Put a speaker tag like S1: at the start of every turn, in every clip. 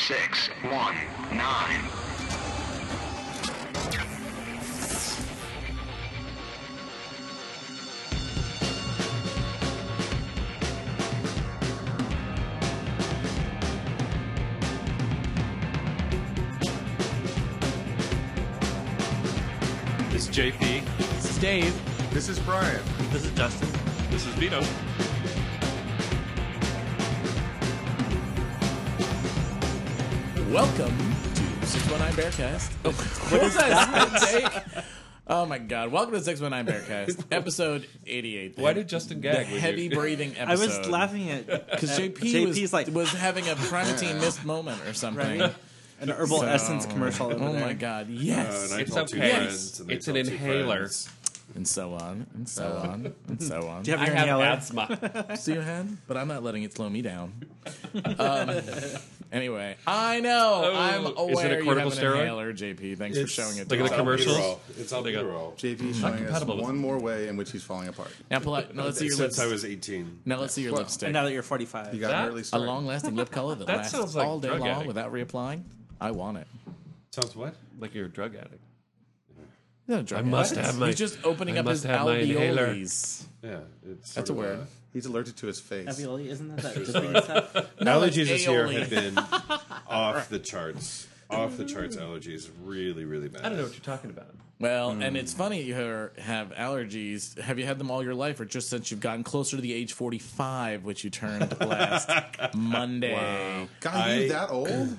S1: six, one, nine.
S2: This is JP.
S3: This is Dave.
S4: This is Brian.
S3: This is Dustin.
S2: This is Vito.
S3: Welcome to 619 Bearcast. Oh, what is that? oh my god. Welcome to 619 Bearcast, episode 88.
S2: Why did Justin
S3: the
S2: gag? when you-
S3: heavy breathing
S5: I
S3: episode? Uh,
S5: was laughing at
S3: because
S5: because
S3: JP was,
S5: JP's like
S3: was having a primatine mist moment or something.
S5: Right? an herbal
S3: So-
S5: essence commercial. Over
S3: Oh
S5: there.
S3: my god, yes.
S4: Oh, nice.
S2: It's
S4: Told two
S2: okay.
S4: friends, and they
S2: It's an
S4: told two
S2: inhaler.
S4: friends.
S3: And so on, and so on, and so on.
S5: Do you
S2: I
S5: have your
S2: have
S5: inhaler?
S2: asthma.
S3: See your hand? But I'm not letting it slow me down. Um, anyway, I know.
S2: Oh,
S3: I'm
S2: is it a
S3: aware you have an
S2: corticosteroid?
S3: inhaler, JP. Thanks for
S4: It's-
S3: showing it to
S2: Look at
S3: us.
S2: the commercials.
S4: B-roll. It's all
S2: They got-
S4: B-roll.
S6: JP
S3: Mm.
S6: is showing us
S2: compatible with-
S6: one more way in which he's falling apart.
S3: Now, pull out, now let's see your
S4: Since
S3: lips.
S4: I was 18.
S3: Now let's see your
S6: Well,
S3: lipstick.
S5: And now that you're 45,
S6: You got
S2: That-
S6: an early
S3: a
S6: start.
S3: long-lasting lip color that,
S2: That
S3: lasts
S2: sounds like
S3: all day
S2: drug
S3: long
S2: addict.
S3: without reapplying. I want it.
S4: Sounds what?
S2: like you're a drug addict.
S3: No drug
S2: I must
S3: addicts.
S2: have my-
S3: He's just opening
S2: I
S3: up
S2: must
S3: his
S2: have my inhaler.
S3: alveoli.
S4: Yeah. It's
S3: That's
S4: sort
S3: a
S4: of,
S3: word.
S4: uh,
S6: He's allergic to his face.
S5: Ravioli, isn't that that Disney stuff?
S4: allergies this year
S3: aioli.
S4: have been off the charts. Off the charts allergies. Really, really bad.
S2: I don't know what you're talking about.
S3: Well, and it's funny you are- have allergies. Have you had them all your life, or just since you've gotten closer to the age forty-five, which you turned last Monday?
S6: God, are
S4: I-
S6: you that old?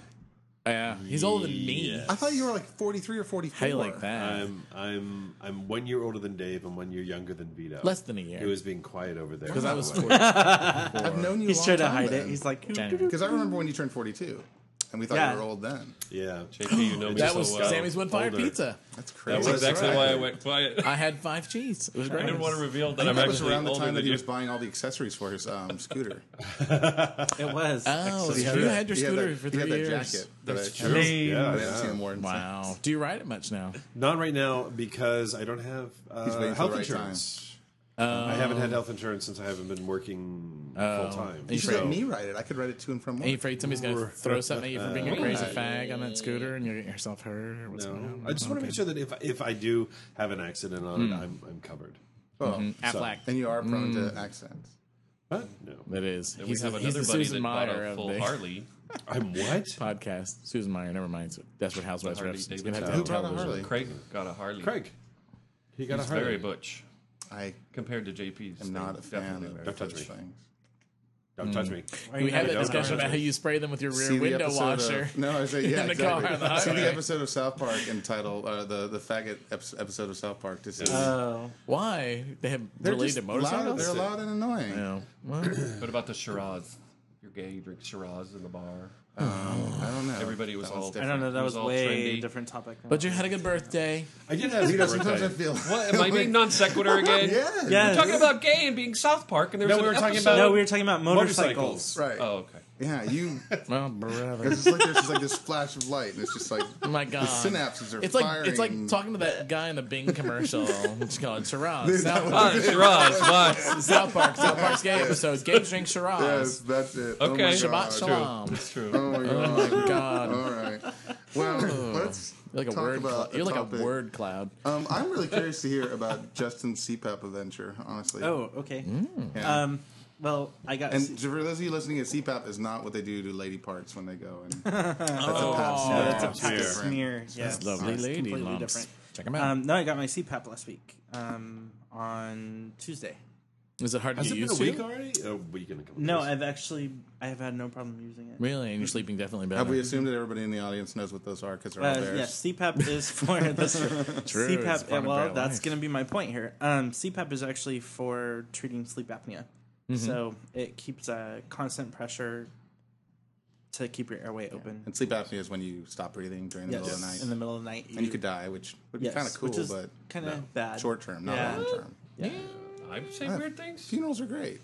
S3: Yeah, he's older than me.
S4: Yeah.
S6: I thought you were like 43 or 44.
S3: How you like that?
S4: I'm I'm I'm one year older than Dave and one year younger than Vito.
S3: Less than a year.
S4: He was being quiet over there.
S3: Because I was
S4: By the way.
S3: 40.
S6: I've known you.
S5: He's
S6: a long
S5: trying to
S6: time
S5: hide it.
S6: then.
S5: He's like,
S3: January.
S6: because I remember when you turned 42, and we thought
S5: Yeah.
S6: you were old then.
S4: yeah.
S2: JP, you know me
S3: that
S2: so
S3: was
S2: well.
S3: Sammy's Wood Fire
S4: uh, Older.
S3: Pizza.
S6: That's
S2: That
S6: crazy.
S2: was
S4: That's
S2: exactly
S4: right.
S2: why I went quiet.
S3: I had five cheese. It was great.
S2: I didn't want to reveal that
S6: I
S2: I'm
S6: think that was
S2: actually
S6: around the
S2: older
S6: time that
S2: than
S6: he
S2: you.
S6: was buying all the accessories for his um, scooter.
S5: it was.
S3: Oh,
S5: actually.
S3: so you had your
S6: He
S3: scooter
S6: that,
S3: for
S6: he
S3: three
S6: had that
S3: years.
S6: jacket. that I-
S2: true.
S4: Yeah,
S6: I haven't
S4: yeah.
S6: seen him wearing
S3: Wow. Do you ride it much now?
S4: Not right now because I don't have
S6: He's
S4: uh,
S6: waiting for
S4: health
S6: the right
S4: insurance. I haven't had health insurance since I haven't been working full time.
S3: You
S6: You should
S3: Bro.
S6: let me ride it. I could ride it to and from
S3: Are you
S6: work.
S3: afraid somebody's going to throw something at you for being a crazy fag on that scooter and you're getting yourself hurt? Or what's going on?
S4: I just want to make sure that if if I do have an accident on it, I'm I'm covered.
S6: Well,
S3: Affleck.
S6: Oh. And you are prone
S3: Mm.
S6: to accidents.
S4: But no,
S3: That is.
S2: And
S3: He's,
S2: we have
S3: the-
S2: another
S3: he's the
S2: buddy
S3: Susan
S2: that bought
S3: Meyer
S2: a
S3: of
S2: full
S3: the
S2: Harley.
S4: I'm what?
S3: podcast. Susan Meyer, never mind. So Desperate Housewives
S2: Harley
S3: refs. It's
S2: Davidson.
S3: gonna have to
S6: Who
S3: have
S6: brought a
S3: television.
S6: Harley?
S2: Craig got a Harley.
S4: Craig. He got
S2: He's
S4: a Harley.
S2: very butch
S6: I
S2: compared to JP's.
S6: am not a fan
S2: Definitely
S6: of those
S2: very-
S4: Don't touch me.
S6: things.
S4: Don't touch me.
S3: We had that
S4: don't
S3: discussion
S4: know.
S3: about how you spray them with your rear
S6: See the
S3: window
S6: episode
S3: washer.
S6: Of, no, I said yeah.
S3: in the car
S6: exactly.
S3: on the
S6: See
S3: highway.
S6: the episode of South Park entitled uh, the the faggot ep- episode of South Park. To see.
S5: Oh,
S3: Why? They have
S6: They're
S3: related
S6: just loud. They're
S3: motorcycles?
S6: loud and annoying.
S3: No. Well,
S2: What about the Shiraz? If you're gay, you drink Shiraz in the bar.
S6: I don't know.
S2: Everybody was
S6: That one's
S2: all-
S5: I
S6: different.
S5: don't know.
S2: It
S5: That
S2: was
S5: was,
S2: all
S5: way
S2: trendy.
S5: different topic.
S3: but you had a good birthday.
S4: I did have
S6: You know, sometimes I
S4: birthday.
S6: feel.
S2: What, am I being non sequitur again?
S6: Yeah.
S5: Yeah.
S2: We're talking about gay and being South Park, and there was
S4: No, we
S2: an
S4: were talking
S2: episode-
S5: no, we were talking about
S4: Motorcycles.
S5: motorcycles.
S6: Right.
S2: Oh, okay.
S6: Yeah. You.
S3: Well, brother.
S6: It's just like there's just like this flash of light, and it's just like
S3: Oh my god.
S6: synapses are
S3: It's like
S6: firing.
S3: it's like talking to that guy in the Bing commercial. It's called Shiraz. South Park,
S2: Ah, Shiraz, what?
S3: South Park, South Park's gay episodes. Games drink
S6: Yes,
S3: Shiraz.
S6: that's it. Oh
S2: Okay.
S6: my
S3: Shabbat
S6: God.
S3: Shalom.
S2: It's true.
S6: Oh my
S3: Oh
S6: god.
S3: my god.
S6: All right. Well, let's
S3: You're like a
S6: Uh, talk
S3: word.
S6: about
S3: Cloud. You're like
S6: topic.
S3: a word cloud.
S6: Um, I'm really curious to hear about Justin's CPAP adventure. Honestly.
S5: Oh, okay.
S3: uh,
S6: Yeah.
S5: Um, well, I got.
S6: And for those of you listening, a CPAP is not what they do to lady parts when they go. And that's a pap smear.
S5: no, that's a
S6: It's
S5: pap
S4: smear.
S5: smear. Yes,
S3: That's lovely
S5: It's
S3: lady
S5: completely
S3: lumps.
S5: different.
S3: Check them out.
S5: Um, no, I got my CPAP last week um, on Tuesday.
S3: Is it hard to
S4: Has it
S3: get
S4: been a
S3: used
S4: week
S3: to?
S4: already? Oh, A week and a couple.
S5: No,
S4: days.
S5: I've actually I have had no problem using it.
S3: Really? And you're sleeping definitely better.
S6: Have we assumed that everybody in the audience knows what those are because they're all
S5: Uh,
S6: there?
S5: yes, CPAP is for that's true.
S3: it's
S5: CPAP.
S3: part of
S5: well,
S3: their
S5: that's
S3: life.
S5: going to be my point here. Um, CPAP is actually for treating sleep apnea,
S6: Mm-hmm.
S5: so it keeps uh, constant pressure to keep your airway open.
S6: And sleep apnea is when you stop breathing during the
S5: Yes,
S6: middle of the night,
S5: in the middle of the night,
S6: and you could die, which would be
S5: yes,
S6: kind of cool,
S5: which is
S6: but
S5: kind of bad.
S6: short term, not
S5: Yeah.
S6: long term.
S2: I say weird things.
S6: Funerals are great.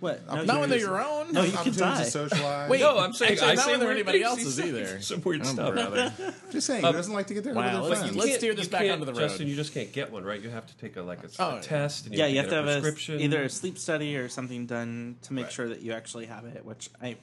S5: What? No,
S3: Not when they're
S5: you-
S3: your own.
S5: No, you can
S6: Opportunities
S5: die.
S6: to socialize.
S3: Wait.
S2: No, I'm saying
S3: Actually,
S2: I
S3: not
S2: say
S3: with
S2: weird
S3: anybody
S2: things.
S3: else's
S2: He says
S3: either.
S2: Some weird stuff.
S6: just saying, who doesn't like to get there
S3: wow,
S6: with their
S3: let's-
S6: friends?
S3: let's-
S2: can't-
S3: steer this
S2: you
S3: back
S2: can't-
S3: onto the road.
S2: Justin, you just can't get one, right? You have to take a like a, s-
S3: Oh,
S2: a
S3: yeah.
S2: test. And you
S5: yeah,
S2: have
S5: you have to
S2: get
S5: have
S2: a
S5: a s-
S2: prescription.
S5: either a sleep study or something done to make sure that you actually have it, which I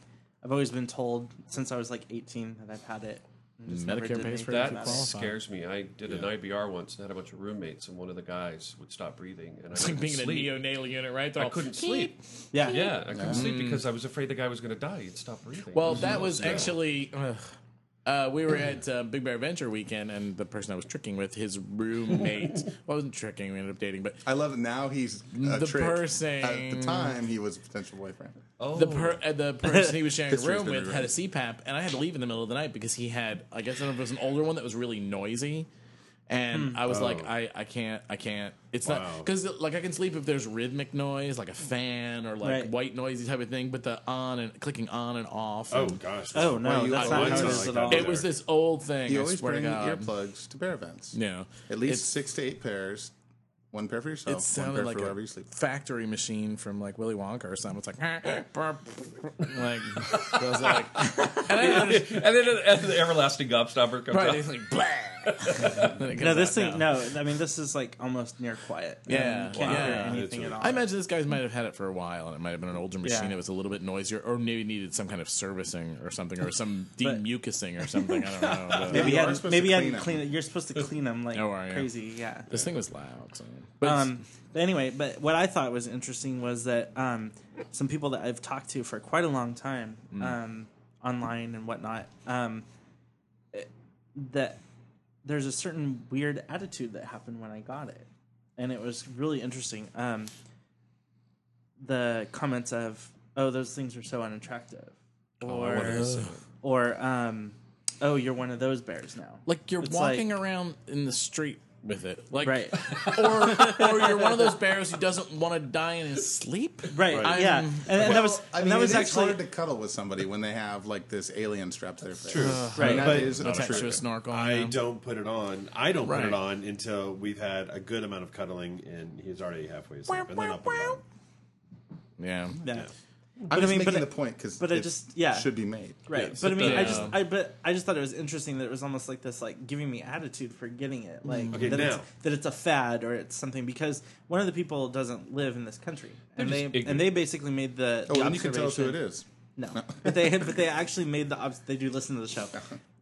S5: I've always been told since I was like 18 that I've had it. and just never
S3: Medicare
S5: did
S3: pays
S5: anything
S3: for it if
S5: about
S3: you
S5: it.
S2: That
S3: qualify.
S2: scares me. I did an
S4: Yeah.
S2: IBR once and had a bunch of roommates, and one of the guys would stop breathing, and
S3: It's
S2: I
S3: like
S2: couldn't
S3: being
S2: sleep.
S3: in a neonatal unit, right? They're
S2: I
S3: all,
S2: couldn't
S3: "Beep."
S2: sleep.
S5: Yeah.
S2: Yeah, I couldn't
S5: Mm.
S2: sleep because I was afraid the guy was going to die. He'd stop breathing.
S3: Well, that was actually. ugh. Uh, we were at uh, Big Bear Adventure weekend, and the person I was tricking with, his roommate. well, I wasn't tricking. We ended up dating, but
S6: I love it. Now he's a
S3: The
S6: trick.
S3: person-
S6: At the time, he was a potential boyfriend.
S2: oh,
S3: the per- uh, the person he was sharing a
S6: History's
S3: room
S6: been
S3: with had a
S6: rewritten.
S3: CPAP, and I had to leave in the middle of the night because he had. I guess I don't know if it was an older one that was really noisy, and
S6: Hmm.
S3: I was
S6: Oh.
S3: like, I, I can't, I can't. It's not
S4: Wow.
S3: because like I can sleep if there's rhythmic noise, like a fan or like
S5: Right.
S3: white noisy type of thing, but the on and clicking on and off.
S4: Oh
S3: and-
S4: gosh.
S5: Oh no,
S6: Well, you
S5: that's
S6: got
S5: not
S6: one
S5: how it
S6: sound
S5: is
S4: like
S5: at
S4: that
S5: all.
S4: one.
S3: it was this old thing.
S6: You
S3: I
S6: always
S3: swear
S6: bring
S3: to God.
S6: earplugs to bear events.
S3: Yeah,
S6: At least
S3: It's-
S6: six to eight pairs. One pair for yourself.
S3: It
S6: one pair
S3: sounded like
S6: for
S3: a
S6: wherever you sleep.
S3: factory machine from like Willy Wonka or something. It's like, like, I was like, and I understood-
S2: and then and the everlasting gobstopper comes
S3: right,
S2: out.
S3: it's like, blah. Then it goes
S5: No, this
S3: out
S5: thing.
S3: now.
S5: No, I mean this is like almost near quiet.
S3: Yeah.
S5: You can't
S3: Wow.
S5: hear
S3: Yeah.
S5: anything
S4: It's
S5: at all.
S3: I imagine this guy might have had it for a while, and it might have been an older machine
S5: Yeah.
S3: that was a little bit noisier, or maybe needed some kind of servicing or something, or some
S5: But-
S3: demucusing or something. I don't know. but-
S5: Maybe
S6: You are
S5: I
S6: supposed
S5: maybe
S6: to
S5: I
S6: clean
S5: didn't clean it. You're supposed to clean them like
S3: Oh, are you?
S5: crazy. Yeah.
S3: this thing was loud. So. But
S5: Um, but anyway, but what I thought was interesting was that um, some people that I've talked to for quite a long time um, online and whatnot, um, it- that there's a certain weird attitude that happened when I got it, and it was really interesting. Um, the comments of "Oh, those things are so unattractive," or
S3: Oh,
S5: or um, "Oh, you're one of those bears now."
S3: like you're
S5: It's
S3: walking
S5: like-
S3: around in the street with it, like,
S5: Right,
S3: or or you're one of those bears who doesn't want to die in his sleep.
S5: right,
S3: I'm-
S5: yeah, and, and that was
S6: I
S5: and
S6: mean,
S5: that was
S6: it is
S5: actually
S6: hard to cuddle with somebody when they have like this alien strapped to their face.
S4: True.
S5: right,
S6: I mean,
S5: but-
S6: that is a
S3: Attached to a
S6: true.
S3: snorkel.
S4: I
S3: yeah.
S4: don't put it on. I don't put
S3: Right.
S4: it on until we've had a good amount of cuddling, and he's already halfway asleep, and then up and down.
S3: Yeah.
S5: Yeah.
S6: I'm
S5: I
S6: just
S5: mean, but
S6: making
S5: it-
S6: the point because
S5: but it just- yeah.
S6: should be made.
S5: Right.
S4: Yes,
S5: but I
S4: it
S5: mean, I
S3: does.
S5: just, I, but I just thought it was interesting that it was almost like this, like giving me attitude for getting it, like
S4: Okay,
S5: that, it's,
S4: now.
S5: that it's a fad or it's something because one of the people doesn't live in this country, and
S2: just
S5: they
S2: ignorant.
S5: and they basically made the,
S6: Oh,
S5: the
S6: and you can tell us who it
S5: observation-
S6: is.
S5: No, but they but they actually made the obs- they do listen to the show,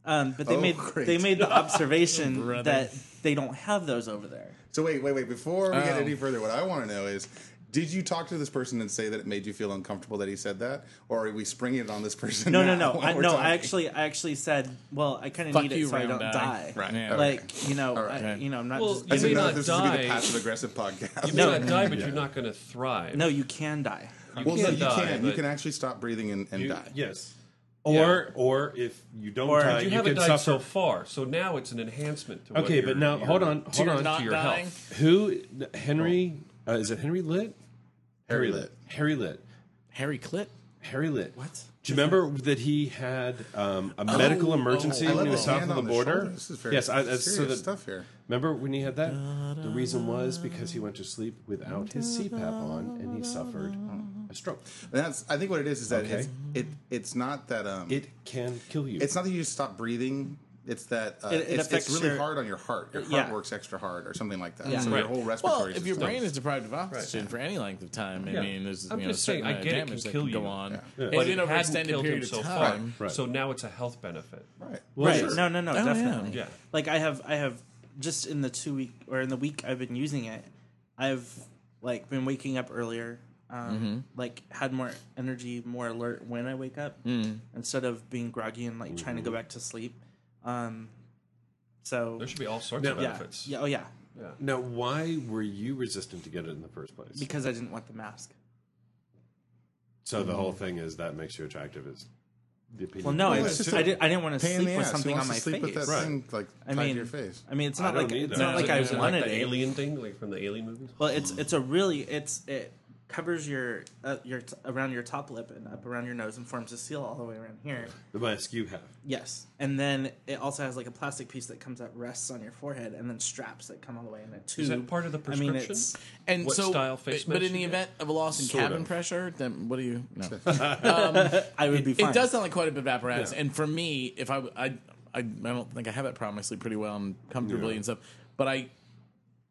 S5: um, but they
S6: Oh,
S5: made
S6: great.
S5: they made the observation
S3: Brother.
S5: that they don't have those over there.
S6: So wait, wait, wait. Before we get
S5: Um,
S3: Oh.
S6: any further, what I want to know is. Did you talk to this person and say that it made you feel uncomfortable that he said that, or are we springing it on this person?
S5: No,
S6: now
S5: no, no,
S6: while
S5: I,
S6: we're
S5: no. I
S6: talking?
S5: actually I actually said, well, I kind of
S3: Fuck
S5: need
S3: you,
S5: it so I
S3: round
S5: don't
S3: eye.
S5: die.
S6: Right.
S3: Yeah.
S5: Like you know, I,
S6: right.
S5: you know, I'm not.
S2: Well,
S5: just
S2: you
S6: I didn't
S2: may
S6: know
S2: not
S6: if this was going to be
S2: die.
S6: the passive aggressive podcast.
S2: You're gonna die, but you're not gonna thrive.
S5: no, you can die.
S2: you
S6: well, no,
S2: can
S6: you
S2: die,
S6: can. You
S2: but-
S6: can actually stop breathing and, and
S4: You-
S6: die.
S4: Yes. Or
S2: Yeah.
S4: or if you don't
S5: Or-
S4: die,
S5: You
S4: you,
S2: You, haven't
S4: can
S2: died
S4: suffer.
S2: so far, so now it's an enhancement to. what
S4: okay,
S2: your-
S4: but now
S2: your-
S4: hold on,
S2: to
S4: hold
S2: your-
S4: on.
S3: not
S2: to your
S3: dying?
S2: health.
S4: Who? Henry? Uh, is it Henry Litt?
S6: Harry Litt.
S4: Harry Litt.
S3: Harry Clit.
S4: Harry Litt.
S5: What?
S4: Do you remember that he had um, a medical emergency
S6: Oh. I love
S4: in the
S6: his
S4: south
S6: hand
S4: of the
S6: on his
S4: border?
S6: shoulder. This is very
S4: yes, I, that's so
S6: serious
S4: that,
S6: stuff here.
S4: Remember when he had that? The reason was because he went to sleep without his CPAP on, and he suffered a stroke.
S6: That's. I think what it is is that
S4: Okay.
S6: it's, it it's not that um
S4: It can kill you.
S6: it's not that you just stop breathing. It's that uh,
S5: It- it
S6: it's, it's
S5: affects
S6: really
S5: your-
S6: hard on your heart. Your heart
S5: Yeah.
S6: works extra hard, or something like that.
S5: Yeah.
S6: So
S2: Right.
S6: your whole respiratory
S3: Well, if your
S6: system.
S3: brain is deprived of oxygen for any length of time, I
S2: Yeah.
S3: mean, there's
S2: I'm
S3: you know, a
S2: just
S3: certain
S2: saying,
S3: amount
S2: I
S3: of
S2: get it
S3: damage
S2: can
S3: that
S2: kill
S3: can go
S2: you.
S3: on.
S6: Yeah.
S3: And
S2: But
S3: even
S2: it
S3: over an
S2: hadn't
S3: extended
S2: killed him
S3: period of
S2: so
S3: time.
S2: far,
S4: Right.
S2: so now it's a health benefit.
S6: right.
S5: Right.
S4: Sure.
S5: No, no, no.
S3: yeah.
S5: definitely.
S2: Yeah.
S5: Oh, Like I have, I have just in the two week or in the week I've been using it, I've like been waking up earlier, um,
S6: Mm-hmm.
S5: like had more energy, more alert when I wake up
S6: Mm.
S5: instead of being groggy and like trying to go back to sleep. Um, so
S2: There should be all sorts of
S5: yeah,
S2: benefits.
S5: yeah, oh yeah,
S4: Now, why were you resistant to get it in the first place?
S5: because I didn't want the mask.
S4: so the whole thing is that makes you attractive is the opinion.
S5: Well, no,
S4: of
S5: I
S4: the
S6: it's
S5: just
S6: just
S4: guys,
S5: I,
S6: a
S5: did, I didn't want to
S6: Pain in
S5: sleep
S6: the
S5: with
S6: ass. Who
S5: something on
S6: wants
S5: my
S6: to sleep
S5: face.
S6: with that
S4: Right.
S6: thing like
S5: I
S6: tied
S5: mean,
S6: to your face?
S5: I mean, it's
S4: I
S5: not
S4: don't
S5: like
S4: need
S5: it's
S4: that.
S5: not like
S2: Is it-
S5: I
S2: is it
S5: wanted
S2: like the
S5: it.
S2: alien thing, like from the alien movies.
S5: Well, it's it's a really it's it covers your uh, your t- around your top lip and up around your nose and forms a seal all the way around here.
S4: the mask you have.
S5: Yes, and then it also has like a plastic piece that comes up, rests on your forehead, and then straps that come all the way in a tube.
S2: Is that part of the prescription?
S5: I mean, it's
S3: And
S2: What
S3: so,
S2: style face
S3: but
S2: mask
S3: in the
S2: you get?
S3: event of a loss in
S4: Sort
S3: cabin
S4: of.
S3: pressure, then what do you? No,
S5: I would be fine.
S3: it does sound like quite a bit of apparatus.
S4: Yeah.
S3: And for me, if I, I, I, I don't think I have that problem. I sleep pretty well and comfortably
S4: Yeah.
S3: and stuff. But I,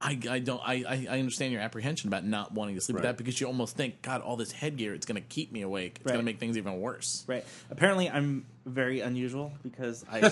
S3: I, I don't I, I- I understand your apprehension about not wanting to sleep with
S4: Right.
S3: that because you almost think God all this headgear it's going to keep me awake it's going
S5: Right.
S3: to make things even worse
S5: Right. Apparently, I'm very unusual because I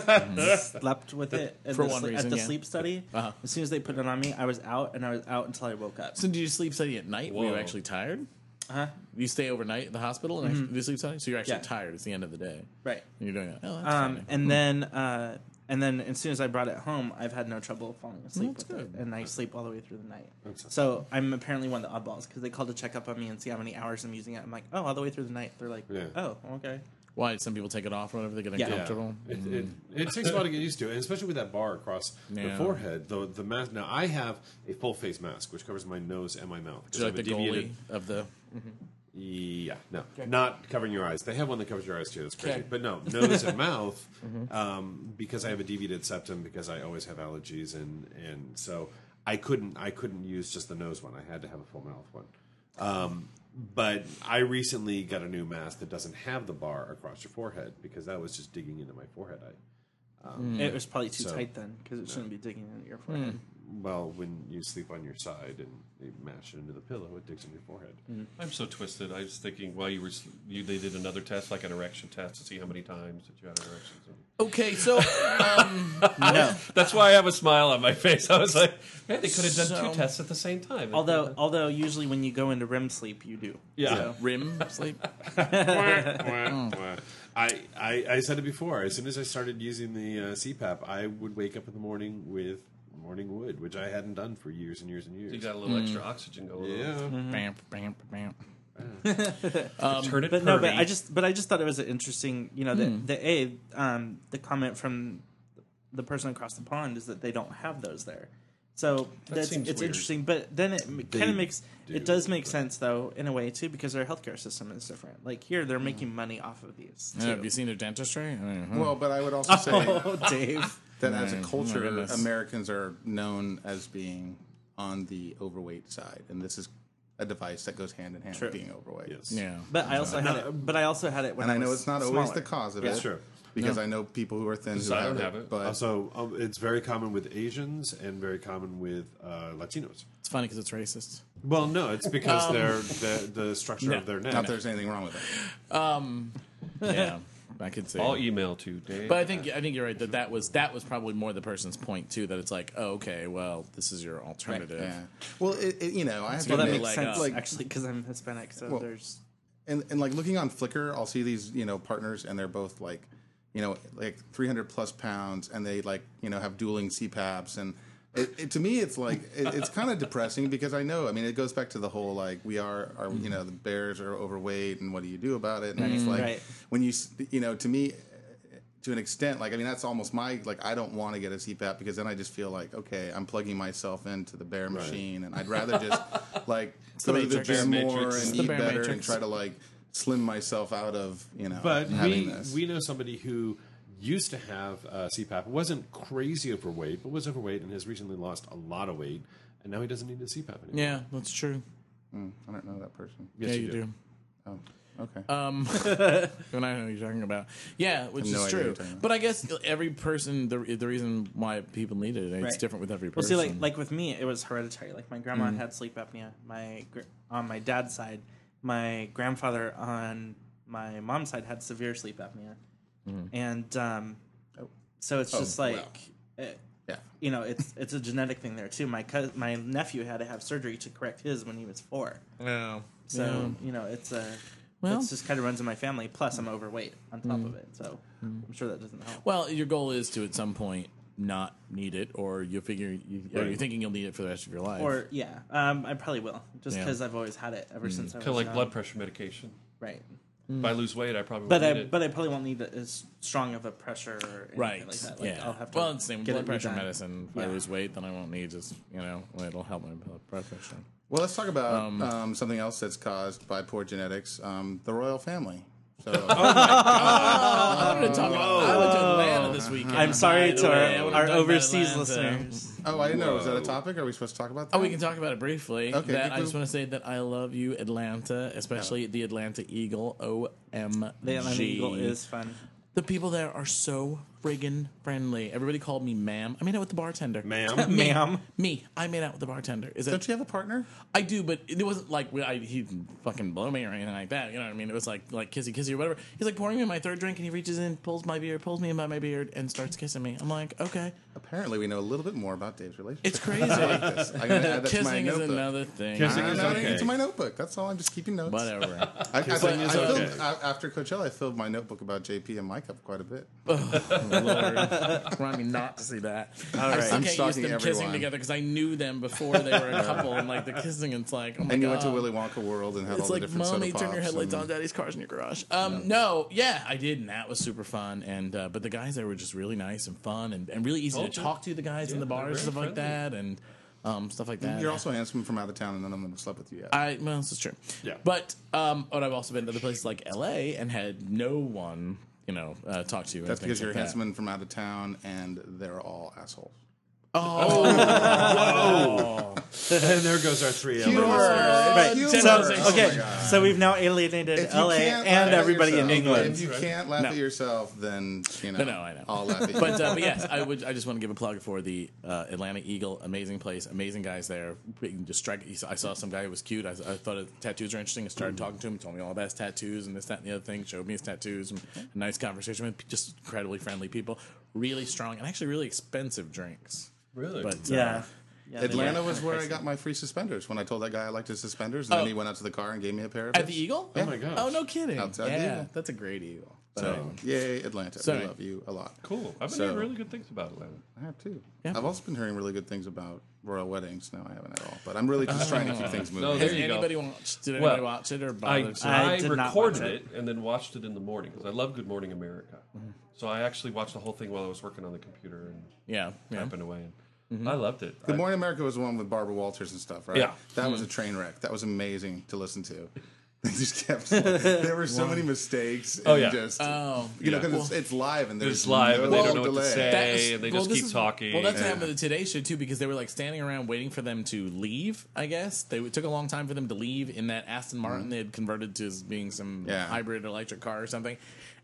S5: slept with it at,
S3: For
S5: the,
S3: one
S5: sleep,
S3: reason,
S5: at the
S3: yeah.
S5: sleep study.
S3: Uh-huh.
S5: As soon as they put it on me, I was out and I was out until I woke up.
S3: so did you sleep study at night were you
S2: Whoa.
S3: actually tired
S5: Uh-huh. Mm-hmm.
S3: you stay overnight at the hospital and actually do sleep study so you're actually
S5: Yeah.
S3: tired it's the end of the day
S5: Right.
S3: and you're doing that oh that's
S5: Um,
S3: funny.
S5: and then, uh, and then, as soon as I brought it home, I've had no trouble falling asleep
S3: That's
S5: with it,
S3: good.
S5: and I sleep all the way through the night. So I'm apparently one of the oddballs because they called to check up on me and see how many hours I'm using it. I'm like, oh, all the way through the night. They're like,
S4: Yeah.
S5: oh, okay.
S3: why some people take it off or whatever they get
S5: Yeah.
S3: uncomfortable
S4: It, it, it takes a while to get used to, and especially with that bar across the
S3: Yeah.
S4: forehead. The the mask. Now I have a full face mask which covers my nose and my mouth. 'cause
S3: So like
S4: I'm
S3: the
S4: a deviated-
S3: goalie of the
S4: Yeah, no, not covering your eyes. They have one that covers your eyes too. That's crazy.
S3: Okay.
S4: But no, nose and mouth, um, because I have a deviated septum because I always have allergies, and and so I couldn't I couldn't use just the nose one. I had to have a full mouth one. Um, but I recently got a new mask that doesn't have the bar across your forehead because that was just digging into my forehead. I,
S3: Hmm.
S5: It was probably too
S4: So-
S5: tight then because it shouldn't be digging into your forehead.
S4: well, when you sleep on your side and they mash it into the pillow, it digs into your forehead.
S2: I'm so twisted. I was thinking while you were sl- you they did another test like an erection test to see how many times that you had erections.
S3: okay so
S5: um, No.
S2: That's why I have a smile on my face. I was like, man, they could have done
S3: So-
S2: two tests at the same time.
S5: Although, although usually when you go into REM sleep, you do.
S4: Yeah.
S3: rim sleep
S4: I, I I said it before. As soon as I started using the uh, CPAP, I would wake up in the morning with morning wood, which I hadn't done for years and years and years.
S2: you got a little
S5: Mm.
S2: Hmm. extra oxygen going
S4: Yeah,
S2: on.
S3: bam bam bam
S2: Turn it
S5: Um, But no, but
S2: pervy.
S5: I just but I just thought it was an interesting, you know, the
S6: Hmm.
S5: the a um, the comment from the person across the pond is that they don't have those there. So that's
S2: seems
S5: it's
S2: weird.
S5: interesting, but then it
S4: They
S5: kind of makes
S4: do,
S5: it does make
S4: but-
S5: sense though in a way too because their healthcare system is different. Like here, they're making money off of these.
S3: Yeah, have
S5: too.
S3: you seen a dentistry
S6: Well, but I would also say
S5: Oh, Dave.
S6: that as a
S3: Man, oh my
S6: culture,
S3: goodness.
S6: Americans are known as being on the overweight side, and this is a device that goes hand in hand
S5: True.
S6: with being overweight.
S4: yes,
S3: yeah
S5: But I also had it. But I also had it when
S6: And I know
S5: was
S6: it's not always the
S5: smaller.
S6: cause of
S4: That's
S6: it.
S4: true.
S6: Because I know people who are thin who
S2: I
S6: have,
S2: don't
S6: it,
S2: have it.
S6: But
S4: Also, um, it's very common with Asians and very common with uh, Latinos.
S3: it's funny because it's racist
S4: Well, no, it's because
S2: Um,
S4: they're the, the structure
S3: no,
S4: of their neck.
S6: not that there's anything wrong with it.
S3: yeah Um, I could see
S2: I'll email to Dave.
S3: But I think I think you're right that that was that was probably more the person's point too that it's like oh, okay well this is your alternative
S6: Yeah. Well, it, it, you know, I have
S5: Well,
S6: to
S5: that
S6: admit,
S5: makes
S3: like,
S5: sense
S3: uh,
S5: actually actually because I'm Hispanic, so
S6: Well,
S5: there's
S6: and, and like looking on Flickr, I'll see these you know partners, and they're both like, you know, like 300 plus pounds, and they like you know have dueling CPAPs, and it, it, to me it's like it, it's kind of depressing because I know, I mean, it goes back to the whole like we are, are you know, the bears are overweight, and what do you do about it? And it's like
S5: Right.
S6: when you s- you know, to me, to an extent, like I mean, that's almost my like I don't want to get a CPAP because then I just feel like okay, I'm plugging myself into the bear machine, and I'd rather just like go to the
S3: Matrix.
S6: gym
S2: Bear
S6: more
S2: Matrix.
S6: and
S3: It's the
S6: eat
S3: bear
S6: better and
S3: Matrix.
S6: try to like slim myself out of you know
S4: But
S6: having
S4: we,
S6: this.
S4: we know somebody who used to have uh, CPAP, wasn't crazy overweight, but was overweight and has recently lost a lot of weight, and now he doesn't need a CPAP anymore.
S3: yeah that's true
S6: I don't know that person. Oh,
S4: Yes,
S3: yeah Uh,
S4: you
S3: you,
S4: do.
S3: do,
S6: Okay.
S3: and I know what you're talking about yeah which is
S6: no idea what you're
S3: true
S6: talking about.
S3: but I guess every person the the reason why people need it it's
S5: Right.
S3: different with every
S5: Well,
S3: person Mm.
S5: see, like like with me, it was hereditary. Like my grandma had sleep apnea. My gr- on my dad's side, my grandfather on my mom's side had severe sleep apnea,
S3: Mm.
S5: and um, so it's
S3: Oh,
S5: just
S6: wow.
S5: like. It,
S6: yeah.
S5: you know, it's it's a genetic thing there too. My cous my nephew had to have surgery to correct his when he was four.
S3: no
S5: So you know, it's a
S3: Well- Mm.
S5: it's just kind of runs in my family. Plus, I'm overweight on top of it, so I'm sure that doesn't help.
S3: well your goal is to at some point not need it or you figure you, or you're thinking you'll need it for the rest of your life
S5: Or yeah, Mm. um, I probably will just
S3: Yeah.
S5: because I've always had it ever since I was
S2: kind of like
S5: young.
S2: blood pressure medication.
S5: right.
S2: If I lose weight, I probably
S5: Mm. But
S2: won't
S5: I
S2: need it.
S5: but I probably won't need as strong of a pressure, or anything
S3: Right.
S5: Like that. Like,
S3: yeah.
S5: I'll have to
S3: well, it's the same with
S5: get
S3: blood
S5: it
S3: pressure
S5: redone.
S3: medicine. If I
S5: Yeah.
S3: lose weight, then I won't need just you know it'll help my blood pressure.
S6: Well, let's talk about um, something else that's caused by poor genetics: um, the royal family. So oh,
S3: I'm gonna talk about. I went to Atlanta this weekend.
S5: I'm sorry
S3: by the
S5: to
S3: way. I
S5: our,
S3: would've
S5: our
S3: talked about
S5: overseas
S3: Atlanta.
S5: listeners.
S6: oh, I didn't know. Was that a topic? Are we supposed to talk about that?
S3: Oh, we can talk about it briefly.
S6: Okay,
S3: That-
S6: good,
S3: I just
S6: good.
S3: want to say that I love you, Atlanta, especially the Atlanta Eagle. O M
S5: The Atlanta Eagle
S3: G.
S5: is fun.
S3: The people there are so friggin' friendly. Everybody called me ma'am. I made out with the bartender.
S4: Ma'am?
S5: Ma'am.
S3: Me. I made out with the bartender. Is that
S6: Don't you have a partner?
S3: I do, but it wasn't like we- I, he didn't fucking blow me or anything like that. You know what I mean? It was like like kissy kissy or whatever. He's like pouring me my third drink, and he reaches in, pulls my beard, pulls me in by my beard, and starts kissing me. I'm like, okay,
S6: Apparently, we know a little bit more about Dave's relationship.
S3: it's crazy.
S6: Yes, I'm gonna add that to my
S3: Kissing is
S6: notebook.
S3: another thing.
S2: Kissing
S6: I'm
S2: is
S6: adding
S2: okay.
S6: it to my notebook. That's all. I'm just keeping notes.
S3: Whatever.
S6: I, I, think
S3: is
S6: I filled,
S3: okay.
S6: a- after Coachella, I filled my notebook about JP and Mike up quite a bit.
S3: Oh Lord, remind me not to see that. All
S6: right.
S3: I still
S6: I'm
S3: can't use
S6: stalking
S3: them kissing
S6: everyone.
S3: together because I knew them before they were a couple, and like the kissing, it's like, oh my
S6: And you
S3: god.
S6: went to Willy Wonka World and had all
S3: it's
S6: the
S3: like,
S6: different soda
S3: mommy, turn your
S6: pops
S3: headlights
S6: and-
S3: on. Daddy's car's in your garage. Um, no, yeah, I did, and that was super fun. And uh, but the guys there were just really nice and fun, and, and really easy
S2: Oh,
S3: to talk to. The guys in the
S2: they're
S3: bars,
S2: very
S3: stuff like
S2: friendly.
S3: that, and um, stuff like that.
S6: You're also handsome from out of town, and none of them have slept with you yet.
S3: I well, this is true.
S4: Yeah.
S3: But um, but I've also been to other places like L.A. and had no one, you know, uh, talk to you.
S6: That's because you're handsome and from out of town, and they're all assholes.
S4: and there goes our three
S5: Right.
S6: Humor.
S5: So,
S6: Oh my
S5: okay.
S6: God.
S5: so we've now alienated
S6: If you
S5: LA
S6: can't laugh
S5: and
S6: at
S5: everybody in
S6: yourself-
S5: England.
S6: If you can't laugh
S3: No.
S6: at yourself, then you know.
S3: no, I know.
S6: I'll laugh at you.
S3: but, uh, but yes, I would. I just want to give a plug for the uh, Atlanta Eagle. Amazing place, amazing guys there. We can Just strike. I saw some guy who was cute. I, I thought his tattoos were interesting. I started
S2: Mm-hmm.
S3: talking to him. Told me all about his tattoos and this, that, and the other thing. Showed me his tattoos. And a nice conversation with just incredibly friendly people. Really strong and actually really expensive drinks.
S2: Really?
S3: But uh,
S5: yeah.
S6: Atlanta was where I got my free suspenders when I told that guy I liked his suspenders, and
S3: Oh.
S6: then he went out to the car and gave me a pair of
S3: at the
S6: his.
S3: Eagle.
S6: Yeah.
S2: Oh my gosh.
S3: Oh no kidding!
S6: Outside the
S3: yeah,
S6: Eagle.
S3: that's a great Eagle. But,
S6: So,
S3: um,
S6: yay, Atlanta!
S3: Sorry.
S6: We love you a lot.
S2: Cool. I've been
S6: So-
S2: hearing really good things about Atlanta.
S6: I have too.
S3: Yeah.
S6: I've also been hearing really good things about royal weddings. No, I haven't at all. but I'm really just trying to keep things moving.
S2: Ah. there
S3: Did
S2: you go.
S3: anybody watch? Did
S2: Well,
S3: anybody watch it or
S2: I,
S3: bother? to-
S2: I,
S5: I did not
S2: recorded
S5: watch
S2: it and then watched it in the morning because I love Good Morning America. So I actually watched the whole thing while I was working on the computer and
S3: yeah, yeah.
S2: typing away. And I loved it.
S6: Good Morning America was the one with Barbara Walters and stuff, right?
S2: Yeah. Mm-hmm.
S6: That was a train wreck. That was amazing to listen to. They just kept. there were so many mistakes. And
S2: Oh, yeah.
S6: Just,
S3: Oh,
S6: you know,
S2: yeah.
S6: because it's, it's live and there's
S2: It's live
S6: no
S2: and they don't know what to
S6: delay.
S2: say.
S3: That
S2: Hey,
S3: is-
S2: and they just
S3: this
S2: keep talking.
S3: Well, that's what
S2: Yeah.
S3: happened with the Today Show too, because they were like standing around waiting for them to leave. I guess they it took a long time for them to leave in that Aston Martin they had converted to as being some
S6: Yeah.
S3: hybrid electric car or something.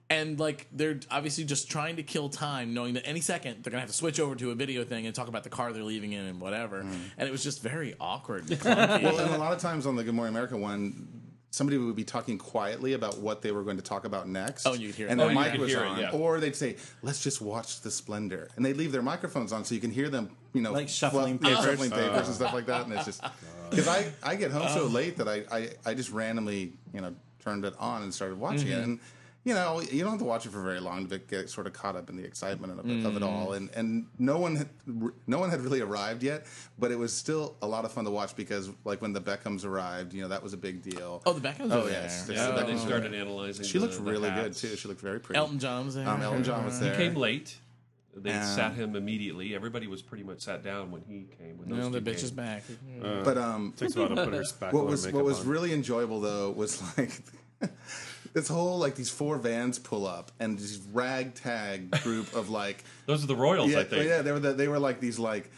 S3: And like they're obviously just trying to kill time, knowing that any second they're gonna have to switch over to a video thing and talk about the car they're leaving in and whatever. And it was just very awkward. And clunky.
S6: Well, and a lot of times on the Good Morning America one, somebody would be talking quietly about what they were going to talk about next.
S3: Oh, and you could hear it.
S6: And
S3: Oh,
S6: their
S3: you
S6: mic
S2: could
S6: was
S2: hear it,
S6: on,
S2: yeah.
S6: or they'd say, "Let's just watch the splendor," and they'd leave their microphones on so you can hear them. You know,
S5: Like shuffling
S6: fluff- yeah,
S5: papers.
S6: shuffling papers and stuff like that. And it's just because I I get home so late that I, I I just randomly you know turned it on and started watching it and. You know, you don't have to watch it for very long to get sort of caught up in the excitement of it, of it all, and and no one had, no one had really arrived yet, but it was still a lot of fun to watch because like when the Beckhams arrived, you know that was a big deal.
S3: oh, the Beckhams
S6: Oh,
S3: were
S6: yes.
S3: there.
S2: Yeah,
S6: Oh.
S2: they started analyzing.
S6: she
S2: the-
S6: looked
S2: the
S6: really good
S2: hats.
S6: too. She looked very pretty.
S3: Elton John was there.
S6: um, Elton John was there.
S2: He came late. They
S6: Um,
S2: sat him immediately. Everybody was pretty much sat down when he came. When those
S3: No, the
S2: two
S3: bitch
S2: came.
S3: is back.
S6: But um,
S4: Takes a while to put her back
S6: what
S4: on
S6: was
S4: makeup
S6: what was
S4: on.
S6: really enjoyable though was like this whole like these four vans pull up and this ragtag group of like
S2: Those are the Royals,
S6: yeah
S2: I think.
S6: yeah they were the, they were like these like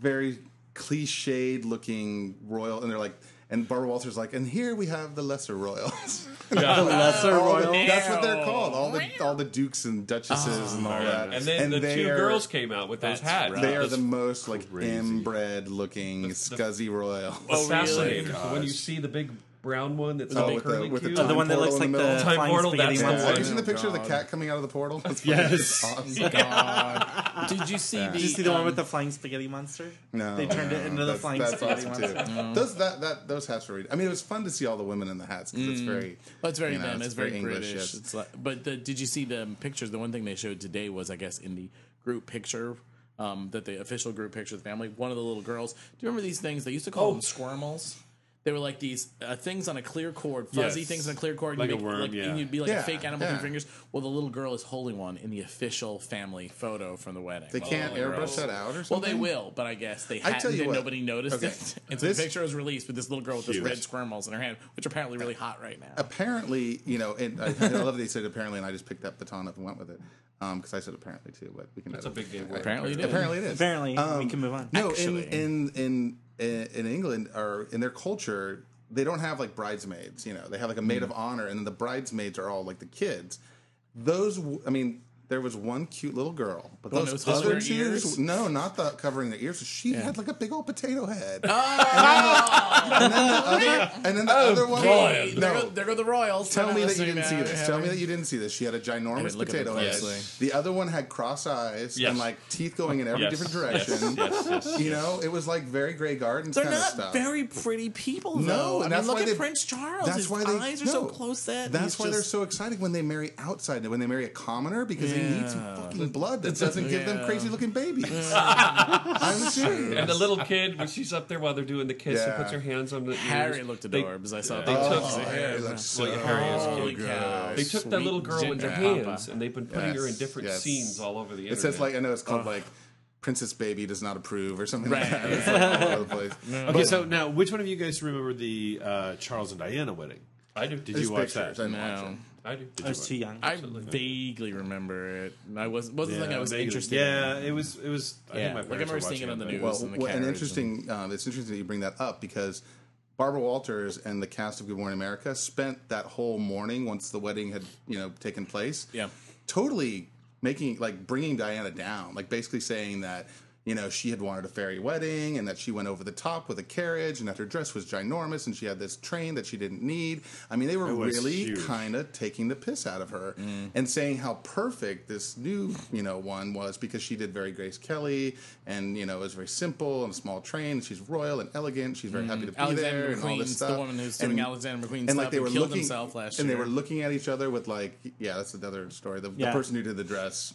S6: very cliched looking royal and they're like and Barbara Walters like and here we have the lesser royals
S5: The lesser
S6: All the-
S5: royal.
S6: that's what they're called all the all the dukes and
S4: Oh
S6: duchesses and all that
S2: And then the
S6: they
S2: two
S6: are-
S2: girls came out with those
S3: That's
S2: hats.
S3: right.
S6: they are
S2: That's
S6: the most like inbred looking scuzzy royals
S2: fascinating.
S3: Oh, really?
S2: When you see the big brown one that's
S6: Oh,
S2: all
S6: with the-
S2: curly
S6: with the
S2: Q.
S5: Oh, the one that looks like
S6: Time
S5: the
S6: portal in the
S2: middle. Time
S5: flying
S2: portal,
S5: spaghetti
S2: that's the
S5: monster.
S6: Have you
S2: one.
S6: seen the picture of the
S3: God.
S6: cat coming out of the portal? That's
S4: Yes.
S6: awesome.
S3: Did you see the?
S5: Did you see the one
S3: um,
S5: with the flying spaghetti monster?
S6: No,
S5: They turned it
S6: no,
S5: into the
S6: that's-
S5: flying
S6: that's
S5: spaghetti
S6: awesome,
S5: monster.
S6: too. Those that, that those hats were. I mean, it was fun to see all the women in the hats because it's very.
S3: Mm. Well, it's very
S6: you know,
S3: them. It's, very, British.
S6: yes.
S3: It's like, but the, did you see the pictures? The one thing they showed today was, I guess, in the group picture. Um, that the official group picture of the family, one of the little girls. Do you remember these things? They used to call
S6: Oh.
S3: them squirmels. They were like these uh, things on a clear cord, fuzzy
S2: Yes.
S3: things on a clear cord.
S2: Like
S3: you
S2: a worm,
S3: like,
S2: yeah.
S3: And you'd be like
S6: Yeah,
S3: a fake animal with
S6: yeah.
S3: your fingers. Well, the little girl is holding one in the official family photo from the wedding.
S6: They can't airbrush that out or
S3: well,
S6: something.
S3: they will, but I guess they
S6: I
S3: hadn't.
S6: tell you
S3: and
S6: what.
S3: nobody noticed
S6: Okay.
S3: it. And so
S6: This-
S3: the picture was released with this little girl with this
S4: Huge.
S3: red squirmels in her hand, which are apparently really hot right now.
S6: Apparently, you know, and I, I love that they said apparently, and I just picked that baton up and went with it because I said apparently too. But we can.
S2: That's a big game.
S3: Apparently, it is.
S6: Apparently, it is.
S5: Apparently, we can move on.
S6: Um, No,
S3: Actually.
S6: in in in in England or in their culture, they don't have like
S3: Hmm.
S6: bridesmaids. You know, they have like a maid of honor, and then the bridesmaids are all like the kids. Those, w- I mean, There was one cute little girl, but
S3: one
S6: those
S3: that was
S6: other
S3: covering
S6: two,
S3: ears?
S6: no, not the covering the ears. She had like a big old potato head,
S3: Oh!
S6: and then the other one.
S3: Royals.
S6: No,
S3: There, go, there go the Royals.
S6: Tell
S3: They're
S6: me
S3: not
S6: that you
S3: listening
S6: didn't
S3: now.
S6: see
S3: They're
S6: this. Tell me
S3: having-
S6: that you didn't see this. She had a ginormous
S3: look at it
S6: potato head.
S3: closely.
S2: Yes.
S6: The other one had cross eyes
S2: Yes.
S6: and like teeth going in every
S2: Yes,
S6: different
S2: yes,
S6: direction.
S2: yes, yes, yes.
S6: You know, it was like very Grey Gardens
S3: They're
S6: kind
S3: not
S6: of stuff.
S3: very pretty people,
S6: No,
S3: though. I
S6: Oh, and
S3: mean,
S6: that's
S3: look
S6: why
S3: at
S6: they-
S3: Prince Charles.
S6: that's
S3: His
S6: why they
S3: eyes are
S6: no.
S3: so close set. and
S6: That's
S3: he's
S6: why they're
S3: just-
S6: so excited when they marry outside, when they marry a commoner, because they need some
S3: Yeah.
S6: fucking blood that doesn't give
S3: yeah.
S6: them crazy looking babies. I'm serious.
S2: And the little kid, when she's up there while they're doing the kiss,
S6: Yeah.
S2: and puts her hands on the
S3: Harry
S2: ears.
S3: looked
S2: They-
S3: adorbs. I saw
S2: They
S3: pictures
S2: took
S3: of
S2: the
S3: his
S6: Harry
S3: hair.
S6: looks
S2: Well,
S6: so-
S2: Harry is
S3: Holy
S2: cute.
S3: cow.
S2: They took that
S3: Sweet
S2: little girl in
S3: ginger
S2: their
S3: papa.
S2: hands, and they've been putting her in
S6: Yes,
S2: different
S6: yes.
S2: scenes all over the internet.
S6: It says like I know it's called like Princess Baby does not approve or something
S3: Right.
S6: like that. It's like all over the place.
S4: Okay, so now which one of you guys remember the uh, Charles and Diana wedding?
S2: I do. Did
S4: you
S6: There's
S4: watch
S6: pictures.
S4: that?
S6: I didn't watch
S3: No.
S6: it.
S2: I do.
S5: I was too young.
S3: I vaguely remember it. and I was wasn't something I was
S4: vaguely.
S3: interested.
S4: Uh, Yeah,
S3: in.
S4: it was. It was. I
S3: Yeah,
S4: think my
S3: like I
S4: parents
S3: remember
S4: were
S3: seeing it
S4: watching
S3: on the
S4: but-
S3: news.
S6: Well,
S3: and the
S6: well, an
S3: carriage
S6: interesting. Um, it's interesting that you bring that up because Barbara Walters and the cast of Good Morning America spent that whole morning once the wedding had you know taken place.
S3: Yeah.
S6: totally making like bringing Diana down, like basically saying that. You know, she had wanted a fairy wedding and that she went over the top with a carriage and that her dress was ginormous and she had this train that she didn't need. I mean, they were
S4: was
S6: really
S4: huge.
S6: kind of taking the piss out of her
S3: Mm.
S6: and saying how perfect this new you know one was because she did very Grace Kelly and you know it was very simple and a small train. She's royal and elegant. She's very happy to be
S3: Mm-hmm. Alexander
S6: there and all this
S3: McQueen's
S6: stuff.
S3: the woman who's doing Alexander McQueen
S6: and
S3: stuff
S6: like they were
S3: and killed
S6: looking
S3: himself last
S6: and
S3: year.
S6: they were looking at each other with like yeah that's another story. The,
S5: Yeah.
S6: the person who did the dress,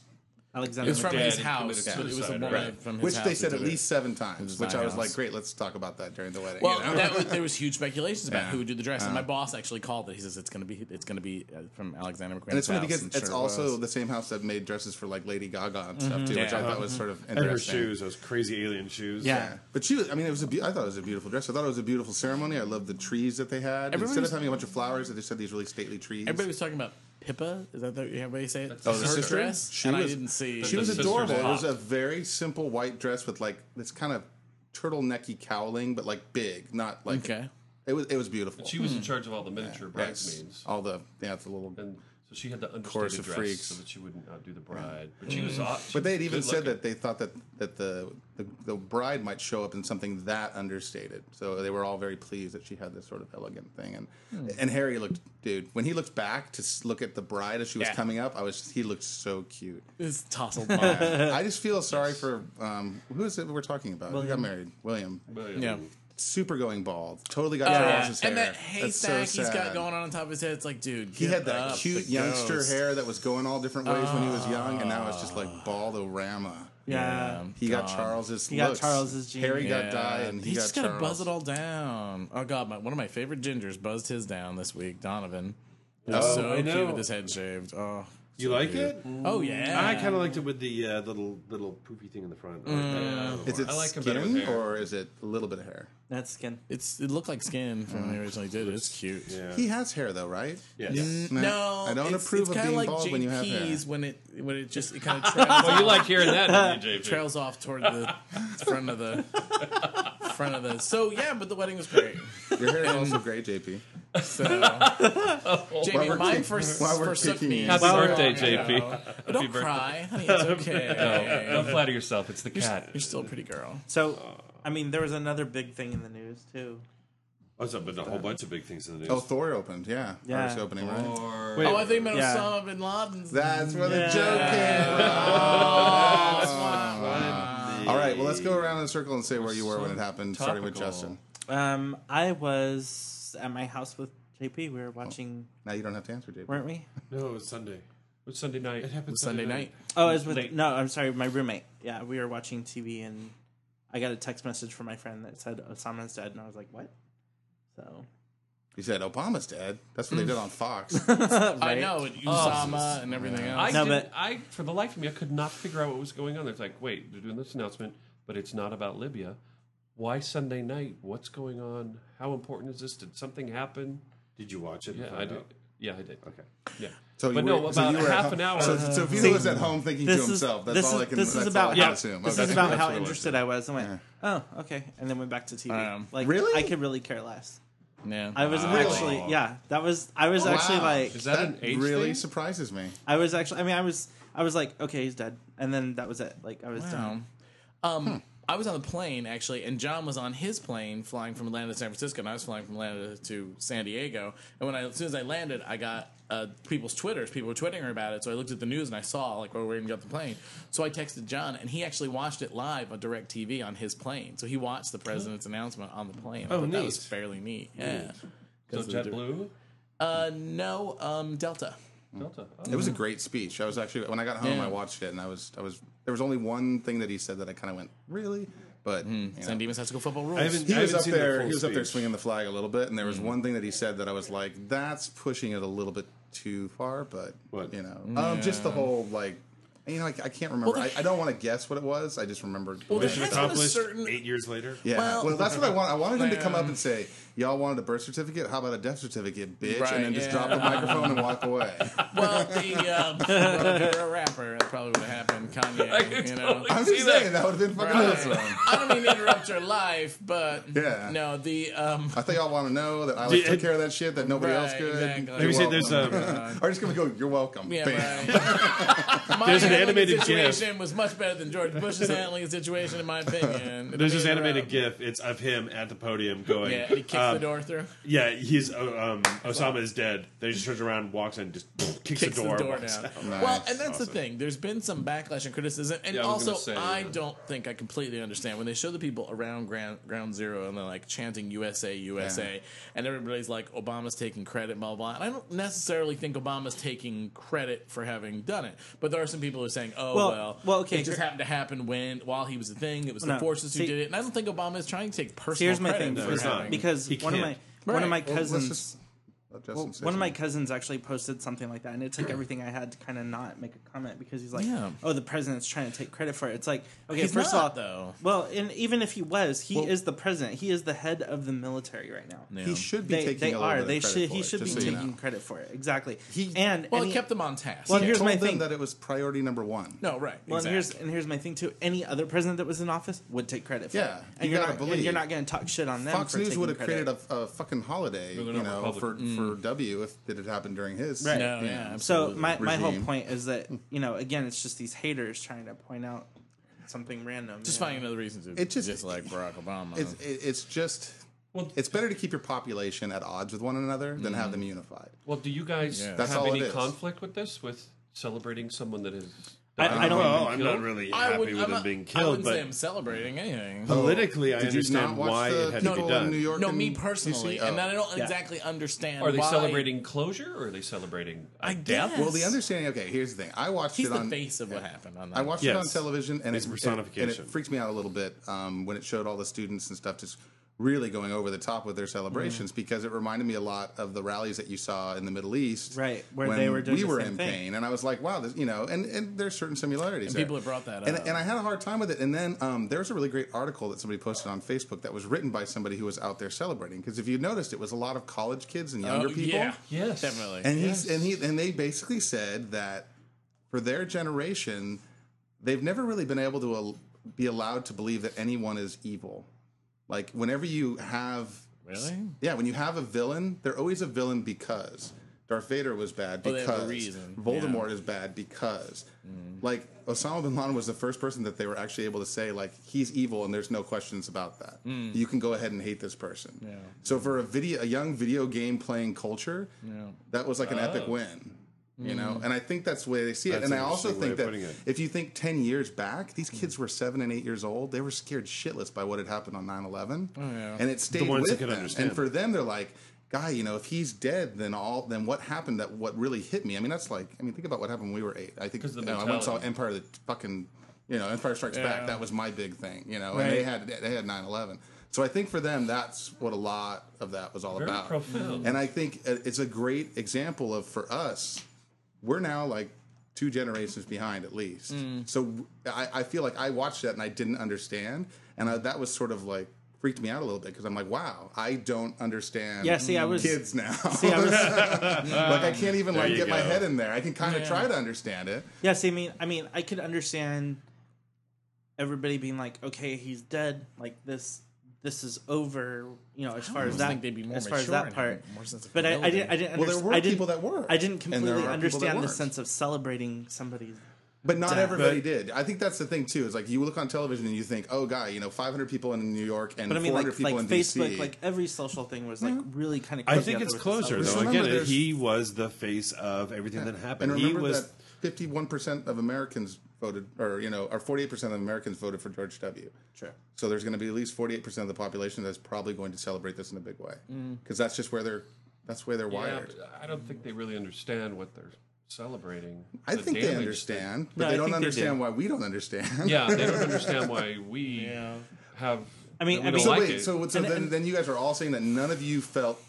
S5: Alexander
S3: it was from
S5: McDaniel.
S3: his
S2: Dad
S3: house. It
S2: committed
S3: was a
S2: suicide,
S3: woman
S2: right.
S3: from his
S6: which
S3: house
S6: they
S3: who
S6: said
S3: did
S6: at
S3: it.
S6: least seven times,
S3: was
S6: which
S3: my
S6: I was
S3: house.
S6: like, great, let's talk about that during the wedding.
S3: Well,
S6: you know?
S3: that was, there was huge speculations about
S6: Yeah. Uh-huh.
S3: who would do the dress, and my boss actually called it. He says it's going to be it's going to be uh, from Alexander McQueen.
S6: and it's funny because it's also the same house that made dresses for like Lady Gaga and stuff too, which
S3: Mm-hmm. Yeah.
S6: I thought was sort of interesting.
S4: And her shoes, those crazy alien shoes.
S5: Yeah.
S6: Yeah, but she was. I mean, it was a. Be- I thought it was a beautiful dress. I thought it was a beautiful ceremony. I loved the trees that they had.
S3: Everybody
S6: Instead
S3: was-
S6: of having a bunch of flowers, they just had these really stately trees.
S3: everybody was talking about Pippa. Is that the, everybody say it?
S2: Oh,
S3: Her
S2: the sister?
S3: dress,
S6: She
S3: and I
S6: was-
S3: didn't see.
S6: she was
S2: The sisters
S6: adorable. It was a
S2: popped.
S6: very simple white dress with like this kind of turtlenecky cowling, but like big, not like.
S3: Okay.
S6: It was. It was beautiful.
S2: She was in charge of all the miniature
S6: Hmm. Yes.
S2: bridesmaids.
S6: All the yeah, the little.
S2: And so she had the
S6: Chorus
S2: understated
S6: of
S2: dress
S6: freaks. Hmm.
S2: so that she wouldn't outdo the bride. But she was hot.
S6: But they had even said that they thought that that the, the the bride might show up in something that understated. So they were all very pleased that she had this sort of elegant thing. And
S3: Hmm.
S6: and Harry looked, dude, when he looked back to s- look at the bride as she was
S3: Yeah.
S6: coming up, I was he looked so cute.
S3: It's tousled mom.
S6: I just feel sorry for um, who is it we're talking about? Who got married? William.
S3: yeah. Uh,
S6: Super going bald. Totally got Charles's hair.
S3: And that
S6: That's so
S3: haystack he's got
S6: sad.
S3: going on on top of his head, it's like, dude,
S6: He
S3: get
S6: had that
S3: up,
S6: cute
S3: the
S6: youngster
S3: ghost. Oh.
S6: hair that was going all different ways when he was young, and now it's just like bald orama.
S5: yeah.
S6: He got Charles's.
S5: He got
S6: looks.
S5: Charles's gene.
S6: Harry
S3: Yeah.
S6: got Di, and he
S3: He's
S6: got
S3: just
S6: Charles.
S3: gotta buzz it all down. Oh god, my, one of my favorite gingers buzzed his down this week. Donovan, He was
S4: Oh,
S3: so
S4: I
S3: cute
S4: know.
S3: with his head shaved. Oh,
S4: You like it?
S3: oh yeah.
S4: I kind of liked it with the uh, little little poopy thing in the front. I like that.
S3: Mm.
S6: Is it
S2: I like him better with
S6: skin
S2: hair.
S6: or is it a little bit of hair?
S5: That's skin.
S3: It's it looked like skin from when they originally did it. It's cute.
S4: Yeah.
S6: He has hair though, right?
S4: Yeah.
S6: No,
S3: No,
S6: I don't
S3: it's-
S6: approve
S3: it's
S6: of
S3: kinda
S6: being
S3: like
S6: bald when you have hair.
S3: JP's when it when it just it kind of trails,
S2: Well, you like hearing that, do you, JP?
S3: trails off toward the front of the front of the. So yeah, but the wedding was great.
S6: Your hair is also great, JP.
S3: So Jamie,
S6: we're
S3: mine
S6: kick-
S3: first
S6: while we're
S3: forsook
S6: kicking
S3: me.
S6: in.
S2: Happy
S3: so
S2: birthday,
S3: long ago.
S2: JP.
S3: Don't
S2: birthday.
S3: cry, honey. It's okay.
S2: Don't flatter yourself. It's the cat.
S3: You're still a pretty girl.
S5: So, I mean, there was another big thing in the news too.
S4: Oh, so, but a whole bunch of big things in the news.
S6: Oh, Thor opened. Yeah,
S5: Yeah.
S6: First opening, right?
S2: Or-
S4: Wait,
S3: Oh, I think it meant
S5: Yeah.
S3: Osama bin Laden's.
S6: That's where the
S5: Yeah.
S6: joke is.
S4: The-
S6: All right, well, let's go around in a circle and say where you were when it happened, starting with
S2: topical.
S6: Justin.
S5: Um, I was at my house with JP. We were watching,
S6: Now you don't have to answer, JP.
S5: weren't we?
S4: No, it was Sunday.
S2: It's Sunday night.
S4: It happened
S3: Sunday night.
S5: Oh, I was with
S2: Late.
S5: no. I'm sorry, my roommate. Yeah, we were watching TV, and I got a text message from my friend that said Osama's dead, and I was like, what? So
S6: He said Obama's dead. That's
S3: Mm.
S6: what they did on Fox.
S3: I know and
S2: Oh,
S3: Usama and everything else.
S2: I,
S5: No,
S2: didn't-
S5: but-
S2: I, for the life of me, I could not figure out what was going on. It's like, wait, they're doing this announcement, but it's not about Libya. Why Sunday night? What's going on? How important is this? Did something happen?
S4: Did you watch it? and
S2: Yeah,
S4: find
S2: I did.
S4: out?
S2: Yeah, I did.
S4: Okay.
S2: Yeah.
S6: So
S2: But
S6: you
S2: no,
S6: were,
S2: about
S6: so you were at
S2: half
S6: home-
S2: an hour.
S6: So, so if he was at home thinking to
S5: this is-
S6: himself, that's
S5: this
S6: all
S5: is-
S6: I can.
S5: this is
S6: that's
S5: about-
S6: all I
S2: yeah,
S6: can assume.
S5: this is
S6: Okay.
S5: about
S6: That's
S5: how
S6: what it was.
S5: interested I was. I went, oh, okay, and then went back to TV.
S3: Um,
S5: like,
S6: Really?
S5: I could really care less.
S3: yeah.
S5: I was actually, yeah, that was. I was actually
S6: Oh, Wow.
S5: like,
S2: Is that an age
S6: really
S2: thing?
S6: surprises me.
S5: I was actually. I mean, I was. I was like, okay, he's dead, and then that was it. Like I was
S3: Wow.
S5: done.
S3: Um, I was on the plane actually, and John was on his plane flying from Atlanta to San Francisco, and I was flying from Atlanta to San Diego. And when I, as soon as I landed, I got uh, people's twitters. People were twittering about it, so I looked at the news and I saw like where we were going to get the plane. So I texted John, and he actually watched it live on Direct TV on his plane. So he watched the president's announcement on the plane. I
S4: Oh,
S3: thought That
S4: neat.
S3: was fairly neat. Yeah.
S2: So
S3: 'Cause of the-
S2: JetBlue,
S3: Uh, no, um, Delta.
S2: Delta. Oh.
S6: Mm. It was a great speech. I was actually when I got home,
S3: Yeah.
S6: I watched it, and I was I was there was only one thing that he said that I kind of went really, but
S5: Hmm.
S6: you know.
S3: San Dimas has to go football rules.
S4: I haven't-
S6: he
S4: I
S6: was
S4: haven't
S6: up
S4: seen the
S6: there.
S4: full
S6: He was up there
S4: speech.
S6: swinging the flag a little bit, and there
S5: Hmm.
S6: was one thing that he said that I was like, "That's pushing it a little bit too far." But
S4: What?
S6: you know, um, just the whole like, you know, like I can't remember.
S3: Well,
S6: I,
S3: the-
S6: I don't want to guess what it was. I just remembered. what
S3: the
S6: it
S4: Mission
S3: That's
S6: was.
S3: been a
S4: accomplished.
S3: certain-
S4: Eight years later.
S6: Yeah,
S3: Well-
S6: well, that's what I want. I wanted him to come up and say, "Y'all wanted a birth certificate? How about a death certificate, bitch?"
S3: Right,
S6: and then just
S3: yeah.
S6: drop the microphone and walk away.
S3: Well, the um, well, if you were a rapper, that probably would have happened. Kanye,
S2: could
S3: you know.
S2: totally-
S6: I'm just
S2: See that?
S6: saying that would have been fucking
S3: Right.
S6: awesome.
S3: I don't mean to interrupt your life, but
S6: Yeah.
S3: no, the um,
S6: I think y'all want to know that I like,
S4: Dude,
S6: took
S4: it-
S6: care of that shit that nobody else
S3: Right,
S6: could.
S3: exactly.
S6: You're
S3: Let
S4: Let me say there's um,
S6: welcome.
S4: a
S6: Or just gonna go. You're welcome.
S3: yeah,
S6: Bam.
S3: right. My
S4: There's an
S3: handling
S4: animated
S3: the
S4: GIF.
S3: situation was much better than George Bush's handling the situation, in my opinion.
S4: there's this
S3: Interrupt.
S4: animated GIF. It's of him at the podium going.
S3: Yeah, and he kicks
S4: um,
S3: the door through.
S4: Yeah, he's uh, um, Osama is dead. Then he just turns around, walks in, just kicks,
S3: kicks
S4: the door. walks
S3: down.
S4: out.
S3: Well, and that's the
S4: Awesome.
S3: thing. There's been some backlash and criticism, and
S2: Yeah, I was
S3: also
S2: gonna say,
S3: I
S2: yeah.
S3: don't think I completely understand when they show the people around ground, ground zero and they're like chanting USA USA, and everybody's like Obama's taking credit, blah blah. And I don't necessarily think Obama's taking credit for having done it, but there are some people who are saying, oh well,
S5: Well, well, okay,
S3: it just
S5: here-
S3: happened to happen when while he was the thing. It was the
S5: No,
S3: forces who
S5: see-
S3: did it, and I don't think Obama is trying to take personal
S5: So here's my
S3: credit
S5: thing
S3: for
S4: he's not.
S3: having.
S5: because
S4: He
S5: one of my
S4: can't.
S5: one of my
S6: Well, let's
S5: cousins.
S6: just let Justin say
S5: One of my
S6: something.
S5: cousins actually posted something like that, and it took everything I had to kind of not make a comment because he's like,
S3: Yeah.
S5: "Oh, the president's trying to take credit for it." It's like, okay,
S3: He's
S5: first
S3: not,
S5: of all,
S3: though.
S5: well, and even if he was, he is the president. He is the head of the military right now.
S3: Yeah.
S6: He should be
S5: They,
S6: taking.
S5: they
S6: a little
S5: are.
S6: Bit
S5: They
S6: of credit
S5: should.
S6: for
S5: He
S6: it,
S5: should be
S6: just so you
S5: taking
S6: know.
S5: credit for it. Exactly.
S6: He-
S5: and
S3: well,
S5: and
S3: it
S5: he-
S3: kept them on task.
S5: Well,
S3: Yeah.
S5: here's
S6: Told
S5: my
S6: them
S5: thing.
S6: that it was priority number one.
S3: no right.
S5: Well, and here's
S3: exactly.
S5: and here's my thing too. Any other president that was in office would take credit for
S6: Yeah,
S5: it.
S6: you
S5: and you're
S6: gotta
S5: not
S6: believe.
S5: and you're not going to talk shit on them.
S6: Fox
S5: for
S6: News
S5: taking
S6: would have
S5: credit.
S6: created a, a fucking holiday,
S2: Well,
S6: you
S2: they're not
S6: know, for,
S2: Republican.
S6: for W if it had happened during his.
S5: Right.
S3: Mm. no, yeah,
S5: So
S3: absolutely.
S5: my, my whole
S6: regime.
S5: point is that you know again it's just these haters trying to point out something random.
S3: Just
S5: you know?
S3: finding another reason to
S6: It just-
S3: dislike Barack Obama.
S6: It's it, it's just
S2: Well-
S6: it's better to keep your population at odds with one another than
S3: Mm-hmm.
S6: have them unified.
S2: Well, do you guys
S3: Yeah.
S6: That's
S2: have
S6: all it
S2: any
S6: is.
S2: conflict with this? With celebrating someone that is
S5: I- I don't-
S4: Well,
S2: Been
S4: I'm
S2: killed?
S4: not really happy with
S3: I'm
S4: him
S3: not-
S4: being
S3: I
S4: killed,
S3: wouldn't say I'm
S4: but
S3: celebrating anything.
S4: politically, I
S6: Did you not
S4: understand
S6: watch
S4: why
S6: the
S4: it had to be
S6: people in
S4: done.
S6: New York?
S3: no,
S6: and
S3: me
S6: DC?
S3: personally,
S6: Oh.
S3: and then I don't
S5: Yeah.
S3: exactly understand.
S2: Are they
S3: why-
S2: celebrating closure or are they celebrating a
S3: I
S2: death?
S3: guess.
S6: Well, the understanding. Okay, here's the thing. I watched
S3: He's
S6: it
S3: the
S6: on
S3: face of what happened on that.
S6: I watched it on
S4: Yes.
S6: television, and
S4: It's
S6: it,
S4: personification.
S6: It, and it freaked me out a little bit um, when it showed all the students and stuff just really going over the top with their celebrations
S5: Mm.
S6: because it reminded me a lot of the rallies that you saw in the Middle East,
S5: Right, where
S6: when
S5: they were doing
S6: we
S5: the
S6: were
S5: same
S6: in
S5: thing.
S6: pain, and I was like, wow, this, you know, and, and there's certain similarities.
S3: And
S6: there.
S3: people have brought that
S6: and,
S3: up.
S6: and I had a hard time with it. And then um, there was a really great article that somebody posted on Facebook that was written by somebody who was out there celebrating because if you noticed, it was a lot of college kids and
S3: Oh,
S6: younger people.
S3: Yeah,
S2: Yes.
S3: definitely.
S6: And he's and he and they basically said that for their generation, they've never really been able to al- be allowed to believe that anyone is evil. Like whenever you have
S3: really?
S6: yeah, when you have a villain, they're always a villain because Darth Vader was bad
S3: Well, they
S6: because
S3: have a reason,
S6: Voldemort is bad because like Osama bin Laden was the first person that they were actually able to say like he's evil and there's no questions about that.
S4: Mm.
S6: You can go ahead and hate this person.
S3: Yeah.
S6: So for a video a young video game playing culture, that was like an epic win. You know, and I think that's the way they see it.
S4: Mm. That's
S6: and I
S4: an
S6: also
S4: interesting way
S6: think
S4: of
S6: that
S4: putting it. Mm.
S6: if you think 10 years back, these kids were seven and eight years old. They were scared shitless by what had happened on 9 11.
S4: Oh,
S3: yeah.
S6: And it stayed
S4: ones
S6: with
S4: that could
S6: them.
S4: understand.
S6: And for them, they're like, guy, you know, if he's dead, then all, then what happened that what really hit me? I mean, that's like, I mean, think about what happened when we were eight. I think,
S2: 'Cause the
S6: you know, I went and saw
S2: mentality.
S6: Empire of the fucking, you know, Empire Strikes
S3: Yeah.
S6: Back. That was my big thing, you know, and they had, they had 9 11. So I think for them, that's what a lot of that was all
S2: Very
S6: about.
S2: profound.
S6: And I think uh, it's a great example of for us, we're now like two generations behind at least.
S5: Mm.
S6: So w- I, I feel like I watched that and I didn't understand, and I, that was sort of like freaked me out a little bit because I'm like, wow, I don't understand.
S5: Yeah, see, I was-
S6: kids now.
S5: See, I was-
S6: like I can't even like
S4: you
S6: get my
S4: go.
S6: head in there. I can kind of
S3: Yeah.
S6: try to understand it.
S5: Yes, I mean, I mean, I could understand everybody being like, "Okay, he's dead. Like this, this is over." You know, as far as
S3: almost
S5: that,
S3: think they'd be more
S5: as far as
S3: mature
S5: that
S3: and
S5: part.
S3: have more sense of
S5: But I, I didn't. I didn't.
S6: Well, there
S5: underst-
S6: were
S5: I didn't-
S6: people that were,
S5: I didn't
S6: and there
S5: completely
S6: are people that
S5: understand the
S6: weren't.
S5: sense of celebrating somebody's
S6: But not
S5: Damn.
S6: everybody
S4: But-
S6: did. I think that's the thing too. Is like you look on television and you think, oh, guy, you know, 500 people in New York and
S5: But I mean,
S6: 400
S5: like,
S6: people
S5: like
S6: in
S5: Facebook,
S6: DC.
S5: like every social thing was like really kind of.
S4: I think it's closer
S6: Just
S4: though.
S6: remember
S4: Again,
S6: there's-
S4: he was the face of everything that happened.
S6: and
S4: He
S6: remember
S4: was
S6: that 51 percent of Americans voted, or you know, or 48 percent of Americans voted for George W.
S5: Sure.
S6: So there's going to be at least 48 percent of the population that's probably going to celebrate this in a big way because that's just where they're that's where they're
S2: Yeah,
S6: wired.
S2: but I don't think they really understand what they're celebrating.
S6: I
S2: The
S6: think they
S2: damage
S6: understand, but
S5: No, I
S6: they don't
S5: think they do.
S6: understand why we don't understand.
S2: that- yeah, they don't understand why we have. oh, I
S5: mean-
S2: mean,
S5: I mean-
S2: we don't
S6: So
S2: like
S6: wait,
S2: it.
S6: so, so
S5: And-
S6: then,
S5: and-
S6: then you guys are all saying that none of you felt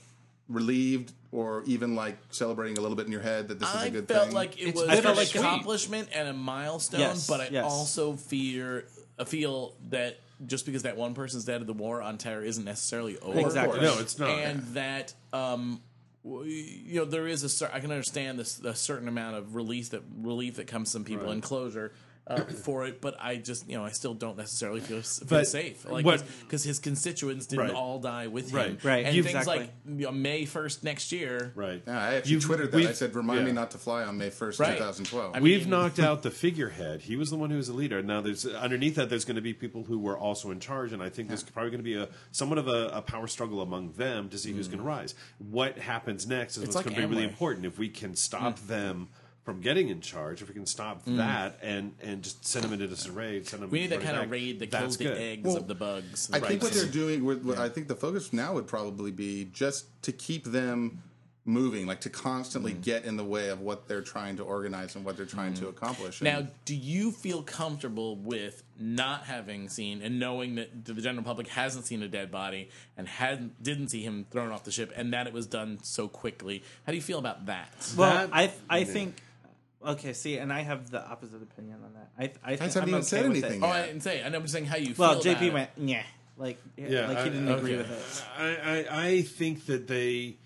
S6: relieved or even like celebrating a little bit in your head that this is
S3: I
S6: a good
S3: felt
S6: thing.
S3: like it
S2: It's
S3: was an
S2: bittersweet.
S3: accomplishment and a milestone,
S5: Yes,
S3: but I
S5: yes.
S3: also fear I feel that just because that one person's dead of the war on terror isn't necessarily over.
S5: Exactly.
S4: no, it's not.
S3: and that um w- you know there is a cer- I can understand this a certain amount of release that relief that comes to some people and closure uh, for it, but I just you know I still don't necessarily feel, s- feel
S4: But
S3: safe, like
S4: what-
S3: because his constituents didn't
S4: Right.
S3: all die with him,
S4: Right.
S5: Right,
S3: And things
S5: exactly.
S3: like you know, May first next year,
S4: right.
S6: yeah, I actually
S4: You've-
S6: twittered that.
S4: we've-
S6: I said, "Remind me
S4: yeah.
S6: not to fly on May first,
S3: Right.
S6: 2012."
S3: I mean-
S4: We've knocked out the figurehead. He was the one who was the leader. Now, there's underneath that, there's going to be people who were also in charge, and I think there's probably going to be a somewhat of a, a power struggle among them to see who's going to rise. What happens next is what's
S3: Mm. like
S4: going to be really
S3: Amway.
S4: important. If we can stop them from getting in charge, if we can stop that and and just send them into disarray, send them.
S3: Mm. We need that
S4: running
S3: kind of
S4: back,
S3: raid that
S4: that's
S3: kills the
S4: good.
S3: eggs
S6: Well,
S3: of the bugs.
S6: I think what
S3: Right.
S6: they're doing, with, what I think the focus now would probably be just to keep them moving, like to constantly
S4: Mm-hmm.
S6: get in the way of what they're trying to organize and what they're trying to accomplish. And
S3: Now, do you feel comfortable with not having seen and knowing that the general public hasn't seen a dead body and hadn't didn't see him thrown off the ship and that it was done so quickly? How do you feel about that?
S5: Well,
S4: That-
S5: I I think. Okay, see, and I have the opposite opinion on that. I I think
S6: haven't
S5: I'm
S6: even
S5: okay
S6: said
S5: with it.
S6: anything
S3: Oh,
S6: yet.
S3: I didn't say. I know I'm just saying how you
S5: Well,
S3: feel. about
S5: JP
S3: it.
S5: went yeah, like yeah,
S4: Yeah,
S5: like he
S4: I-
S5: didn't agree
S3: okay.
S5: with it.
S4: I, I, I think that they.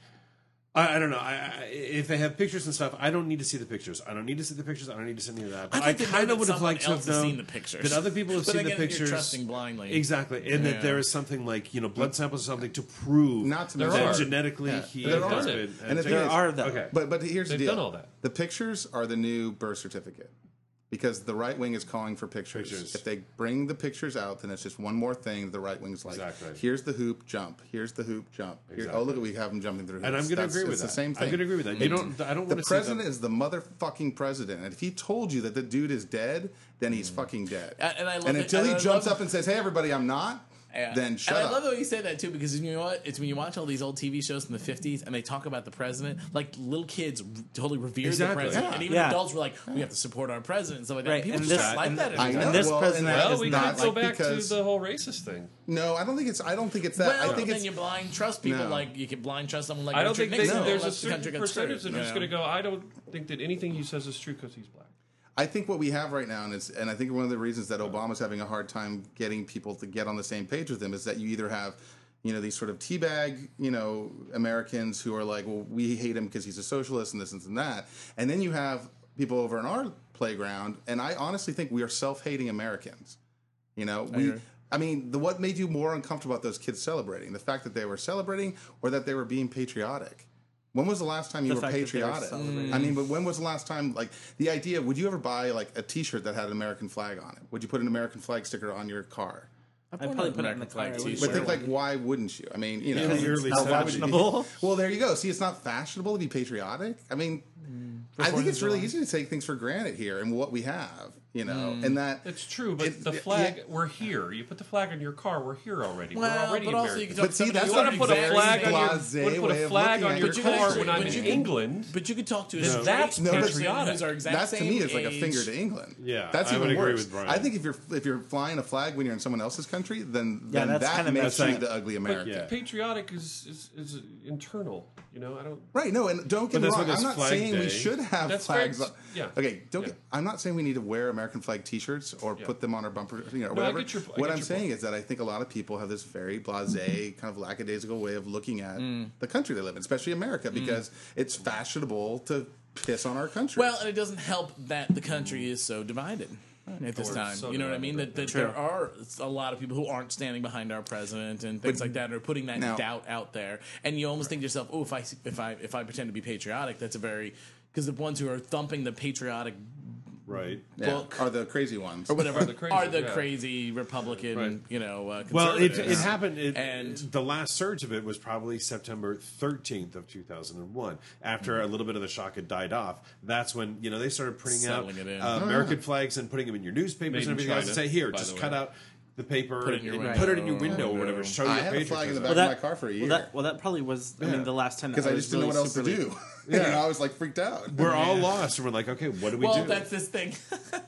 S4: I, I don't know. I, I, if they have pictures and stuff, I don't need to see the pictures. I don't need to see the pictures. I don't need to see any of that.
S3: I'd
S4: But
S3: like to know
S4: kinda
S3: that someone else has seen the pictures.
S4: that other people have
S3: But
S4: seen
S3: again,
S4: the
S3: you're
S4: pictures.
S3: trusting blindly.
S4: exactly, and
S3: Yeah.
S4: that there is something like you know blood samples or something to prove
S6: Not to
S4: that
S6: mention-
S4: genetically
S6: Yeah.
S4: he
S6: There
S4: has
S2: are.
S4: been.
S6: And if
S4: uh,
S6: there
S4: taken.
S5: are, though.
S4: okay,
S6: But but here's the
S2: They've
S6: deal:
S2: done all that.
S6: the pictures are the new birth certificate because the right wing is calling for pictures.
S4: Pictures.
S6: If they bring the pictures out, then it's just one more thing. The right wing's like,
S4: Exactly.
S6: "Here's the hoop, jump. Here's the hoop, jump. Here,
S4: Exactly.
S6: Oh look, we have them jumping through."
S4: and I'm
S6: hoops.
S4: going to
S6: That's-
S4: agree with
S6: it's
S4: that.
S6: the same thing.
S4: I'm going to agree with that. You don't. I don't want
S6: The
S4: to see them-
S6: president is the motherfucking president, and if he told you that the dude is dead, then he's fucking dead.
S3: Mm. And- and I love
S6: and
S3: it.
S6: until
S3: And
S6: he
S3: I
S6: jumps
S3: love-
S6: up and says, "Hey, everybody, I'm not,"
S3: Yeah.
S6: then shut
S3: and
S6: up.
S3: I love the way you say that too, because you know what? It's when you watch all these old TV shows from the '50s, and they talk about the president like little kids totally revered the
S4: Exactly.
S3: president,
S6: Yeah.
S3: and even
S5: Yeah.
S3: adults were like, "We have to support our president." And stuff like that.
S5: Right,
S3: People
S5: and
S3: just
S5: this-
S3: like
S5: and-
S3: that.
S5: I
S6: I know.
S5: And this
S6: well,
S5: president
S6: and that
S2: well,
S6: is
S2: we
S6: not
S2: can go
S6: like
S2: back
S6: because-
S2: to the whole racist thing.
S6: No, I don't think it's. I don't think it's that.
S3: Well,
S6: I think
S3: then
S6: it's.
S3: you blind trust people
S6: No.
S3: like you can blind trust someone like
S2: I don't
S3: Richard
S2: think they,
S3: Nixon. who
S2: there's a
S3: left the country
S2: certain
S3: got screwed,
S2: percentage that are
S3: you
S2: just
S3: know?
S2: going to go. I don't think that anything he says is true because he's black.
S6: I think what we have right now, and it's, and I think one of the reasons that Obama's having a hard time getting people to get on the same page with him is that you either have, you know, these sort of teabag, you know, Americans who are like, well, we hate him because he's a socialist and this and that, and then you have people over in our playground, and I honestly think we are self-hating Americans. You know, we. I mean, the what made you more uncomfortable about those kids celebrating? The fact that they were celebrating, or that they were being patriotic. When was the last time you
S5: The
S6: were
S5: fact that they were
S6: patriotic?
S5: celebrating.
S6: I mean, but when was the last time? Like the idea, would you ever buy like a T-shirt that had an American flag on it? Would you put an American flag sticker on your car?
S5: I probably put it in the
S3: American flag
S5: car.
S3: t-shirt.
S6: But think like, why wouldn't you? I mean, you know,
S4: the early
S6: why would you be-
S5: 70s.
S6: well, there you go. See, it's not fashionable to be patriotic. I mean,
S5: Mm.
S6: I think it's really easy to take things for granted here and what we have, you know,
S5: Mm.
S6: and that
S2: It's true, but
S6: It-
S2: the
S6: yeah.
S2: flag we're here. You put the flag on your car, we're here already. we're
S3: Well,
S2: already
S3: but also you
S2: American.
S3: can talk
S6: But see,
S3: somebody
S6: that's
S3: who
S6: what
S2: want
S6: I'm
S2: to
S3: already
S2: put a
S3: exists.
S6: very
S2: flag on
S6: blasé
S2: your, want to put
S6: way
S2: a
S6: of
S2: flag
S6: looking
S2: on
S6: at
S2: your
S6: your
S2: car
S6: country.
S2: when I'm
S3: But
S2: in
S3: you can-
S2: England.
S3: But you could talk to a
S2: Then
S3: straight
S2: that's
S3: no,
S6: but
S3: patriotic who's our exact
S6: that to
S3: same
S6: me is like a
S3: age.
S6: finger to England.
S4: Yeah,
S6: that's
S4: I
S6: even
S4: would agree
S6: worse.
S4: with Brian.
S6: I think if you're if you're flying a flag when you're in someone else's country, then
S5: Yeah,
S6: then
S5: that's
S6: that
S5: kinda
S4: makes
S6: makes you
S4: sense.
S6: the ugly
S2: But
S6: American.
S4: Yeah.
S2: patriotic is, is is internal. You know, I don't.
S6: Right. No, and don't
S4: But
S6: get me
S4: that's
S6: wrong.
S4: what
S6: I'm
S4: this
S6: not
S4: Flag
S6: saying we
S4: Day-
S6: should have
S2: That's
S6: flags.
S2: very-
S6: on-
S2: yeah.
S6: Okay. Don't.
S2: Yeah.
S6: Get, I'm not saying we need to wear American flag T-shirts or put them on our bumper, you know, or
S2: No, I
S6: whatever.
S2: get your- I
S6: what
S2: get
S6: I'm
S2: your
S6: saying is that I think a lot of people have this very blasé, kind of lackadaisical way of looking at the country they live in, especially America, because it's fashionable to piss on our country.
S3: Well, and it doesn't help that the country is so divided at this
S2: Or
S3: time.
S2: so
S3: you know what I
S2: divided
S3: mean?
S2: right
S3: That, that there are a lot of people who aren't standing behind our president and things like that, and are putting that
S6: now-
S3: doubt out there. And you almost think to yourself, "Oh, if I if I if I pretend to be patriotic, that's a very because the ones who are thumping the patriotic
S4: right?
S6: Yeah,
S3: book.
S6: are the crazy ones.
S3: or whatever
S2: Are the crazy-
S3: are the
S2: yeah.
S3: crazy Republican,
S4: Right.
S3: you know, uh,
S4: Well, it, it
S3: conservatives.
S4: happened, it,
S3: And-
S4: and the last surge of it was probably September 13th of 2001. After a little bit of the shock had died off, that's when you know they started printing
S3: Settling
S4: out
S3: it in.
S4: uh, American flags and putting them in your newspapers and
S2: Made in
S4: everything else. And
S2: China,
S4: say, here,
S2: by
S4: just
S2: the
S4: cut
S2: way.
S4: out the paper
S3: Put it in
S4: and,
S3: your
S4: and
S3: window.
S4: put it in your window or
S3: Window.
S4: whatever. Show
S6: I
S4: your
S6: had a flag in the
S4: patriotism.
S6: back of my car for a year
S5: Well, that, well, that probably was. I mean, the last time
S6: because I,
S5: was
S6: just didn't know
S5: really
S6: what else to
S5: super
S6: do.
S5: late.
S6: and I was like freaked out.
S4: We're all lost, and we're like, okay, what do we
S3: well,
S4: do?
S3: that's this thing.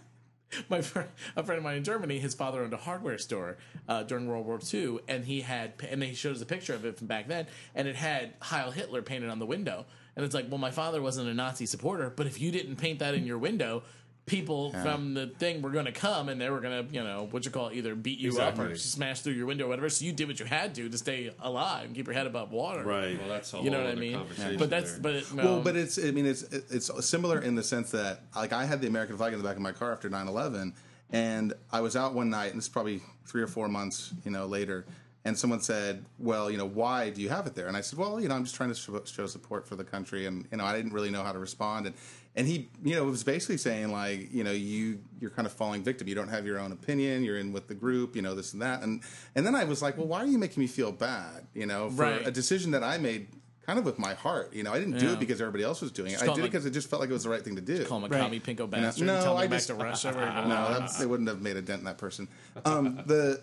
S3: My friend, a friend of mine in Germany, his father owned a hardware store uh, during World War II, and he had, and he showed us a picture of it from back then, and it had Heil Hitler painted on the window, and it's like, well, my father wasn't a Nazi supporter, but if you didn't paint that in your window, people from the thing were going to come and they were going to, you know, what you call either beat you up or
S4: Exactly.
S3: smash through your window or whatever. So you did what you had to to stay alive and keep your head above water,
S4: right.
S2: Well, that's a whole
S3: You know what I
S2: other
S3: mean?
S2: conversation
S3: But that's
S2: there.
S3: but it,
S6: Well,
S3: um,
S6: but it's I mean it's it's similar in the sense that like I had the American flag in the back of my car after 9/11 and I was out one night and this is probably 3 or 4 months, you know, later and someone said, "Well, you know, why do you have it there?" And I said, "Well, you know, I'm just trying to show- show support for the country and you know, I didn't really know how to respond and and he, you know, was basically saying like, you know, you you're kind of falling victim. You don't have your own opinion. You're in with the group, you know, this and that. And and then I was like, well, why are you making me feel bad? You know, for
S3: Right.
S6: a decision that I made kind of with my heart. You know, I didn't do
S3: Yeah.
S6: it because everybody else was doing it. I
S3: call
S6: did
S3: him
S6: it
S3: a-
S6: because it just felt like it was the right thing to do.
S3: call him a
S5: Right.
S3: commie pinko bastard
S6: No,
S3: and tell him
S6: I
S3: to go
S6: just-
S3: back to Russia where he
S6: no, that's, they wouldn't have made a dent in that person. Um, the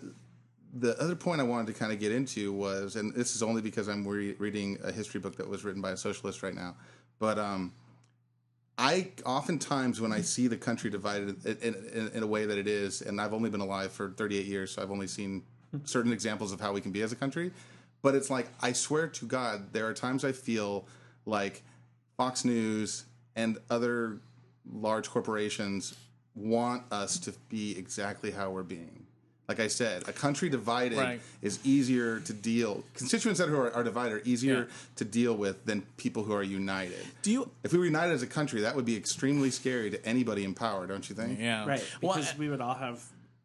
S6: the other point I wanted to kind of get into was, and this is only because I'm re- reading a history book that was written by a socialist right now, but um, I oftentimes when I see the country divided in, in, in a way that it is, and I've only been alive for 38 years, so I've only seen certain examples of how we can be as a country. But it's like I swear to God, there are times I feel like Fox News and other large corporations want us to be exactly how we're being. Like I said, a country divided
S3: Right.
S6: is easier to deal. Constituents that are, are divided are easier
S3: Yeah.
S6: to deal with than people who are united.
S3: Do you
S6: If we were united as a country, that would be extremely scary to anybody in power, don't you think?
S3: Yeah.
S5: right?
S3: Well, uh,
S5: Because we would all have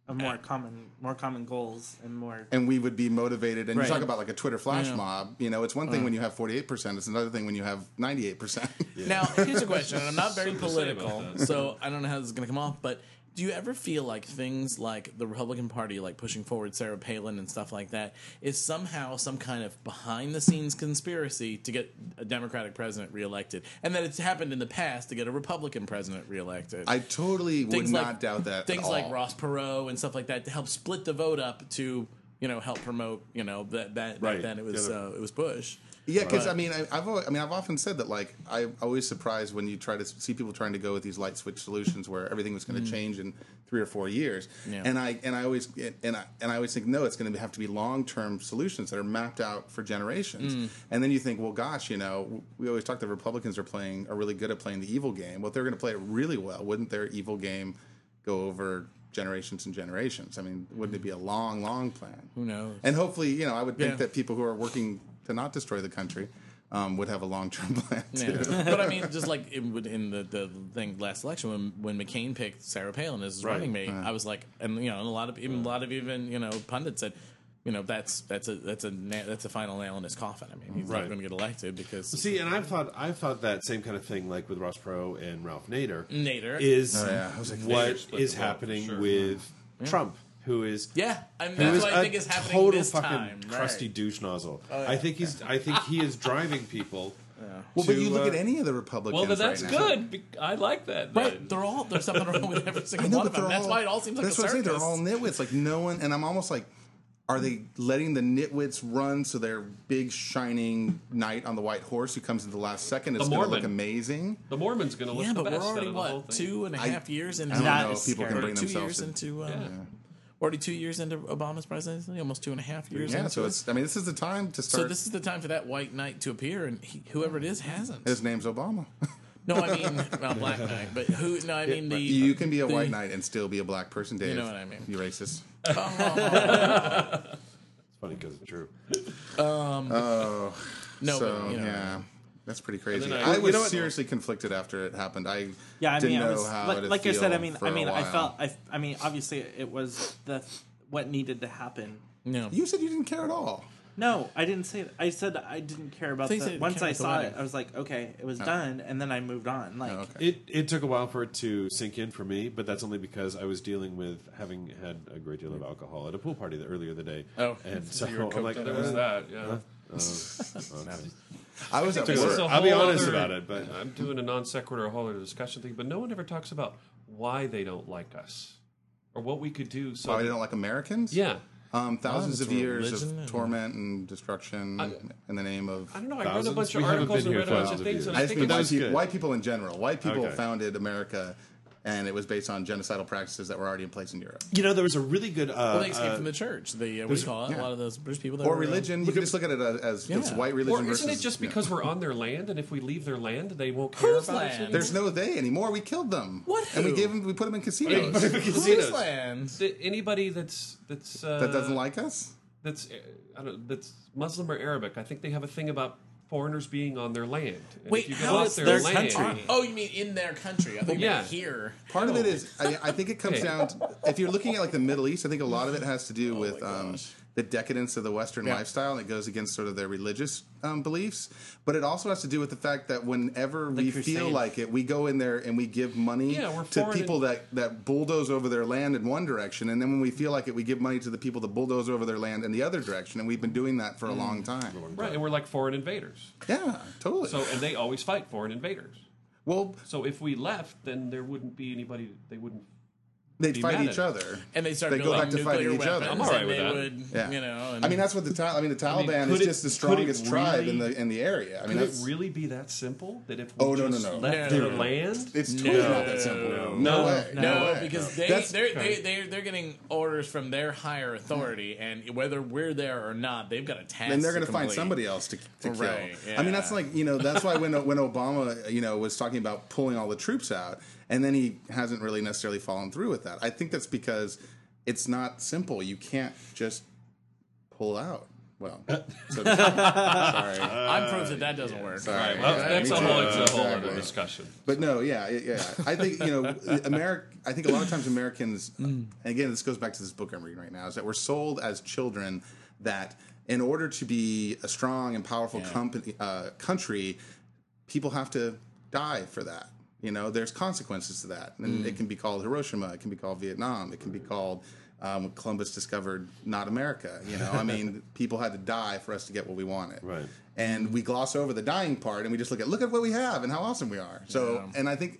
S5: a more common, more common goals and more.
S6: And we would be motivated. And
S5: Right.
S6: you talk about like a Twitter flash mob. You know, it's
S3: Uh-huh.
S6: one thing when you have forty-eight percent; it's another thing when you have ninety-eight percent.
S3: now here's a question. and I'm not very
S2: Something to say about
S3: political,
S2: that.
S3: so I don't know how this is going to come off. But do you ever feel like things like the Republican Party, like pushing forward Sarah Palin and stuff like that, is somehow some kind of behind the scenes conspiracy to get a Democratic president reelected, and that it's happened in the past to get a Republican president reelected?
S6: I totally would
S3: Things
S6: not
S3: like-
S6: doubt that. at
S3: Things like
S6: all.
S3: Ross Perot and stuff like that to help split the vote up to you know help promote you know that that back
S4: Right.
S3: then it was
S4: Yeah.
S3: uh, it was Bush.
S6: Yeah, because
S3: But-
S6: I mean, I, I've always, I mean, I've often said that like I'm always surprised when you try to see people trying to go with these light switch solutions where everything was going to change in three or four years,
S3: Mm. Yeah.
S6: and I and I always and I and I always think no, it's going to have to be long term solutions that are mapped out for generations,
S3: Mm.
S6: and then you think, well, gosh, you know, we always talk that Republicans are playing are really good at playing the evil game. Well, if they're going to play it really well, wouldn't their evil game go over? Generations and generations. I mean, wouldn't it be a long, long plan? Who
S3: knows?
S6: And hopefully, you know, I would think
S3: Yeah.
S6: that people who are working to not destroy the country um, would have a long term plan.
S3: Yeah.
S6: too.
S3: but I mean, just like it would in the, the thing last election when when McCain picked Sarah Palin as his
S4: Right.
S3: running
S6: Uh-huh.
S3: mate, I was like, and you know, and a lot of even a lot of even you know pundits said, you know, that's that's a that's a na- that's a final nail in his coffin. I mean, he's not
S4: Right.
S3: going to get elected because
S4: See, and I've thought I've thought that same kind of thing, like with Ross Pro and Ralph Nader.
S3: Nader.
S4: is
S6: Oh, yeah. I was like,
S2: Nader
S4: what
S2: split
S4: is
S2: the vote,
S4: happening
S2: sure.
S4: with Trump, who is
S3: yeah, I mean,
S4: who
S3: that's
S4: is
S3: what
S4: a
S3: I think is happening
S4: total
S3: this
S4: fucking
S3: time. right. Oh,
S4: crusty douche nozzle. I think he's I think he is driving people.
S6: well, but
S4: to,
S6: you look
S4: uh,
S6: at any of the Republicans.
S2: Well, but that's
S6: right now.
S2: good. Be- I like that. Then.
S3: Right, they're all there's something wrong with every
S6: I
S3: single
S6: know,
S3: one
S6: but
S3: of them.
S6: they're
S3: That's
S6: all,
S3: why it all seems like
S6: that's
S3: a
S6: what I'm
S3: circus.
S6: saying. They're all nitwits. Like no one, and I'm almost like, are they letting the nitwits run so their big shining knight on the white horse who comes at the last second is
S2: The
S6: going to look
S2: Mormon.
S6: amazing?
S2: The Mormons going to look
S3: yeah,
S2: the
S3: but
S2: best
S3: we're already
S2: out of the whole
S3: what
S2: thing.
S3: two and a half years into
S6: I don't
S5: That
S6: know
S5: is
S6: if people
S5: scary.
S6: can bring
S3: two
S6: themselves
S3: years
S6: to.
S3: into uh,
S2: Yeah.
S3: already two years into Obama's presidency, almost two and a half years.
S6: Yeah,
S3: into
S6: so
S3: it.
S6: it's. I mean, this is the time to start.
S3: So this is the time for that white knight to appear, and he, whoever it is hasn't.
S6: his name's Obama.
S3: No, I mean well, black knight, but who? No, I mean the.
S6: you can be a
S3: the-
S6: white knight and still be a black person, Dave.
S3: know what I mean.
S6: You racist.
S4: It's funny because it's true.
S3: No,
S6: so
S3: but, you know,
S6: yeah, that's pretty crazy.
S2: then I-
S6: I,
S2: You
S6: was
S2: know what-
S6: seriously conflicted after it happened. I
S5: Yeah, I
S6: didn't
S5: mean,
S6: know
S5: I was,
S6: how
S5: like,
S6: to
S5: like I
S6: feel
S5: said, I mean,
S6: for
S5: I
S6: a
S5: mean, I
S6: while.
S5: felt, I, I mean, obviously, it was the what needed to happen.
S3: No.
S6: you said you didn't care at all.
S5: No, I didn't say that. I said I didn't care about
S3: So you
S5: the.
S3: said
S5: Once
S3: care
S5: I
S3: about the
S5: saw it,
S3: wedding.
S5: I was like, okay, it was done, and then I moved on. Like,
S6: Oh, okay.
S4: It it took a while for it to sink in for me, but that's only because I was dealing with having had a great deal of alcohol at a pool party the, earlier the day.
S3: Oh.
S4: and so,
S3: You were
S4: I'm
S3: coked
S4: like,
S3: up.
S2: There was
S4: uh,
S2: that. Yeah.
S6: I was at
S4: This
S2: This
S4: Sure.
S2: is
S6: work.
S2: a
S4: I'll be
S2: whole
S4: honest about it, but-
S2: I'm doing a non sequitur, a whole other discussion thing. But no one ever talks about why they don't like us or what we could do. So
S6: Why they Oh, don't like Americans?
S2: yeah,
S6: Um, thousands
S3: it's
S6: of years
S3: religion
S6: of
S3: and-
S6: torment and destruction in the name of.
S2: I don't know. I read a
S4: Thousands?
S2: bunch
S4: We
S2: of
S4: haven't
S2: articles
S4: been
S2: and
S4: here
S2: read a bunch of
S4: thousands of
S2: things,
S4: years.
S2: and
S6: I
S2: I
S6: just
S2: think
S6: mean
S4: that
S6: white,
S4: was
S6: people,
S4: good.
S6: white people in general. White people
S4: Okay.
S6: founded America, and it was based on genocidal practices that were already in place in Europe.
S4: You know, there was a really good. Uh,
S3: Well, they escaped
S4: uh,
S3: from the church. The uh, what do you call it? A
S6: yeah.
S3: lot of those British people that
S6: Or
S3: were, uh,
S6: religion. You can just look at it as, as it's
S3: Yeah.
S6: white
S2: Or
S6: religion
S2: isn't
S6: versus.
S2: it just
S6: yeah.
S2: because we're on their land, and if we leave their land, they won't care
S3: Whose
S2: about us
S3: land?
S2: anymore?
S6: There's no they anymore. We killed them.
S3: What
S6: And we
S3: who?
S6: gave them. We put them in casinos.
S3: Whose land?
S2: Th- anybody that's that's uh,
S6: that doesn't like us.
S2: that's uh, I don't, that's Muslim or Arabic. I think they have a thing about foreigners being on their land. And
S3: Wait,
S2: if you
S3: how
S2: go off
S3: is
S2: their,
S3: their
S2: land,
S5: country?
S3: Oh, you mean in their country? I think
S2: Yeah.
S3: they're here.
S6: Part of it is, I, I think it comes
S2: Okay.
S6: down. To, if you're looking at like the Middle East, I think a lot of it has to
S2: Oh
S6: do with
S3: my
S6: um,
S3: gosh.
S6: the decadence of the Western
S3: Yeah.
S6: lifestyle, and it goes against sort of their religious um, beliefs. But it also has to do with the fact that whenever we feel
S5: crusade.
S6: like it, we go in there and we give money
S2: Yeah, we're
S6: to
S2: foreign
S6: people
S2: and-
S6: that that bulldoze over their land in one direction, and then when we feel like it, we give money to the people that bulldoze over their land in the other direction, and we've been doing that
S2: Mm.
S6: for a long time.
S2: right? And we're like foreign invaders.
S6: Yeah, totally.
S2: So and they always fight foreign invaders.
S6: well,
S2: So if we left, then there wouldn't be anybody. They wouldn't.
S6: they
S2: be
S6: fight
S2: mad
S6: each
S2: at it.
S6: other,
S3: And they start
S6: They go
S3: building
S6: back to
S3: nuclear
S6: fighting each other.
S3: weapons,
S2: I'm all right
S3: and
S2: with
S3: they
S2: that.
S3: Would,
S6: Yeah,
S3: You know, and
S6: I mean that's what the Ta- I mean the Taliban
S2: could
S6: is
S2: it-
S6: just the
S2: could it
S6: strongest tribe in the
S2: really-
S6: in the area. I mean,
S2: Could it
S6: that's,
S2: really be that simple? That if we
S6: Oh, no, no,
S2: just
S6: no.
S2: left
S3: No.
S2: their land,
S6: it's totally not that simple. No, way.
S3: no,
S6: way.
S3: because they
S6: That's-
S3: they're, they they're they're getting orders from their higher authority, and whether we're there or not, they've got a task.
S6: and Hmm. they're
S3: going to
S6: find
S3: complete.
S6: somebody else to, to kill.
S3: Right,
S6: I mean, that's
S3: yeah.
S6: like you know, that's why when when Obama you know was talking about pulling all the troops out, and then he hasn't really necessarily fallen through with that. I think that's because it's not simple. You can't just pull out. Well, so to speak. sorry,
S2: Uh,
S3: I'm proof that that doesn't work.
S6: sorry.
S2: Well, that's
S6: Me
S2: a
S6: too.
S2: whole, it's a whole
S6: Exactly.
S2: other discussion.
S6: But no, yeah, yeah, yeah. I think you know, America. I think a lot of times Americans, and again, this goes back to this book I'm reading right now, is that we're sold as children that in order to be a strong and powerful company, uh, country, people have to die for that. You know, there's consequences to that, and
S2: Mm.
S6: it can be called Hiroshima, it can be called Vietnam, it can be called um, Columbus discovered not America. You know, I mean, people had to die for us to get what we wanted.
S4: Right.
S6: And we gloss over the dying part, and we just look at look at what we have and how awesome we are. So, and I think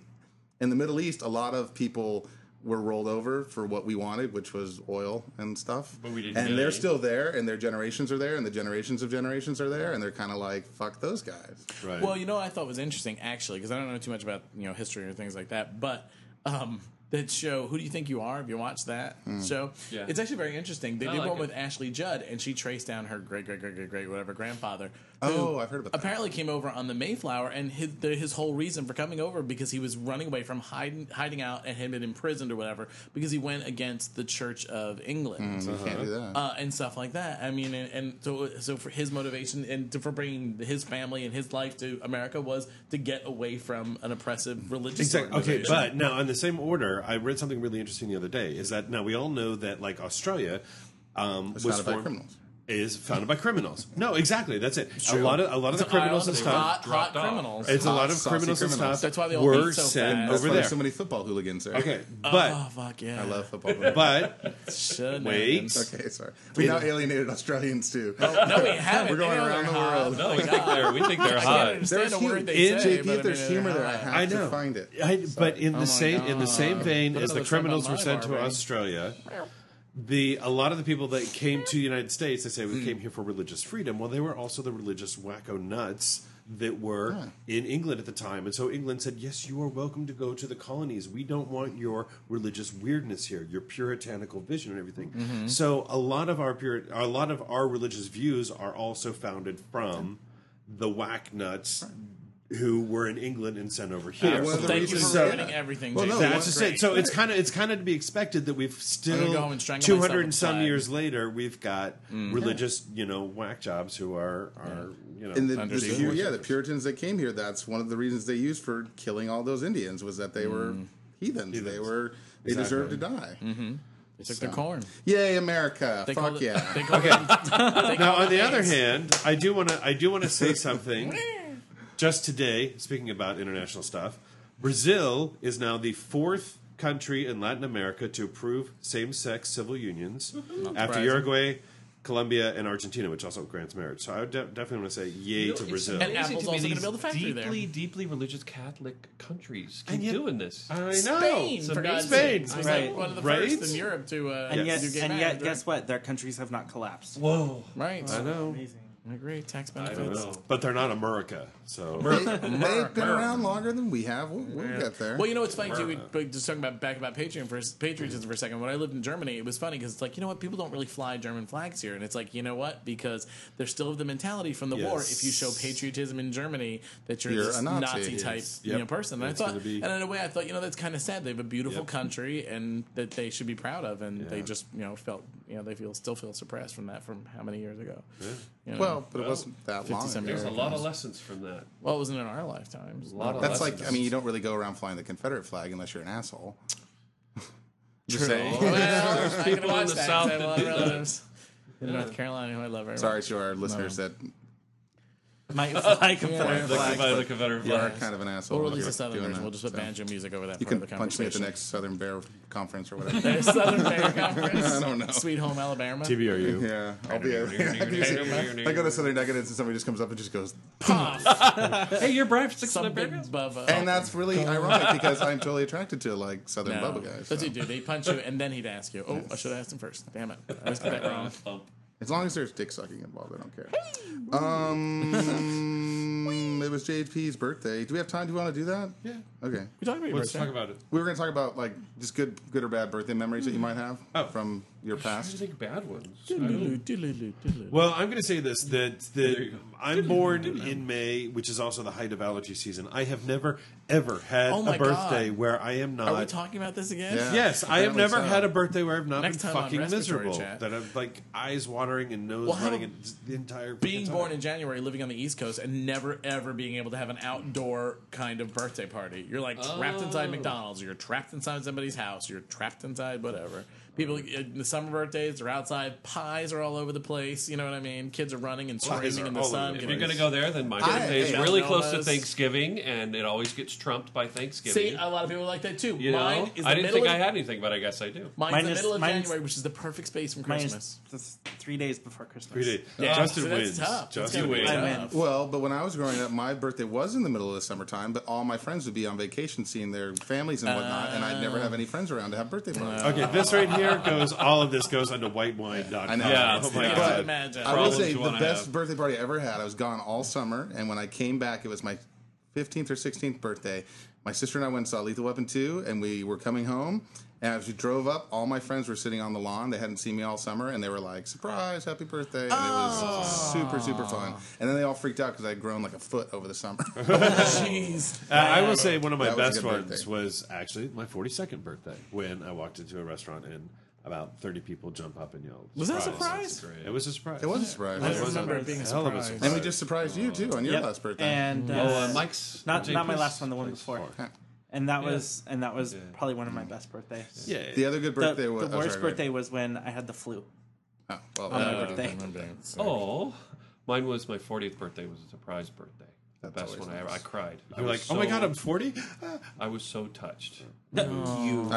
S6: in the Middle East, a lot of people were rolled over for what we wanted, which was oil and stuff.
S2: But we didn't
S6: and
S2: get
S6: they're
S2: any.
S6: still there, and their generations are there, and the generations of generations are there, and they're kind of like, fuck those guys.
S4: right.
S3: Well, you know, what I thought was interesting actually because I don't know too much about you know history or things like that, but um, that show "Who Do You Think You Are?" Have you watched that
S6: Hmm.
S3: show?
S2: Yeah.
S3: it's actually very interesting. They
S2: I
S3: did
S2: like
S3: one
S2: it.
S3: with Ashley Judd, and she traced down her great great great great great whatever grandfather.
S6: Oh, I've heard about that.
S3: Apparently, came over on the Mayflower, and his the, his whole reason for coming over because he was running away from hiding hiding out and had been imprisoned or whatever because he went against the Church of England
S6: Mm, You can't do that.
S3: uh, and stuff like that. I mean, and, and so so for his motivation and to, for bringing his family and his life to America was to get away from an oppressive religious.
S4: Exactly. Okay,
S3: organization.
S4: but now in the same order, I read something really interesting the other day. Is that now we all know that like Australia um, was
S6: founded by
S4: formed-
S6: criminals.
S4: Is founded by criminals. No, exactly. That's it. A lot of a lot of the criminals and
S3: Island
S4: stuff.
S3: of hot, hot
S2: dropped off.
S3: criminals.
S4: It's a lot of
S6: Saucy
S4: criminals and
S6: criminals.
S4: stuff.
S3: That's why they all
S4: were
S3: beat so
S4: sent
S3: fast.
S6: That's
S4: over
S6: why
S4: there.
S6: there's so many football hooligans there.
S4: okay, but
S3: oh fuck yeah,
S6: I love football. hooligans.
S4: but
S3: Shouldn't
S4: Wait.
S3: have been.
S6: okay, sorry. We now alienated Australians too.
S3: No, we haven't.
S6: We're going
S3: They know they're
S6: around the
S3: hot.
S6: world.
S2: No, we think they're we think they're
S3: I can't
S2: hot.
S3: understand a word they
S4: huge.
S3: say.
S6: JP,
S3: but I
S6: if there's
S3: mean,
S6: humor there, I
S3: they're hot.
S6: have
S4: I know.
S6: to find it.
S4: I, but in the same in the same vein
S3: Put
S4: as the
S3: another song
S4: criminals
S3: on
S4: were
S3: my
S4: sent
S3: bar,
S4: to
S3: baby.
S4: Australia, the a lot of the people that came to the United States, they say we came here for religious freedom. Well, they were also the religious wacko nuts that were in England at the time, and so England said, "Yes, you are welcome to go to the colonies. We don't want your religious weirdness here, your puritanical vision and everything." So a lot of our pure, a lot of our religious views are also founded from the whack nuts. Who were in England and sent over here?
S6: One of the
S3: Thank you
S6: reasons-
S3: for ruining everything.
S6: Well, no,
S3: JP.
S4: That's just it. So it's kind of it's kind of to be expected that we've
S3: gonna
S4: still
S3: go home and strangle
S4: two hundred and
S3: myself
S4: some
S3: inside.
S4: years later we've got religious you know whack jobs who are are you know
S6: And the, the,
S3: Understand.
S6: Pur- yeah, the Puritans that came here, that's one of the reasons they used for
S3: Mm.
S6: killing all those Indians was that they were heathens. They were they deserved to die.
S3: They took their corn.
S6: Yay, America!
S3: Mm-hmm. They
S6: Fuck
S3: called
S6: yeah!
S3: It, they called it,
S4: Now, on the other hand, I do want to I do want to say something. Just today, speaking about international stuff, Brazil is now the fourth country in Latin America to approve same-sex civil unions after
S3: surprising.
S4: Uruguay, Colombia, and Argentina, which also grants marriage. So I would de- definitely want to say yay to Brazil.
S2: It's amazing
S3: Apple's
S2: to me
S3: also gonna
S2: these
S3: build a factory there.
S2: deeply, deeply religious Catholic countries keep
S4: And yet-
S2: doing this.
S4: I know.
S3: Spain,
S2: It's
S3: for God's
S4: amazing.
S3: sake. I was
S5: Spain,
S3: like one of the
S4: right?
S3: first in Europe to. Uh,
S5: And
S4: Yes.
S5: yet,
S3: do gay
S5: and yet,
S3: marriage,
S5: guess what? Their countries have not collapsed.
S2: Whoa.
S3: Right.
S4: I
S3: I
S4: know.
S5: Amazing.
S3: agree. Tax
S4: I don't
S3: benefits.
S4: know. But they're not America, so
S6: They, have been around longer than we have. We'll, we'll get there.
S3: Well, you know what's funny too? We, but just talking about back about Patreon for patriotism for a second. When I lived in Germany, it was funny because it's like you know what people don't really fly German flags here, and it's like you know what because there's still the mentality from the war.
S4: Yes.
S3: If you show patriotism in Germany, that you're,
S6: You're
S3: this
S6: a
S3: Nazi,
S6: Nazi.
S3: type
S4: Yes.
S3: you
S4: Yep.
S3: know person. And
S4: It's
S3: I
S4: gonna
S3: thought,
S4: be-
S3: and in a way, I thought you know that's kind of sad. They have a beautiful
S4: Yep.
S3: country and that they should be proud of, and they
S4: Yeah.
S3: just you know felt you know they feel still feel suppressed from that from how many years ago. You know?
S6: Well, but it wasn't that
S3: 50
S6: long.
S3: some
S6: ago.
S2: There's a
S3: Americans.
S2: lot of lessons from that.
S3: well, it wasn't in our lifetimes.
S2: A lot of
S6: That's
S2: lessons.
S6: like, I mean, you don't really go around flying the Confederate flag unless you're an asshole. Just saying.
S3: Well, I can
S2: people in
S3: watch
S2: the
S3: that,
S2: South
S3: I have a
S2: that
S3: lot of
S2: do that.
S3: relatives In North Carolina, who I love very
S6: Sorry
S3: much.
S6: to our listeners that
S5: Might fly Confederate
S3: Yeah. Look,
S5: flags.
S2: By the Confederate
S6: are
S2: flag.
S6: kind of an asshole.
S3: We'll
S6: if
S3: release
S6: you're
S3: a southern
S6: doing
S3: version.
S6: that.
S3: We'll just put banjo music over that.
S6: You
S3: part
S6: can
S3: of the
S6: punch me at the
S3: conversation.
S6: next Southern Bear conference or whatever.
S3: There's Southern Bear Conference.
S6: I don't know.
S3: Sweet Home Alabama.
S4: TBRU.
S6: Yeah, I'll be. I go to Southern Decadence and somebody just comes up and just goes,
S2: Hey, you're bribed six
S3: Some
S2: hundred
S3: big
S2: burgers.
S3: Bubba.
S6: and that's really ironic because I'm totally attracted to like Southern
S3: Oh, No.
S6: Bubba guys.
S3: That's
S6: so.
S3: what you do. They punch you, and then he'd ask you. Oh, I should have asked him first. Damn it. I always get that wrong.
S6: As long as there's dick sucking involved, I don't care. Um, it was JP's birthday. Do we have time? Do we want to do that? Yeah. Okay.
S3: We talking about your
S4: Let's
S3: birthday.
S4: talk about it.
S6: We were going to talk about like just good, good or bad birthday memories that you might have from your
S2: I
S6: past.
S2: just think bad ones. I
S3: Doodaloo,
S2: don't-
S3: doodaloo, doodaloo.
S4: Well, I'm going to say this that that
S2: you go.
S4: I'm born in May, which is also the height of allergy season. I have never ever had
S3: Oh
S4: a
S3: my
S4: birthday
S3: God.
S4: where I am not.
S3: Are we talking about this again?
S6: Yeah.
S4: yes, I have
S6: Apparently
S4: never
S6: so.
S4: had a birthday where I've not
S3: Next
S4: been
S3: time on
S4: fucking
S3: Respiratory
S4: miserable.
S3: Chat.
S4: That I'm like eyes watering and nose
S3: Well, how
S4: running
S3: about
S4: and the entire
S3: being
S4: fucking
S3: born
S4: time.
S3: in January, living on the East Coast, and never ever being able to have an outdoor kind of birthday party. You're like trapped inside McDonald's. You're trapped inside somebody's house. You're trapped inside whatever. People in the summer birthdays are outside. Pies are all over the place. You know what I mean? Kids are running and screaming
S4: are
S3: in the
S4: all over
S3: sun.
S4: the
S2: If
S4: place.
S2: you're gonna go there, then my birthday is
S6: hey,
S2: really
S3: Domino's.
S2: close to Thanksgiving, and it always gets trumped by Thanksgiving.
S3: See, a lot of people are like that too.
S2: you know,
S3: mine is the
S2: I didn't
S3: middle
S2: think
S3: of,
S2: I had anything, but I guess I do.
S3: Mine's the
S5: Minus-
S3: middle of
S5: minus-
S3: January, which is the perfect space from
S5: Minus
S3: Christmas.
S5: th- three days before Christmas.
S4: We did.
S3: Yeah,
S4: Justin
S3: so that's
S4: wins.
S3: tough. That's
S4: Justin
S3: gotta be
S4: wins.
S5: I
S3: tough.
S5: win.
S6: Well, but when I was growing up, my birthday was in the middle of the summertime, but all my friends would be on vacation seeing their families and whatnot, and I'd never have any friends around to have birthday parties.
S4: Okay, this right here goes. All of this goes onto whitewine.com.
S6: I know.
S2: Yeah,
S4: oh my
S3: yeah.
S4: god.
S3: Imagine.
S6: I will
S2: Problems
S6: say
S2: you
S6: the
S2: wanna
S6: best
S2: have.
S6: birthday party I ever had. I was gone all summer, and when I came back, it was my 15th or 16th birthday. My sister and I went and saw Lethal Weapon 2, and we were coming home. And as we drove up, all my friends were sitting on the lawn. They hadn't seen me all summer, and they were like, "Surprise, happy birthday!" And it was super, super fun. And then they all freaked out because I had grown like a foot over the summer.
S3: Jeez.
S4: Uh, I will say one of my
S6: That was a
S4: best
S6: good
S4: ones
S6: birthday.
S4: was actually my 42nd birthday when I walked into a restaurant and about 30 people jump up and yelled.
S3: Was that a surprise?
S4: It was a surprise.
S6: it was a surprise.
S3: I remember it being a
S4: Hell of a
S3: surprise.
S4: surprise.
S6: And we just surprised you too on your
S5: Yep.
S6: last birthday.
S5: And uh,
S2: Oh, uh, Mike's
S5: not
S2: Jake,
S5: not my
S2: please.
S5: last one, the one
S2: Please.
S5: before.
S6: Huh.
S5: And that was and that was probably one of my best birthdays.
S4: Yeah.
S6: the other good
S5: The,
S6: birthday
S5: the
S6: was
S5: worst
S6: oh, sorry, go ahead.
S5: birthday was when I had the flu.
S6: Oh, well,
S5: on my
S6: uh,
S5: birthday.
S2: Oh, mine was my 40th birthday. Was a surprise birthday. The
S6: That's
S2: best
S6: always
S2: one I
S6: nice.
S2: ever. I cried. I
S4: You're
S2: was
S4: like, oh my
S2: so-
S4: god, I'm 40?
S2: I was so touched.
S6: I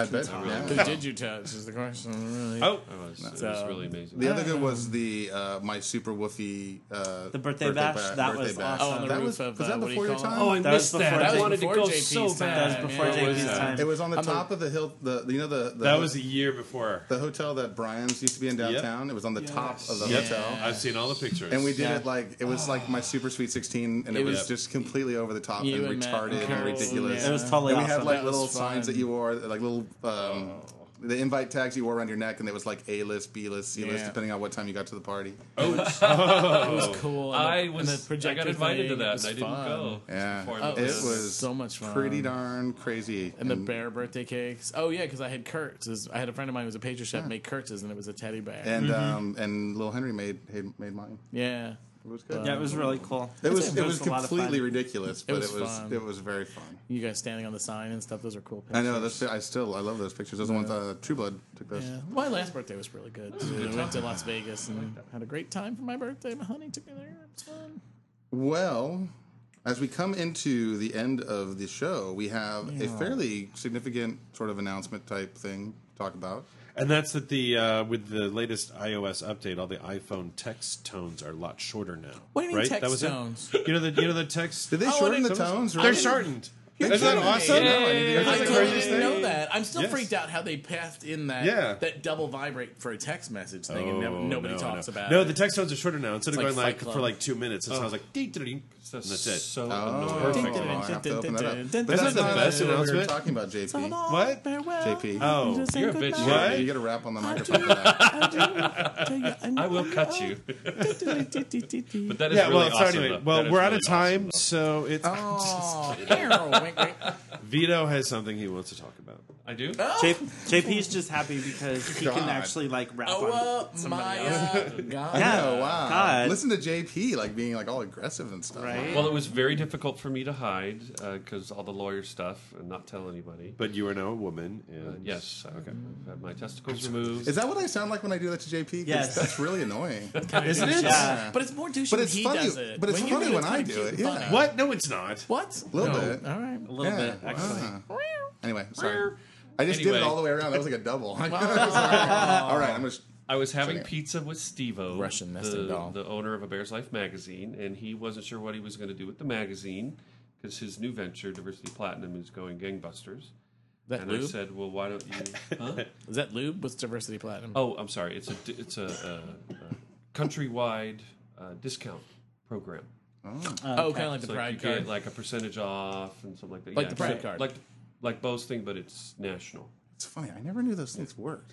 S6: bet. yeah.
S3: Who did you touch? Is the question really?
S4: Oh,
S2: I was, it was
S3: So-
S2: really amazing.
S6: The other good was the uh, my super woofy uh,
S5: The birthday bash? That was awesome.
S6: Oh,
S5: Oh, on the
S6: that
S3: roof
S6: was,
S3: of,
S6: was
S3: uh,
S6: that
S3: what do you
S6: before your
S3: call it?
S6: time?
S2: Oh, I
S5: That was
S2: missed that.
S5: before
S2: I
S5: Jake-
S2: wanted to go
S3: before
S2: so
S3: JP's time.
S2: bad.
S5: That was before
S2: man.
S5: JP's
S2: What was that?
S5: time.
S3: Oh,
S6: it was on the
S3: on the-
S6: top of the hill. The you know the, the
S4: that was a year before.
S6: the hotel that Brian's used to be in downtown. It was on the top of the
S4: Yep.
S6: hotel,
S4: I've seen all the pictures.
S6: and we did
S5: Yeah.
S6: it like it was like my super sweet sixteen, and it,
S3: It
S6: was
S3: was-
S6: just completely over the top and
S3: You and Matt
S6: retarded
S3: Carol,
S6: and ridiculous.
S3: yeah. It
S5: was totally
S6: And we had
S5: awesome.
S6: like
S3: That was
S6: little signs
S3: fun. Oh.
S6: that you wore, like little. Um, The invite tags you wore around your neck, and it was like A list, B list, C list,
S3: Yeah.
S6: depending on what time you got to the party.
S3: It was cool. and the-
S2: I
S3: and the
S2: was. I
S3: projector
S2: got
S3: thing,
S2: invited to
S3: it
S2: that,
S3: was
S2: and I didn't
S3: fun.
S2: go.
S6: Yeah,
S2: Before
S3: Oh,
S2: I
S6: it
S2: left.
S6: was
S3: so much fun.
S6: pretty darn crazy.
S3: And the bear birthday cakes. Oh yeah, because I had Kurtz's. I had a friend of mine who was a
S2: Mm-hmm.
S3: pastry chef make Kurtz's, and it was a teddy bear.
S6: and um, and Lil Henry made had- made mine.
S3: yeah,
S6: It was good.
S5: Yeah, Uh, it was really cool.
S6: It was it was
S5: a lot of fun.
S6: completely ridiculous, but
S3: was
S6: it was
S3: fun.
S6: it was very fun.
S3: You guys standing on the sign and stuff. Those are cool.
S6: I
S3: Pictures.
S6: know that's I still I love those pictures. Those ones uh, True Blood took those.
S3: Yeah. My last birthday was really good. I went to Las Vegas and had a great time for my birthday. My honey took me there. It was fun.
S6: Well, as we come into the end of the show, we have a fairly significant sort of announcement type thing to talk about.
S4: And that's that the uh, with the latest iOS update, all the iPhone text tones are a lot shorter now.
S3: What do you mean
S4: right?
S3: text
S4: that was it?
S3: tones?
S4: You know the you know the text.
S6: Did they
S4: Oh,
S6: shorten
S4: and
S6: the
S4: it-
S6: tones?
S4: They're
S6: Really?
S4: shortened.
S6: You're
S4: Isn't that
S6: kidding me.
S4: awesome?
S6: Yeah.
S3: I
S4: Isn't that the
S3: totally
S4: craziest
S3: didn't
S4: thing?
S3: know that. I'm still
S4: Yes.
S3: freaked out how they passed in that
S4: Yeah.
S3: that double vibrate for a text message thing, and
S4: Oh,
S3: nev- nobody
S4: no,
S3: talks
S4: no.
S3: about.
S4: No,
S3: it.
S4: the text tones are shorter now. Instead of
S3: like Oh.
S4: going like
S3: Fight Club.
S4: for like two minutes, it sounds like dee dee dee. and
S2: That's
S4: that's it.
S2: so
S6: Oh,
S2: annoying.
S6: I have to open that up. But
S3: Isn't
S6: that's
S4: that the
S6: not
S4: best
S6: what we Uh, were
S4: announcement?
S6: talking about, JP.
S4: What?
S6: JP.
S4: Oh,
S2: You're a bitch.
S4: goodbye.
S6: You get a rap on the microphone. for that.
S2: I will cut you. but that is
S4: yeah.
S2: really
S4: Well, so
S2: awesome.
S4: anyway,
S2: though.
S4: well,
S2: That is
S4: we're out
S2: really
S4: of time,
S2: awesome,
S4: so it's
S3: Oh, arrow, wink, wink.
S4: Vito has something he wants to talk about.
S2: though. I do.
S5: J- JP's just happy because he can
S6: God.
S5: actually like rap
S3: Oh,
S5: on
S3: uh,
S5: somebody
S3: my
S5: else.
S3: uh, God.
S5: Yeah,
S6: Oh wow!
S5: God.
S6: Listen to JP like being like all aggressive and stuff.
S5: Right?
S2: Well, it was very difficult for me to hide because all the lawyer stuff and not tell anybody.
S4: But you are now a woman, and
S2: Uh, Yes, okay. I've had my testicles removed.
S6: Is that what I sound like when I do that to JP? 'Cause
S5: Yes.
S6: that's really annoying.
S4: isn't it?
S6: Yeah.
S3: But it's more douchey
S6: But
S3: when
S6: it's
S3: he
S6: funny-
S3: does it.
S6: but it's
S3: you
S6: funny
S3: do
S6: when I
S3: it's
S6: do
S3: kinda
S6: it,
S3: cute
S6: yeah.
S3: and funny.
S4: What? No, it's not.
S3: What? A
S6: Little bit.
S3: All right.
S5: A little
S6: Yeah.
S5: bit, actually.
S6: Anyway, sorry. I just did it
S2: Anyway.
S6: all the way around. That was like a double. Sorry. all right, I'm gonna.
S2: I was having pizza with Stevo,
S3: Russian nesting
S2: the,
S3: doll.
S2: the owner of a Bear's Life magazine, and he wasn't sure what he was going to do with the magazine because his new venture, Diversity Platinum, is going gangbusters.
S3: That
S2: And I
S3: lube?
S2: said, "Well, why don't you?" Huh?
S3: Is that lube? What's diversity platinum?
S2: Oh, I'm sorry. It's a it's a, uh, a, a countrywide uh, discount program.
S3: oh kind of like the
S2: So like,
S3: pride
S2: you
S3: card.
S2: get like a percentage off and something like that.
S3: Like the
S2: it's
S3: Pride
S2: a-
S3: card.
S2: like like Bo's thing, but it's national.
S6: It's funny. I never knew those things worked.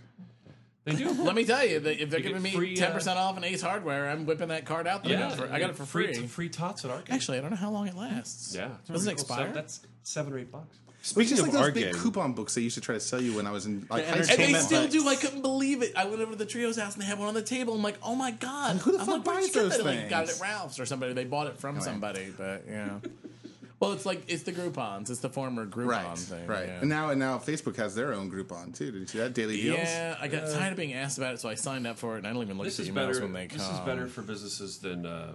S2: They do.
S3: Let me tell you, that if they're
S2: You get
S3: giving me
S2: free, uh,
S3: ten percent off an Ace Hardware, I'm whipping that card out. That I, got for, I got it for free.
S2: Free, free tots at Arcade.
S3: Actually, I don't know how long it lasts.
S2: yeah, it's
S3: doesn't it
S2: pretty cool. So
S3: expire?
S2: That's seven or eight bucks.
S6: It's
S4: Speaking
S6: just
S4: of
S6: like
S4: our
S6: those big
S4: game,
S6: coupon books they used to try to sell you when I was in like,
S5: The
S6: high
S3: And
S6: school.
S3: they
S5: Entertainment
S3: still do.
S5: Bucks.
S3: I couldn't believe it. I went over to the trio's house and they had one on the table. I'm like, oh my god!
S6: Who the
S3: I'm
S6: fuck
S3: like, where'd
S6: buys
S3: you get
S6: those
S3: that? Like, got it
S6: things?
S3: at Ralph's or somebody. They bought it from
S6: yeah.
S3: somebody, but yeah. well, it's like it's the Groupon's. It's the former Groupon
S6: Right,
S3: thing,
S6: right.
S3: Yeah.
S6: And now, and now Facebook has their own Groupon too. Did you see that daily deals? Uh,
S3: Yeah, I got tired of being asked about it, so I signed up for it, and I don't even look
S2: This
S3: at
S2: is
S3: the emails
S2: better.
S3: when they come.
S2: This is better for businesses than uh,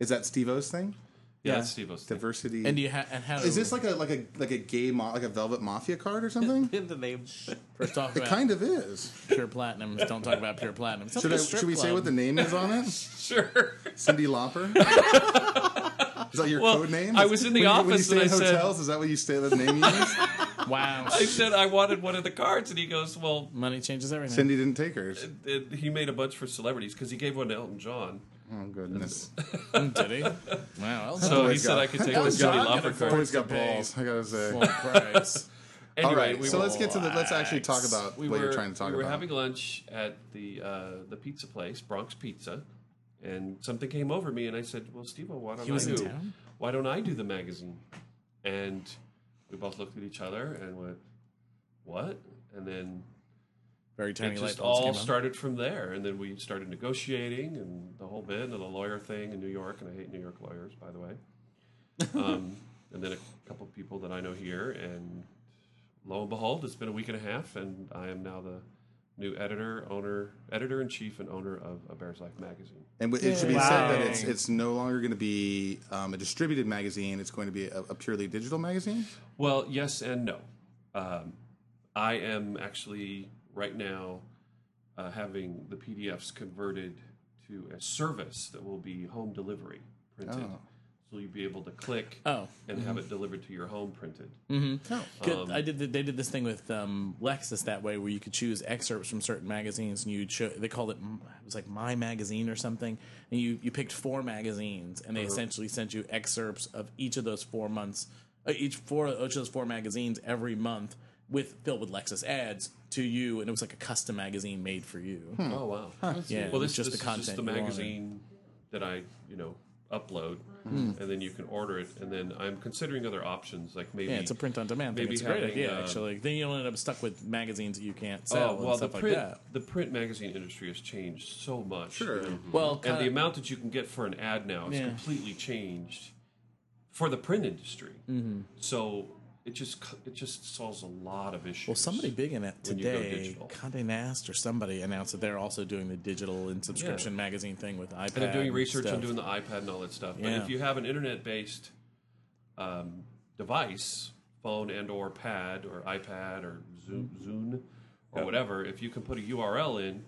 S6: Is that Steve-O's thing?
S2: yeah,
S5: Yeah.
S2: that's Stevo's thing.
S6: Diversity.
S3: And do you ha- and how
S6: is this like a like a like a gay mo- like a Velvet Mafia card or something?
S5: In the name.
S3: first off
S6: it
S3: about
S6: kind of is.
S3: pure platinum? Don't talk about pure platinum. It's not
S6: Should, I,
S3: like a strip
S6: should we say
S3: club.
S6: what the name is on it?
S2: Sure.
S6: Cindy Lauper. is that your
S2: Well,
S6: code name?
S2: I was in
S6: When
S2: the
S6: you- when
S2: office
S6: you stay
S2: and I
S6: in
S2: said-
S6: hotels. Is that what you stay? The name you use?
S3: Wow,
S2: I said I wanted one of the cards, and he goes, "Well,
S3: money changes everything.
S6: Cindy didn't take hers.
S2: it, he made a bunch for celebrities because he gave one to Elton John."
S6: Oh goodness.
S3: Did he? Wow, Elton
S2: So he
S6: Boys
S2: said
S6: got-
S2: I could take
S6: Elton
S2: one Cindy
S6: John
S2: Lauper card.
S6: Boys got balls. I gotta say.
S3: Full price.
S2: Anyway,
S6: All right,
S2: we
S6: so
S2: were,
S6: let's get to the. Let's actually talk about
S2: we
S6: what
S2: were,
S6: you're trying to talk
S2: we were
S6: about.
S2: having lunch at the uh, the pizza place, Bronx Pizza, and something came over me, and I said, "Well, Steve, why don't
S3: was
S2: I
S3: in
S2: do?
S3: town?
S2: Why don't I do the magazine?" And we both looked at each other and went, "What?" And then
S3: Very tiny
S2: it
S3: light
S2: just
S3: bulbs
S2: all
S3: came up.
S2: started from there, and then we started negotiating and the whole bit, and the lawyer thing in New York. And I hate New York lawyers, by the way. Um, and then a couple of people that I know here, and lo and behold, it's been a week and a half, and I am now the new editor, owner, editor in chief, and owner of a Bear's Life magazine.
S6: And it should be
S5: Wow.
S6: said that it's it's no longer going to be um, a distributed magazine. It's going to be a, a purely digital magazine.
S2: Well, yes and no. Um, I am actually right now uh, having the PDFs converted to a service that will be home delivery printed. So you'll be able to click
S3: Oh.
S2: and have it delivered to your home printed.
S3: Good.
S2: Um,
S3: I did. The, they did this thing with um, Lexus that way, where you could choose excerpts from certain magazines, and you cho- they called it m- it was like My Magazine or something, and you you picked four magazines, and
S2: Uh-huh.
S3: they essentially sent you excerpts of each of those four months, uh, each four each of those four magazines every month with filled with Lexus ads to you, and it was like a custom magazine made for you.
S2: Oh wow!
S3: Yeah,
S2: Well, this,
S3: just
S2: this
S3: the
S2: is
S3: content
S2: just the
S3: you wanted.
S2: magazine that I you know upload, and then you can order it. And then I'm considering other options, like maybe
S3: Yeah, it's a print on demand thing.
S2: maybe
S3: It's a great
S2: having,
S3: idea,
S2: uh,
S3: actually. Then you don't end up stuck with magazines that you can't sell
S2: Oh,
S3: and
S2: well, the
S3: stuff like
S2: print
S3: that.
S2: the print magazine industry has changed so much. Mm-hmm.
S6: Sure.
S2: you know.
S3: Well,
S2: and
S3: kinda-
S2: the amount that you can get for an ad now has
S3: Yeah.
S2: completely changed for the print industry.
S3: Mm-hmm.
S2: So it just c- it just solves a lot of issues.
S3: Well, somebody big in it
S2: when you go
S3: today,
S2: digital.
S3: Condé Nast or somebody announced that they're also doing the digital and subscription magazine thing with iPad.
S2: and they're doing research
S3: stuff.
S2: on doing the iPad and all that stuff. But
S3: Yeah.
S2: if you have an internet based um, device, phone and or pad or iPad or Zoom,
S3: Mm-hmm.
S2: Zune or whatever, if you can put a URL in,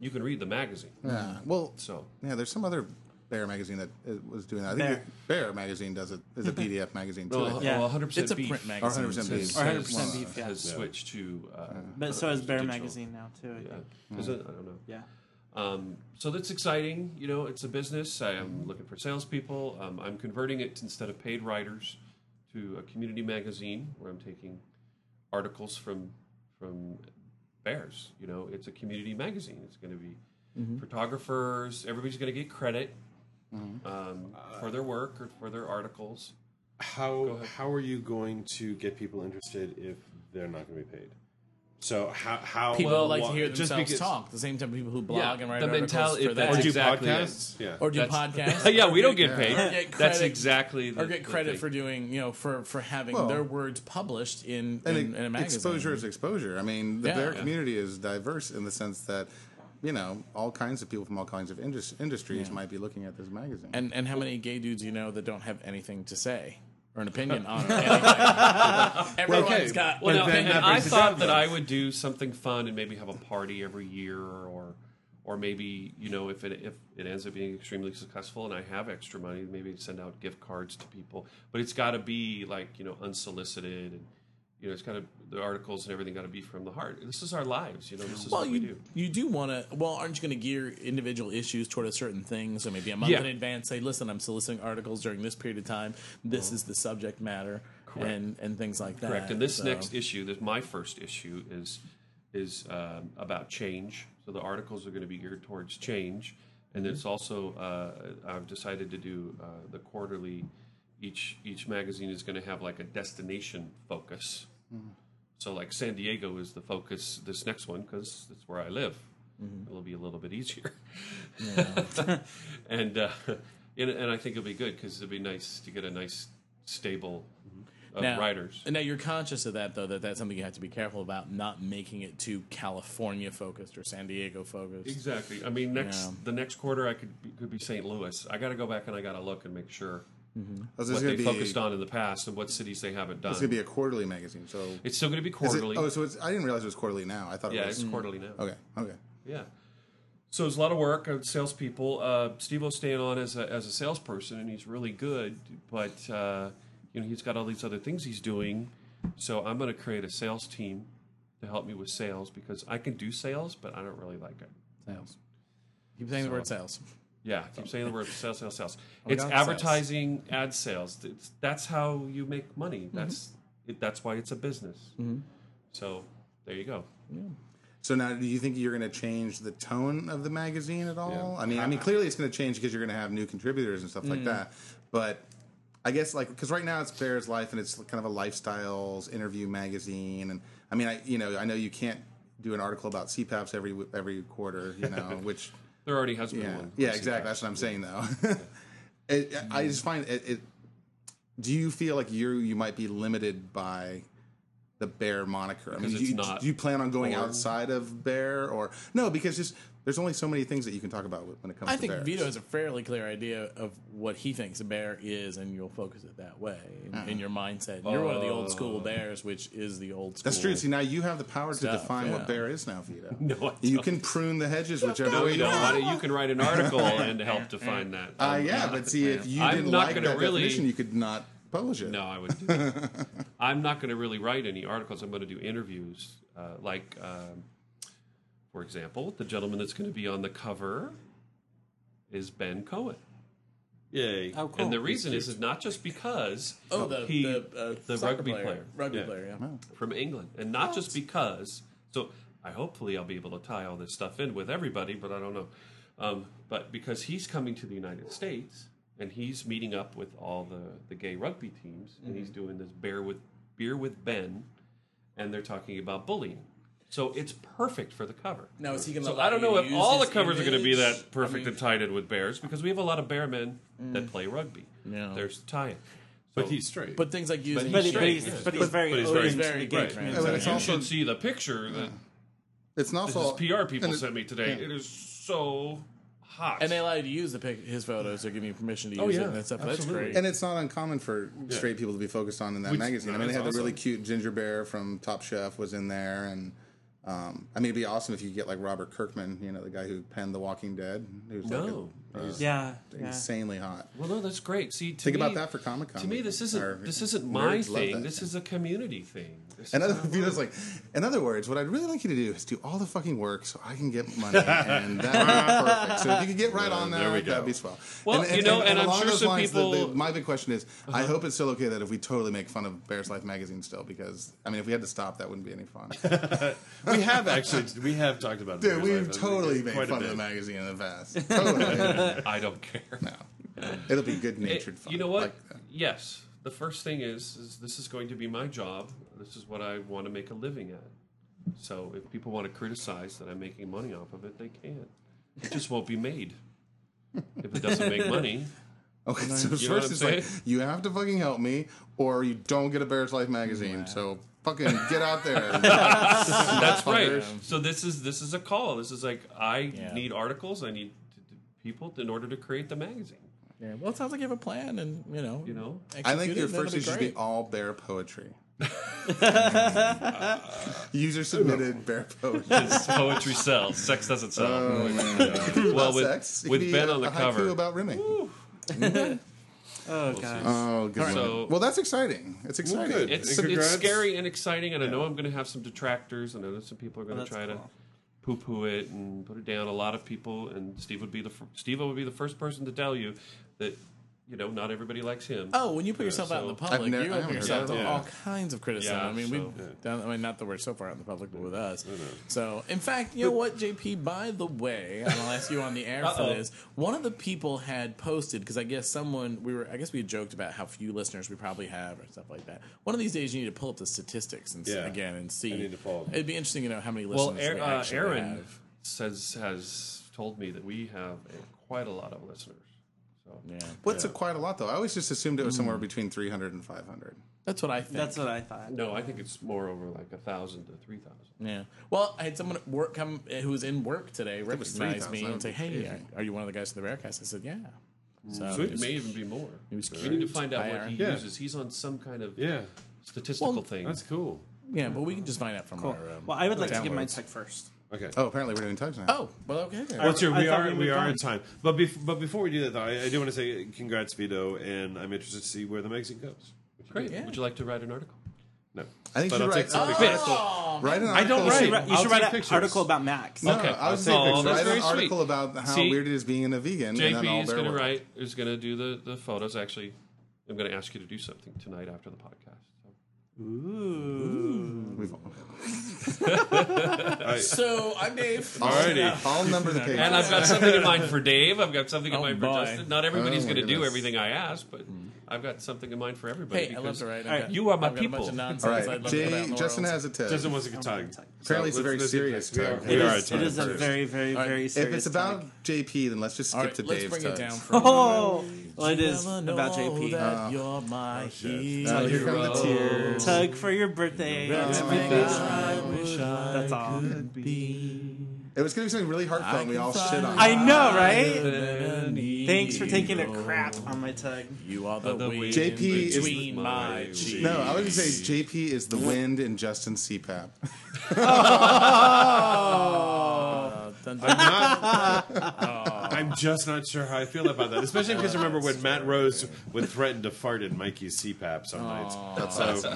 S2: you can read the magazine.
S6: Yeah. Well,
S2: So
S6: yeah, there's some other Bear magazine that uh, was doing that. I think Bear, Bear magazine does it. Is a PDF magazine too. I think.
S5: Yeah.
S2: well, 100%
S3: It's a
S2: beef.
S3: print
S6: Or
S3: magazine.
S6: 100%
S3: too.
S6: beef.
S5: Or 100% beef, yeah.
S2: has switched to. Uh,
S5: But so is Bear
S2: digital.
S5: Magazine now too. I
S2: Yeah,
S5: think.
S2: Is it? I don't know.
S5: Yeah.
S2: Um, so that's exciting. You know, it's a business. I am looking for salespeople. Um, I'm converting it instead of paid writers to a community magazine where I'm taking articles from from bears. You know, it's a community magazine. It's going to be
S5: Mm-hmm.
S2: photographers. Everybody's going to get credit
S5: Mm-hmm.
S2: um,
S5: Uh,
S2: for their work or for their articles.
S4: How how are you going to get people interested if they're not going to be paid? So how how
S3: People
S4: well,
S3: like to hear
S4: just
S3: themselves
S4: because-
S3: talk. The same time people who blog
S2: Yeah,
S3: and write
S2: the
S3: articles
S2: mentality-
S3: for
S4: or
S3: that.
S2: that's
S4: do
S2: exactly it.
S4: podcasts? Yeah,
S3: or do
S2: That's-
S3: podcasts.
S2: yeah, we
S3: or
S2: don't get paid.
S3: get
S2: That's
S3: credit-
S2: exactly the,
S3: or get
S2: the
S3: credit
S2: thing.
S3: for doing you know for for having
S6: Well,
S3: their words published in
S6: and e-
S3: in, in a magazine.
S6: exposure is exposure. I mean, the
S3: Yeah.
S6: bear
S3: Yeah.
S6: community is diverse in the sense that, you know, all kinds of people from all kinds of indus- industries might be looking at this magazine.
S3: And and how many gay dudes you know that don't have anything to say or an opinion on it? anything? Everyone's
S4: okay.
S3: got
S2: Well,
S3: an
S2: no,
S4: then
S3: opinion.
S2: and
S4: that
S2: I
S4: brings it
S2: thought
S4: down,
S2: that
S4: though.
S2: I would do something fun and maybe have a party every year, or, or maybe you know if it if it ends up being extremely successful and I have extra money, maybe send out gift cards to people. But it's got to be like you know unsolicited, and you know it's got to the articles and everything got to be from the heart. This is our lives, you know. This is
S3: Well,
S2: what
S3: you
S2: we
S3: do.
S2: do.
S3: you do want to. Well, aren't you going to gear individual issues toward a certain thing? So maybe a month
S2: Yeah.
S3: in advance, say, listen, I'm soliciting articles during this period of time. This is the subject matter, and and things like that.
S2: Uh-huh. Correct. And this
S3: So-
S2: next issue, this my first issue is is um, about change. So the articles are going to be geared towards change, and it's
S3: Mm-hmm.
S2: also uh, I've decided to do uh, the quarterly. Each each magazine is going to have like a destination focus.
S3: Mm-hmm.
S2: So like San Diego is the focus this next one because that's where I live.
S3: Mm-hmm.
S2: It'll be a little bit easier, and uh, and and I think it'll be good because it'll be nice to get a nice stable of uh, writers.
S3: And Mm-hmm. now you're conscious of that, though, that that's something you have to be careful about, not making it too California focused or San Diego focused.
S2: Exactly. I mean, next
S3: Yeah.
S2: the next quarter, I could be, could be St. Louis. I got to go back and I got to look and make sure
S6: Oh, so
S2: what
S6: this
S2: they
S6: is going
S2: focused
S6: to
S2: on in the past and what cities they haven't done.
S6: be a quarterly magazine. So
S2: it's still going to be
S6: Is it-
S2: quarterly.
S6: oh, so it's, I didn't realize it was quarterly now. I thought it
S2: yeah,
S6: was.
S2: it's quarterly now.
S6: Okay. Okay.
S2: Yeah. So it's a lot of work. uh, Salespeople. Uh, Steve O's staying on as a, as a salesperson, and he's really good. But uh, you know, he's got all these other things he's doing. So I'm going to create a sales team to help me with sales because I can do sales, but I don't really like it.
S3: Sales. Keep saying the word sales.
S2: Yeah, keep saying the word sales, sales,
S6: Oh,
S2: sales. It's
S3: God,
S2: advertising, ad sales. It's, that's how you make
S6: Mm-hmm.
S2: money. That's it, that's why it's a business. So there you go.
S6: So now, do you think you're going to change the tone of the magazine at all? I mean, I mean, clearly it's going to change because you're going to have new contributors and stuff like that. But I guess like because right now it's Bear's Life and it's kind of a lifestyles interview magazine, and I mean, I you know, I know you can't do an article about CPAPs every every quarter, you know, which
S2: There already has been
S6: yeah,
S2: one.
S6: yeah, exactly. That's what I'm saying though. it, I just find it, it. Do you feel like you you might be limited by the bear moniker? I mean,
S2: Because
S6: do
S2: it's
S6: you,
S2: not
S6: do you plan on going
S2: porn.
S6: outside of bear or no? Because just there's only so many things that you can talk about when it comes.
S3: I
S6: to
S3: think
S6: bears.
S3: Vito has a fairly clear idea of what he thinks a bear is, and you'll focus it that way in,
S2: Uh-huh.
S3: in your mindset. You're one of the old
S2: Oh.
S3: school bears, which is the old school.
S6: That's true. See, now you have the power to
S3: Stuff,
S6: define
S3: yeah.
S6: what bear is now, Vito.
S2: No, I
S6: you
S2: don't.
S6: can prune the hedges whichever
S2: No,
S6: way
S2: you
S6: you
S2: don't
S6: want.
S2: want it. You can write an article and help define that.
S6: Uh, yeah, but see, if you
S2: I'm
S6: didn't
S2: not
S6: like
S2: gonna
S6: that
S2: really-
S6: definition, you could not publish it.
S2: No, I would. Do I'm not going to really write any articles. I'm going to do interviews, uh, like, um, for example, the gentleman that's going to be on the cover is Ben Cohen.
S4: yay.
S5: Oh, cool.
S2: And the reason is, is not just because
S3: Oh, the,
S2: he,
S3: the, uh,
S2: the
S3: soccer
S2: rugby player.
S3: Rugby
S4: Yeah.
S3: player, yeah.
S2: from England, and not just because. So I hopefully I'll be able to tie all this stuff in with everybody, but I don't know. Um, but because he's coming to the United States and he's meeting up with all the, the gay rugby teams, and he's
S3: Mm-hmm.
S2: doing this beer with beer with Ben, and they're talking about bullying. So it's perfect for the cover.
S3: Now is he going to?
S2: So I don't know if all the covers are going to be that perfect and tied in with bears because we have a lot of bear men
S3: Mm.
S2: that play rugby.
S3: Yeah.
S2: There's tie.
S4: But he's straight.
S3: But things like using,
S5: But, he- but
S2: straight,
S5: he's,
S2: yeah.
S5: but he's very
S4: But he's
S5: open
S4: very-
S5: to the
S3: right,
S5: gay
S3: right.
S5: community.
S6: Yeah, but it's
S2: You
S6: also
S2: should see the picture that
S6: it's not
S2: this
S6: all
S2: PR people
S6: and it-
S2: sent me today.
S6: yeah.
S2: It is so hot.
S3: and they allow you to use the pic, his photos. They're giving you permission to use
S2: Oh,
S3: it
S2: yeah.
S3: and that stuff.
S2: Absolutely.
S3: That's great.
S6: And it's not uncommon for straight people to be focused on in that
S4: Which-
S6: magazine. I
S4: no,
S6: mean, they
S4: that's
S6: had the really
S4: awesome.
S6: cute ginger bear from Top Chef was in there, and um, I mean, it'd be awesome if you could get like Robert Kirkman, you know, the guy who penned The Walking Dead, who's like
S2: No.
S6: a- he's
S5: Yeah, Oh. yeah.
S6: insanely hot.
S2: well, no, that's great. See, to
S6: Think
S2: me,
S6: about that for Comic Con.
S2: To me, this isn't
S6: Our
S2: this isn't my
S6: nerds love
S2: thing.
S6: that.
S2: This is a community thing. This
S6: In
S2: is
S6: other,
S2: how it
S6: Vito's
S2: works.
S6: like, in other words, what I'd really like you to do is do all the fucking work so I can get money, and that's perfect. So if you could get right on that,
S4: there we go.
S6: that'd be swell.
S2: Well, you know, and I'm
S6: along
S2: sure
S6: those
S2: some
S6: lines, the- the-
S2: people- Uh-huh.
S6: my big question is, I hope it's still okay that if we totally make fun of Bears Life magazine still, because I mean, if we had to stop, that wouldn't be any fun.
S4: we have actually we have talked about
S6: Dude,
S4: Bears
S6: we've
S4: Life
S6: totally made
S4: quite a
S6: fun of
S4: bit.
S6: the magazine in the past. Totally,
S2: I don't care.
S6: it'll be good
S2: It-
S6: natured fun.
S2: You know what?
S6: Like that.
S2: yes. The first thing is, is this is going to be my job. This is what I want to make a living at. So if people want to criticize that I'm making money off of it, they can. It just won't be made. If it doesn't make money,
S6: Okay, so
S2: You know what
S6: first
S2: I'm
S6: it's like
S2: saying?
S6: you have to fucking help me, or you don't get a Bears Life magazine. So fucking get out there.
S2: that's right.
S6: Fuckers.
S2: So this is this is a call. This is like I
S3: Yeah.
S2: need articles. I need t- t- people in order to create the magazine.
S3: Yeah, well, it sounds like you have a plan, and you know,
S2: You know?
S6: I think
S3: execute
S6: your
S3: it, that'll
S6: first issue should be
S3: great.
S6: all bear poetry. User submitted bear poetry.
S2: It's poetry sells. Sex doesn't sell.
S6: Oh,
S2: well,
S6: About
S2: with,
S6: sex. It
S2: with
S6: could be
S2: Ben
S6: a-
S2: on the
S6: a uh, haiku
S2: cover.
S6: about rimming.
S5: Oh god.
S6: Oh, good.
S2: So-
S6: one. well, that's exciting. It's exciting.
S4: good.
S2: it's,
S4: And
S2: it's
S4: congrats.
S2: scary and exciting, and I know I'm going to have some detractors, and I know some people are going to
S5: that's
S2: try
S5: cool.
S2: to poo-poo it and put it down. A lot of people, and Steve would be the fir- Steve would be the first person to tell you that you know not everybody likes him.
S3: Oh, when you put yourself out in the public,
S6: never-
S3: you
S6: I
S3: open
S6: haven't heard
S3: yourself
S6: that.
S3: to
S4: Yeah.
S3: all kinds of criticism.
S2: Yeah,
S3: I mean,
S2: so-
S3: we've done, I mean, not that we're so far out in the public, but with us. So, in fact, you know what, JP? By the way, and I'll ask you on the air for
S2: Uh-oh.
S3: this. One of the people had posted because I guess someone we were, I guess we had joked about how few listeners we probably have or stuff like that. One of these days, you need to pull up the statistics and s-
S4: Yeah.
S3: again and see.
S4: I need to follow them.
S3: It'd be interesting to know how many
S2: well,
S3: listeners
S2: Aaron,
S3: we
S2: uh,
S3: actually
S2: Aaron
S3: have.
S2: says has told me that we have a, quite a lot of listeners. So
S3: Yeah.
S6: What's a quite a lot though? I always just assumed it was
S2: Hmm.
S6: somewhere between 300 and 500.
S3: That's what I think.
S5: That's what I thought.
S2: no, I think it's more over like a thousand to three thousand.
S3: Yeah. Well, I had someone at work come eh, who was in work today
S6: was Mm.
S3: recognize
S6: 3,000.
S3: me and say, "Hey,
S6: Excuse me.
S3: are you one of the guys from the Bearcast?" I said, "Yeah." So
S2: It
S3: just-
S2: may even be more.
S3: was
S2: we need to find out
S3: Hi,
S2: what he
S4: Aaron.
S2: uses. He's on some kind of
S4: Yeah,
S2: statistical
S3: Well,
S2: thing.
S4: that's cool.
S3: yeah, but we can just find out from
S5: Cool.
S3: our. Um,
S5: Well, I would like to give
S3: downloads.
S5: my tech first.
S4: Okay.
S6: Oh, apparently we're doing tugs now.
S3: Oh, well, okay. then.
S4: What's your?
S5: I
S4: We
S5: thought we
S4: are we,
S5: moved
S4: are
S5: on.
S4: in time. But bef- but before we do that, though, I, I do want to say congrats, Vito, and I'm interested to see where the magazine goes.
S2: Great.
S3: Yeah.
S2: Would you like to write an article?
S4: No,
S6: I think
S4: But
S6: you
S4: I'll
S6: should
S4: take
S6: write,
S4: some
S6: uh,
S4: pictures.
S6: write an
S4: I don't
S6: article-
S5: You
S4: Right.
S5: should, write- you
S4: I'll
S5: should write
S4: take
S5: an
S4: pictures.
S5: article about Max.
S6: No,
S2: Okay.
S6: I was
S4: I'll take
S6: going to
S4: pictures.
S6: write
S2: That's
S6: an
S2: very
S6: article
S2: sweet.
S6: about how
S2: See,
S6: weird it is being in a vegan. and then all
S2: JP is
S6: bear
S2: going to
S6: work.
S2: write is going to do the, the photos. Actually, I'm going to ask you to do something tonight after the podcast. So,
S6: We've-
S3: So I'm Dave.
S4: Alrighty.
S6: I'll number the pages.
S2: And I've got something in mind for Dave. I've got something in
S3: Oh,
S2: mind
S3: boy.
S2: for Justin. Not everybody's
S6: Oh, my
S2: going to do
S6: goodness. Mm-hmm.
S2: everything I ask, but I've got something in mind for everybody.
S3: Hey, I love
S2: because
S3: to write.
S5: All right,
S3: I've got-
S2: you are my
S3: I've got a bunch
S2: people.
S3: of
S6: All
S3: nonsense I'd
S6: right,
S3: love to put out in
S6: Jay,
S3: the
S6: Justin
S3: world.
S6: has a tug.
S4: Justin wants a good tag.
S6: Apparently it's a
S4: let's-
S6: very
S4: let's get
S6: serious
S4: back. We
S6: tag.
S4: are- We
S5: It
S4: are
S5: is-
S4: a
S5: it is a
S4: tag.
S5: very, very,
S3: right.
S5: very
S3: If
S6: If
S5: serious.
S6: it's about
S5: topic.
S6: JP, then let's just skip
S3: All right,
S6: to
S3: let's
S6: Dave's
S3: bring it
S6: tugs.
S3: down. For
S5: oh, well, it is about JP.
S3: That you're my hero.
S6: Ah. Oh, here come the tears.
S5: Tug for your birthday. uh, That's all.
S6: It was going to be something really heartfelt. and We all shit on.
S5: I
S6: it.
S5: know, right? Thanks for taking a crap on my tug.
S3: You are the,
S2: the
S3: wind
S6: JP is the-
S3: between my cheeks.
S6: No, I was going to say JP is the wind in Justin's CPAP.
S3: Uh, dun- dun-
S4: I'm just not sure how I feel about that, especially because remember when Matt Rose would threaten to fart in Mikey's CPAP some nights. so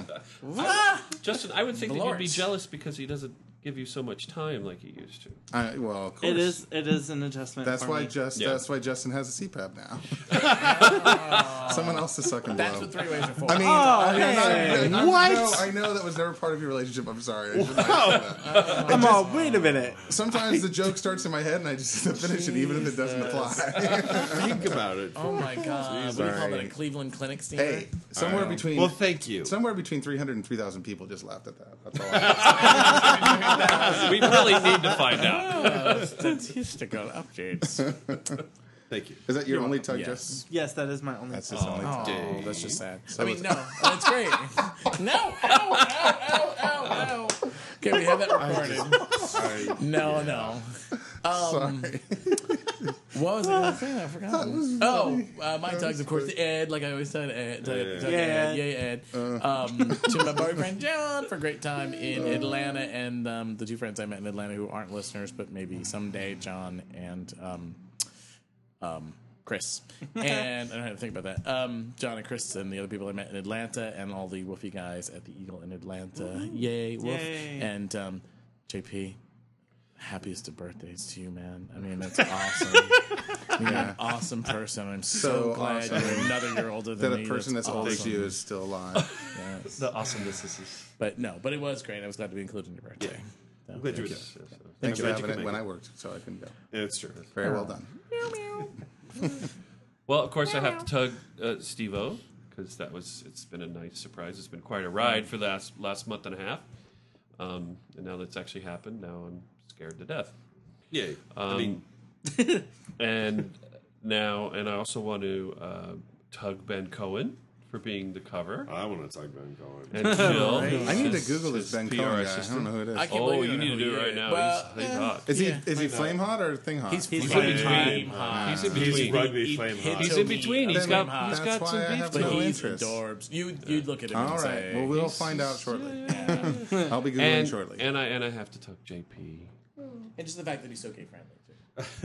S2: Justin, I would think that you'd be
S3: Lords.
S2: jealous because he doesn't give you so much time like it used to.
S6: I, well, of course.
S5: It is. It is an adjustment.
S6: That's
S5: for
S6: why
S5: me.
S6: just.
S2: Yeah.
S6: That's why Justin has a CPAP now. Someone else to suck and blow.
S3: That's what three ways are for.
S6: I mean, I,
S5: hey.
S6: I, I,
S5: What?
S6: know, I know that was never part of your relationship. I'm sorry. I should not have said that.
S5: Come on. Wait a minute.
S6: Sometimes the joke starts in my head and I just finish it, even if it doesn't apply.
S4: Think about it.
S3: oh my god! What do you call that? A Cleveland Clinic steamer?
S6: hey, somewhere between
S4: Well, thank you.
S6: somewhere between 300 and 3,000 people just laughed at that. That's all. I
S2: We really need to find out.
S3: Statistical updates.
S4: Thank you.
S6: is that your only tug,
S3: yes.
S6: Justin?
S5: Yes, that is my only.
S6: That's his only tug.
S3: Oh, that's just sad.
S6: So
S3: I mean, no, that's great. no, ow, ow, ow, ow, ow. Okay, we have that recorded.
S4: I,
S3: No, no. Um,
S6: Sorry.
S3: What was the other thing? I forgot. Oh, uh, my tugs, of course. Ed, like I always said, Ed. Tug,
S4: Yeah.
S3: tug,
S5: Yeah.
S3: Ed. Yay, Ed. Um, to my boyfriend John for a great time in Atlanta and um, the two friends I met in Atlanta who aren't listeners, but maybe someday, John and um, um, Chris. And I don't have to think about that. Um, John and Chris and the other people I met in Atlanta and all the Wolfie guys at the Eagle in Atlanta. Yay, Wolf.
S5: Yay.
S3: And um, JP. Happiest of birthdays to you, man. I mean, that's awesome. You're an awesome person. I'm so,
S6: So
S3: glad
S6: awesome.
S3: you're another year older than
S6: That a
S3: me.
S6: person that's old as
S3: awesome.
S6: you is still alive.
S3: Yes.
S2: The awesomeness is. is-
S3: But no, but it was great. I was glad to be included in your birthday.
S4: glad
S3: So,
S4: you were
S3: thank
S4: there.
S2: is- is-
S6: Thanks for
S4: glad you
S6: having
S4: could
S6: it
S4: make
S6: when
S4: it.
S6: I worked, so I couldn't go.
S4: It's true.
S6: Very well done.
S2: Well, of course, I have to tug uh, Steve O because that was it's been a nice surprise. It's been quite a ride for the last last month and a half, um, and now that's actually happened. Now I'm scared to death, Um,
S4: Yeah. I mean,
S2: and now and I also want to uh, tug Ben Cohen for being the cover.
S4: I want to talk about it going.
S2: And Jill,
S6: I need to
S2: his-
S6: Google this
S2: his
S6: Ben
S2: PR
S6: Cohen guy. I don't
S2: assistant.
S6: know who it is.
S3: I can't
S2: Oh,
S3: believe
S2: you
S3: don't
S2: need
S3: know
S2: to
S3: who
S2: do it
S3: he
S2: right
S3: is.
S2: now.
S3: Well,
S2: he's he's
S3: eh,
S2: hot.
S6: Is
S3: Yeah.
S6: he is he flame hot or thing hot?
S3: He's,
S5: He's
S3: flame,
S2: flame
S3: hot.
S2: He's in between.
S4: rugby flame
S3: He- he-
S4: hot.
S2: He's in between. He's
S6: Then
S2: got
S6: that's
S2: he's
S6: why
S2: got some
S6: I
S2: beef.
S6: have
S2: to
S3: But
S6: no
S2: him.
S3: he's
S6: interest.
S3: adorbs. You you'd look at him
S6: All
S3: and
S6: right.
S3: say,
S6: Well, we'll find out shortly. I'll be googling
S2: and,
S6: shortly.
S2: and I and I have to tug JP.
S3: and just the fact that he's so gay friendly.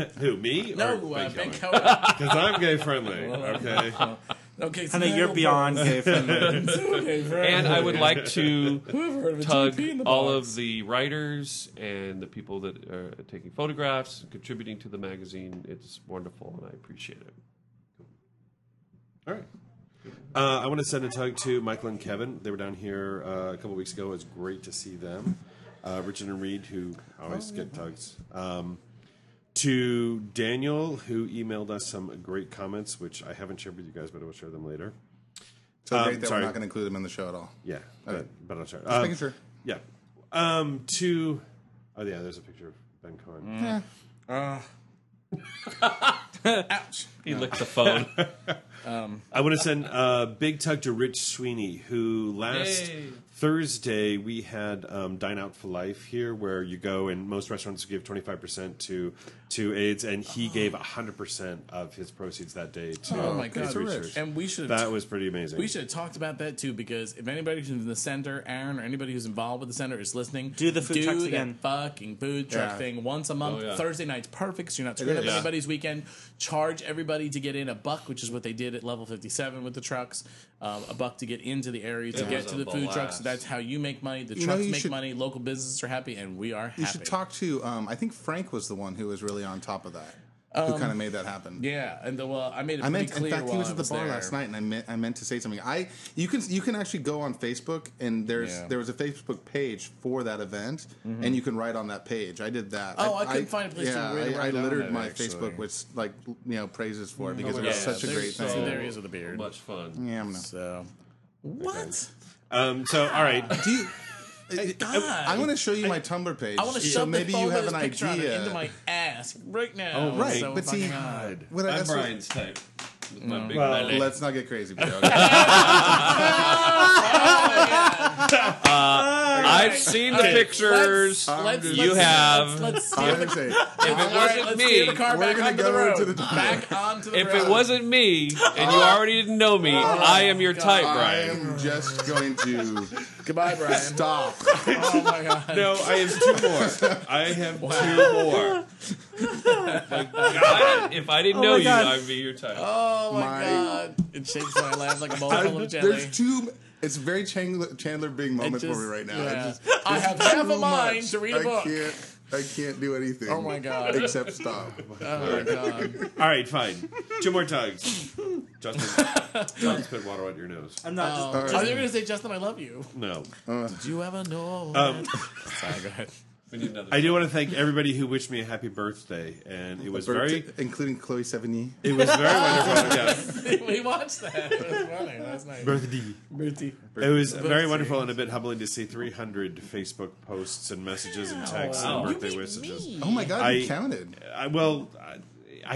S3: too.
S4: Who, me?
S3: No, uh, Ben
S4: Because
S3: Cohen.
S4: I'm gay friendly. Okay.
S3: Okay, so
S5: Honey,
S3: now
S5: you're
S3: we'll-
S5: beyond gay friendly.
S3: Okay, friendly.
S2: And I would like to
S3: Whoever heard of a
S2: tug
S3: GP in the
S2: all
S3: box?
S2: of the writers and the people that are taking photographs and contributing to the magazine. It's wonderful, and I appreciate it.
S4: All right. Uh, I want to send a tug to Michael and Kevin. They were down here uh, a couple weeks ago. It was great to see them. Uh, Richard and Reed, who always
S6: Oh,
S4: get tugs. Um, to Daniel, who emailed us some great comments, which I haven't shared with you guys, but I will share them later.
S6: so
S4: um,
S6: great that
S4: sorry.
S6: we're not going to include him in the show at all.
S4: Yeah,
S6: Okay.
S4: but, but I'll share. Um,
S6: making sure.
S4: Yeah. Um, to oh yeah, there's a picture of Ben Cohen.
S3: Mm.
S2: He licked the phone.
S4: I want to send a big tug to Rich Sweeney, who last
S2: Yay.
S4: Thursday we had um, Dine Out for Life here, where you go and most restaurants give 25% to to AIDS, and he gave 100% of his proceeds that day to
S3: Oh my
S4: AIDS
S3: god!
S4: research.
S3: And we should have
S4: That was pretty amazing.
S3: We should have talked about that too, because if anybody who's in the center, Aaron, or anybody who's involved with the center is listening,
S5: Do the food trucks
S3: that
S5: again.
S3: Fucking food truck
S6: Yeah.
S3: thing once a month.
S2: Oh, yeah.
S3: Thursday night's perfect, so you're not screwing up
S6: is.
S3: anybody's weekend. Charge everybody to get in a buck, which is what they did at level 57 with the trucks. Um, a buck to get into the area to
S2: It
S3: get
S2: was
S3: to the
S2: a
S3: food trucks.
S2: blast.
S3: That's how you make money. The
S6: You know,
S3: trucks
S6: you
S3: make
S6: should-
S3: money. Local businesses are happy, and we are happy.
S6: You should talk to. Um, I think Frank was the one who was really on top of that. who kind of made that happen?
S3: Um, Yeah, and the, well, I made it
S6: I
S3: pretty
S6: meant. In
S3: clear.
S6: fact, he
S3: while
S6: was
S3: I
S6: at the bar
S3: there.
S6: last night, and I meant I meant to say something. I you can you can actually go on Facebook, and there's
S3: Yeah. Mm-hmm.
S6: there was a Facebook page for that event, and you can write on that page. I did that.
S3: Oh, I couldn't find a place to
S6: yeah,
S3: really
S6: I, I
S3: write on
S6: littered
S3: it,
S6: my
S3: actually.
S6: Facebook with like you know praises for
S2: Mm,
S6: it because
S2: oh,
S3: my
S6: it was
S3: God.
S6: such a
S3: There's
S6: great
S3: so-
S6: thing.
S3: There he is with a beard.
S2: Much fun.
S6: Yeah, I'm gonna-
S3: So, what?
S4: um, so, all right.
S6: Do you? I, want to show you my Tumblr page.
S3: I want to
S6: so
S3: shove the
S6: maybe
S3: phone
S6: you
S3: with
S6: have
S3: this
S6: an
S3: picture on it
S6: idea.
S3: into my ass right now.
S4: Oh,
S3: It's
S6: right,
S3: so
S6: but see,
S3: fucking odd.
S6: what I,
S2: I'm
S6: that's what-
S2: Brian's type. With my big
S4: Well,
S2: belly.
S6: let's not get crazy. But okay.
S2: I've seen the
S3: Let's-
S2: pictures.
S3: let's- let's-
S6: just-
S2: You
S3: Let's,
S2: have-
S3: let's steer
S6: I'm
S3: the,
S6: gonna say,
S2: If it
S3: all right,
S2: wasn't
S3: let's steer the
S2: me,
S3: car
S6: We're
S3: back
S6: gonna
S3: onto the
S6: go
S3: road.
S6: to the-
S3: back onto the
S2: if
S3: road.
S2: it wasn't me, and you already didn't know me, I am your type,
S6: I
S2: Brian.
S6: am just going to
S3: goodbye, Brian.
S6: stop.
S3: Oh my god.
S4: No, I have two more. I have two more.
S2: God, if I didn't know you,
S5: God.
S2: I'd be your type.
S3: Oh my,
S6: My-
S3: god. It shakes my lap like a bowl full of jelly.
S6: There's two. It's very Chandler, Chandler Bing moment
S3: just-
S6: for me right now.
S3: yeah.
S6: It's
S3: I
S6: it's
S3: have half a
S6: too
S3: mind
S6: much.
S3: to read a book.
S6: I can't, I can't do anything.
S3: Oh my God.
S6: Except stop.
S3: Oh my god.
S4: All right, fine. Two more tugs. Justin, don't spit water on your nose.
S5: I'm not just
S3: I was gonna say, Justin, I love you.
S4: No.
S3: Did you ever know?
S4: Um,
S3: Sorry, go ahead.
S2: We need another.
S4: I do want to thank everybody who wished me a happy birthday, and it was very,
S6: Birthday- including Chloe Sevigny.
S4: it was very wonderful. Yeah.
S3: we watched that. It was funny. That's nice.
S4: Birthday.
S3: Bertie.
S4: It was very wonderful and a bit humbling to see 300 Facebook posts and messages and texts
S2: Wow.
S4: and
S2: You
S4: birthday wishes.
S6: Oh my God, you
S4: I-
S6: counted.
S4: I, well, I,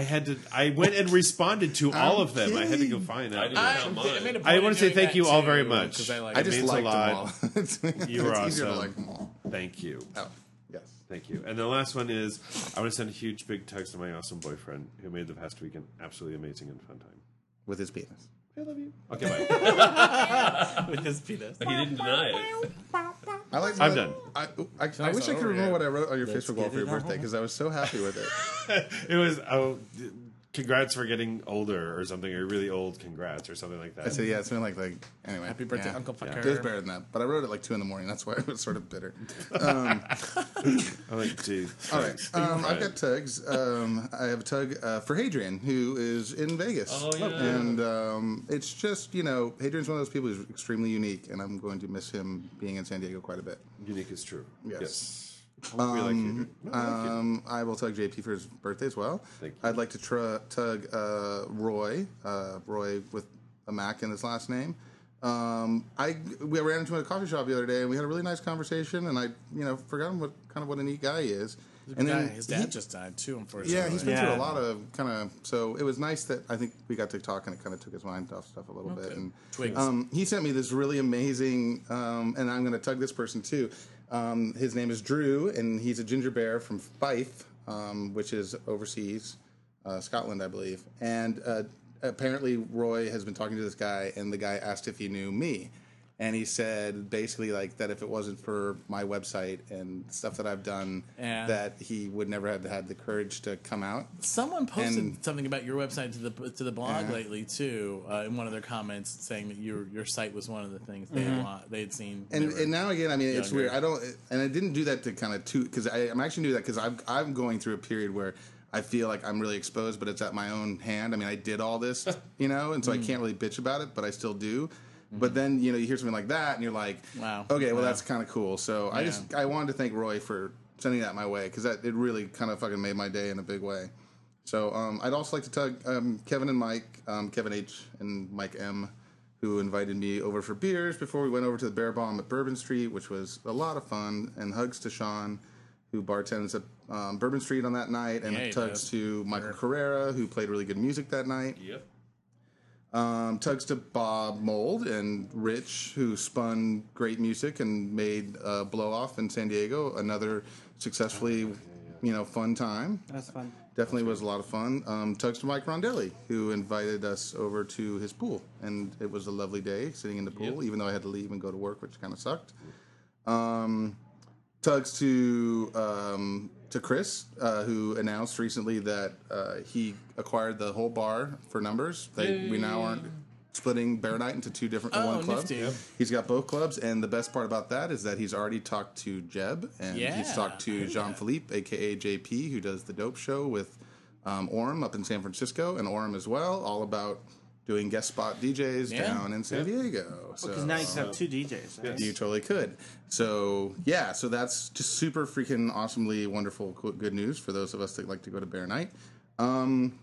S4: I had to. I went and responded to all
S6: I'm
S4: of them. I had to go
S6: kidding.
S4: find
S2: I
S4: out.
S2: didn't
S3: I,
S2: count
S3: I, made a
S2: mine.
S3: point
S4: I
S3: of
S4: wanna say
S3: doing
S4: thank
S3: that
S4: you all
S3: too,
S4: very much.
S3: 'cause I like
S6: I
S4: it
S6: just
S4: means a
S6: liked them
S4: lot.
S6: all. it's
S4: You were
S6: it's easier to
S4: awesome.
S6: like them all.
S4: Thank you.
S6: Oh, yes.
S4: Thank you. And the last one is I want to send a huge big text to my awesome boyfriend who made the past weekend absolutely amazing and fun time.
S6: With his penis.
S4: I love you. Okay, bye.
S3: with his penis.
S2: He didn't deny it.
S6: I like
S4: I'm
S6: that-
S4: done.
S6: I, I, I
S3: I
S6: wish I
S3: saw
S6: could
S3: it,
S6: remember
S3: yeah.
S6: what I wrote on your
S5: Let's
S6: Facebook wall
S5: get
S6: for your
S5: it on.
S6: birthday because I was so happy with it.
S4: it was oh, d- congrats for getting older or something. Or really old, congrats or something like that.
S6: I said, yeah, it's been like, like anyway.
S3: Happy birthday,
S6: yeah.
S3: Uncle Fucker.
S6: It was better than that, but I wrote it like two in the morning. That's why I was sort of bitter. Um,
S4: I'm like, geez.
S6: all right, um,
S4: Right.
S6: I've got tugs. Um, I have a tug uh, for Hadrian, who is in Vegas.
S2: Oh, yeah.
S6: and um, it's just you know, Hadrian's one of those people who's extremely unique, and I'm going to miss him being in San Diego quite a bit.
S4: Unique is true.
S6: Yes.
S4: Yes. we like you. No, I like you.
S6: Um, I will tug JP for his birthday as well.
S4: Thank you.
S6: I'd like to tr- tug uh, Roy, uh, Roy with a Mac in his last name. Um, I we ran into him at a coffee shop the other day, and we had a really nice conversation. And I, you know, forgot what kind of what a neat guy he is. And
S3: Yeah,
S6: then
S3: his dad
S6: he-
S3: just died too, unfortunately.
S6: yeah, he's been
S5: Yeah.
S6: through a lot of kind of. So it was nice that I think we got to talk, and it kind of took his mind off stuff a little bit. And
S3: Twigs.
S6: Um, he sent me this really amazing, um, and I'm going to tug this person too. Um, his name is Drew, and he's a ginger bear from Fife, um, which is overseas, uh, Scotland, I believe. And uh, apparently, Roy has been talking to this guy, and the guy asked if he knew me. And he said basically like that if it wasn't for my website and stuff that I've done,
S3: Yeah.
S6: that he would never have had the courage to come out.
S3: Someone posted
S6: And-
S3: something about your website to the to the blog
S6: Yeah.
S3: lately too, uh, in one of their comments, saying that your your site was one of the things they want, they had seen.
S6: Mm-hmm. And,
S3: they were-
S6: and now again, I mean, it's
S3: younger.
S6: weird. I don't, and I didn't do that to kind of toot because I'm actually doing that because I'm I'm going through a period where I feel like I'm really exposed, but it's at my own hand. I mean, I did all this, you know, and so
S3: Mm.
S6: I can't really bitch about it, but I still do. But then you know you hear something like that, and you're like,
S3: Mm-hmm. Wow.
S6: okay,
S3: Wow.
S6: well that's kind of cool." So I
S3: Yeah.
S6: just I wanted to thank Roy for sending that my way because that it really kind of fucking made my day in a big way. So um, I'd also like to tug um, Kevin and Mike, um, Kevin H and Mike M, who invited me over for beers before we went over to the Bear Bomb at Bourbon Street, which was a lot of fun. And hugs to Sean, who bartends at um, Bourbon Street on that night, and
S3: Yeah, he
S6: tugs
S3: does.
S6: to Michael Carrera, who played really good music that night.
S2: Yep.
S6: Um, tugs to Bob Mold and Rich, who spun great music and made uh, Blow Off in San Diego another successfully, you know, fun time.
S5: that's fun.
S6: Definitely was a lot of fun. Um, tugs to Mike Rondelli, who invited us over to his pool, and it was a lovely day sitting in the pool. Even though I had to leave and go to work, which kind of sucked. Um, tugs to um, to Chris, uh, who announced recently that uh, he acquired the whole bar for numbers. They, we now aren't splitting Bear Night into two different
S3: Oh,
S6: one club.
S3: nifty. Yep.
S6: He's got both clubs, and the best part about that is that he's already talked to Jeb and he's
S3: Yeah,
S6: talked
S3: I
S6: to
S3: heard
S6: Jean
S3: that.
S6: Philippe, aka JP, who does the Dope Show with um, Orm up in San Francisco, and Orm as well, all about doing guest spot DJs
S3: Yeah.
S6: down in San Diego. So
S5: Because now you can have two DJs. right?
S6: you totally could. So yeah, so that's just super freaking awesomely wonderful co- good news for those of us that like to go to Bear Night. Um,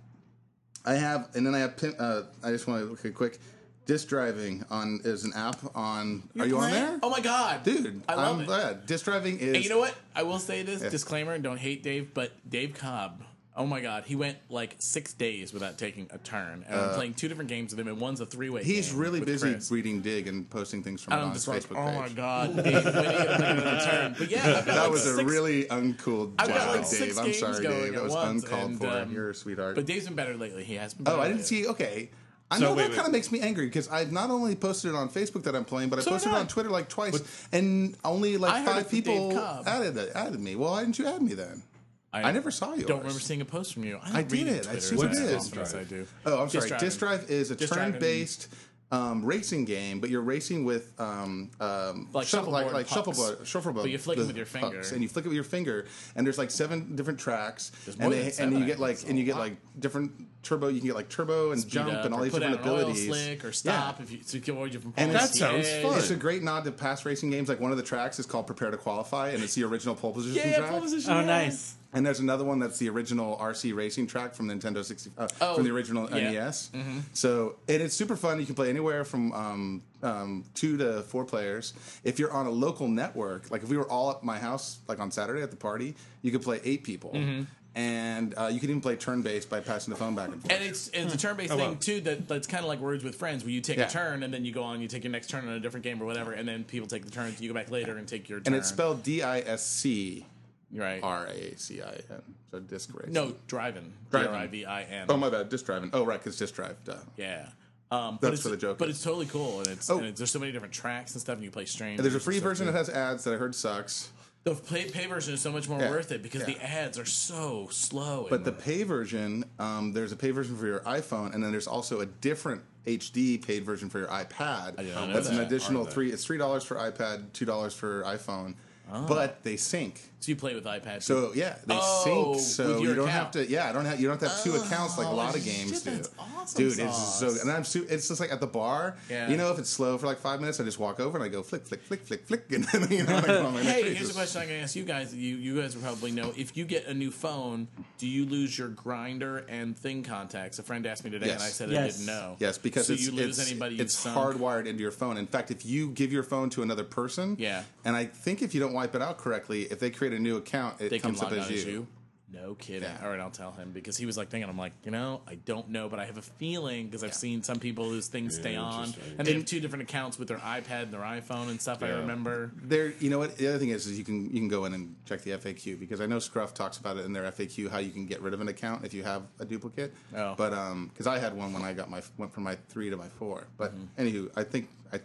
S6: I have, and then I have. Pin, uh, I just want to look at quick. Disc driving on is an app on. are you on
S3: Plant-
S6: there?
S3: Oh my god,
S6: dude,
S3: I love
S6: am
S3: it.
S6: glad. Disc driving is.
S3: And you know what? I will say this disclaimer and don't hate Dave, but Dave Cobb. Oh my God, he went like six days without taking a turn, and I'm playing two different games with him, and one's a three way.
S6: Uh, He's really busy
S3: Chris.
S6: reading Dig and posting things from it
S3: And
S6: on
S3: I'm
S6: his
S3: just like,
S6: Facebook
S3: oh
S6: page.
S3: my God, Dave, when are you gonna play another turn? But yeah, I've got
S6: That
S3: like
S6: was a
S3: six-
S6: really uncool
S3: I've
S6: job,
S3: got, like, six
S6: Dave. I'm
S3: games
S6: sorry,
S3: going
S6: Dave.
S3: at
S6: That was
S3: once,
S6: uncalled
S3: and,
S6: for.
S3: um,
S6: You're a sweetheart.
S3: But Dave's been better lately. He has been. Better
S6: Oh, I didn't
S3: lately.
S6: see. Okay. I
S4: So,
S6: know
S4: wait,
S6: that
S4: wait.
S6: kind of makes me angry because I've not only posted it on Facebook that I'm playing, but I
S3: So did
S6: posted it
S3: I.
S6: on Twitter like twice, and only like
S3: I heard it
S6: five
S3: from Dave
S6: people
S3: Cobb.
S6: added it, added me. Well, why didn't you add me then? I never saw you.
S3: Don't remember seeing a post from you. I,
S6: I
S3: don't read
S6: did. I
S3: Twitter
S6: super
S3: as
S6: did.
S3: often as I do.
S6: Oh, I'm
S3: Disc
S6: sorry. Disk
S3: driving.
S6: Drive is a
S3: Disk driving.
S6: turn-based um, racing game, but you're racing with um, um,
S3: Like
S6: shuffle, like,
S3: shuffleboard
S6: like
S3: pucks.
S6: shuffleboard, shuffleboard.
S3: But you flick 'em
S6: the
S3: with your finger.
S6: pucks, and you flick it with your finger. And there's like seven different tracks,
S3: more
S6: and,
S3: than
S6: they,
S3: seven,
S6: and
S3: I
S6: you
S3: think.
S6: get like
S3: That's
S6: and
S3: a
S6: you get
S3: lot.
S6: like different turbo. You can get like turbo and jump
S3: up
S6: and all
S3: or
S6: these
S3: put
S6: different
S3: out an oil
S6: abilities.
S3: slick or
S6: Yeah.
S3: stop if you to avoid you from
S6: And
S3: falling
S6: that
S3: off the
S4: sounds
S3: edge.
S4: fun.
S6: It's a great nod to past racing games. Like one of the tracks is called "Prepare to Qualify," and it's the original pole position
S3: Yeah,
S6: track.
S3: pole position.
S5: Oh,
S3: yeah.
S5: nice.
S6: And there's another one that's the original RC racing track from Nintendo 60 uh,
S3: Oh,
S6: from the original
S3: yeah. Mm-hmm.
S6: NES. So and it's super fun. You can play anywhere from um, um, two to four players. If you're on a local network, like if we were all at my house, like on Saturday at the party, you could play eight people,
S3: Mm-hmm.
S6: and uh, you could even play turn based by passing the phone back and forth.
S3: And it's it's a turn based
S4: wow.
S3: thing too that that's kind of like Words with Friends where you take
S6: Oh, Yeah.
S3: a turn and then you go on you take your next turn on a different game or whatever and then people take the turns you go back later and take your turn
S6: and it's spelled D I S C
S3: right
S6: R A C I N. So disc racing.
S3: no driving D
S6: Drivin'.
S3: R I V I N
S6: Oh my bad, disc driving. Oh right, because disc drive. Duh.
S3: yeah um, but
S6: That's
S3: it's,
S6: for the joke
S3: but
S6: is.
S3: it's totally cool and it's,
S6: Oh.
S3: and it's there's so many different tracks and stuff and you play strings
S6: And there's a free version that has ads that I heard sucks.
S3: the pay, pay version is so much more
S6: Yeah.
S3: worth it because
S6: Yeah.
S3: the ads are so slow
S6: But the pay version, um, there's a pay version for your iPhone, and then there's also a different HD paid version for your iPad.
S3: did not know
S6: That's an
S3: that.
S6: additional three. It's three dollars for iPad, two dollars for iPhone,
S3: Oh.
S6: but they sync.
S3: so you play with iPad
S6: So yeah, they
S3: Oh,
S6: sync. So
S3: with your
S6: you don't
S3: account. Oh,
S6: have to. Yeah, I don't have. You don't have to have two accounts like a lot of
S3: shit,
S6: games do.
S3: that's awesome
S6: Dude, it's just so.
S3: sauce.
S6: And I'm. Su- it's just like at the bar.
S3: Yeah.
S6: You know, if it's slow for like five minutes, I just walk over and I go flick, flick, flick, flick, flick, and then you know. Like, I'm like,
S3: Hey,
S6: Jesus.
S3: here's a question I'm going to ask you guys. You you guys would probably know. If you get a new phone, do you lose your grinder and thing contacts? A friend asked me today,
S6: Yes.
S3: and I said I
S5: Yes.
S3: didn't know.
S6: Yes, because
S3: so
S6: it's,
S3: you lose
S6: it's,
S3: anybody.
S6: it's
S3: you've sunk.
S6: hardwired into your phone. In fact, if you give your phone to another person,
S3: Yeah.
S6: and I think if you don't wipe it out correctly, if they create a new account, it
S3: They can
S6: comes up
S3: log out
S6: as
S3: as
S6: you.
S3: you. No kidding.
S6: Yeah.
S3: All right, I'll tell him because he was like thinking. I'm like, you know, I don't know, but I have a feeling because I've seen some people whose things stay on,
S4: interesting.
S3: and they have two different accounts with their iPad and their iPhone and stuff. I remember.
S6: There, you know what? The other thing is, is you can you can go in and check the FAQ because I know Scruff talks about it in their FAQ how you can get rid of an account if you have a duplicate.
S3: Oh.
S6: But um, because I had one when I got my went from my three to my four. But
S3: Mm-hmm.
S6: anywho, I think I,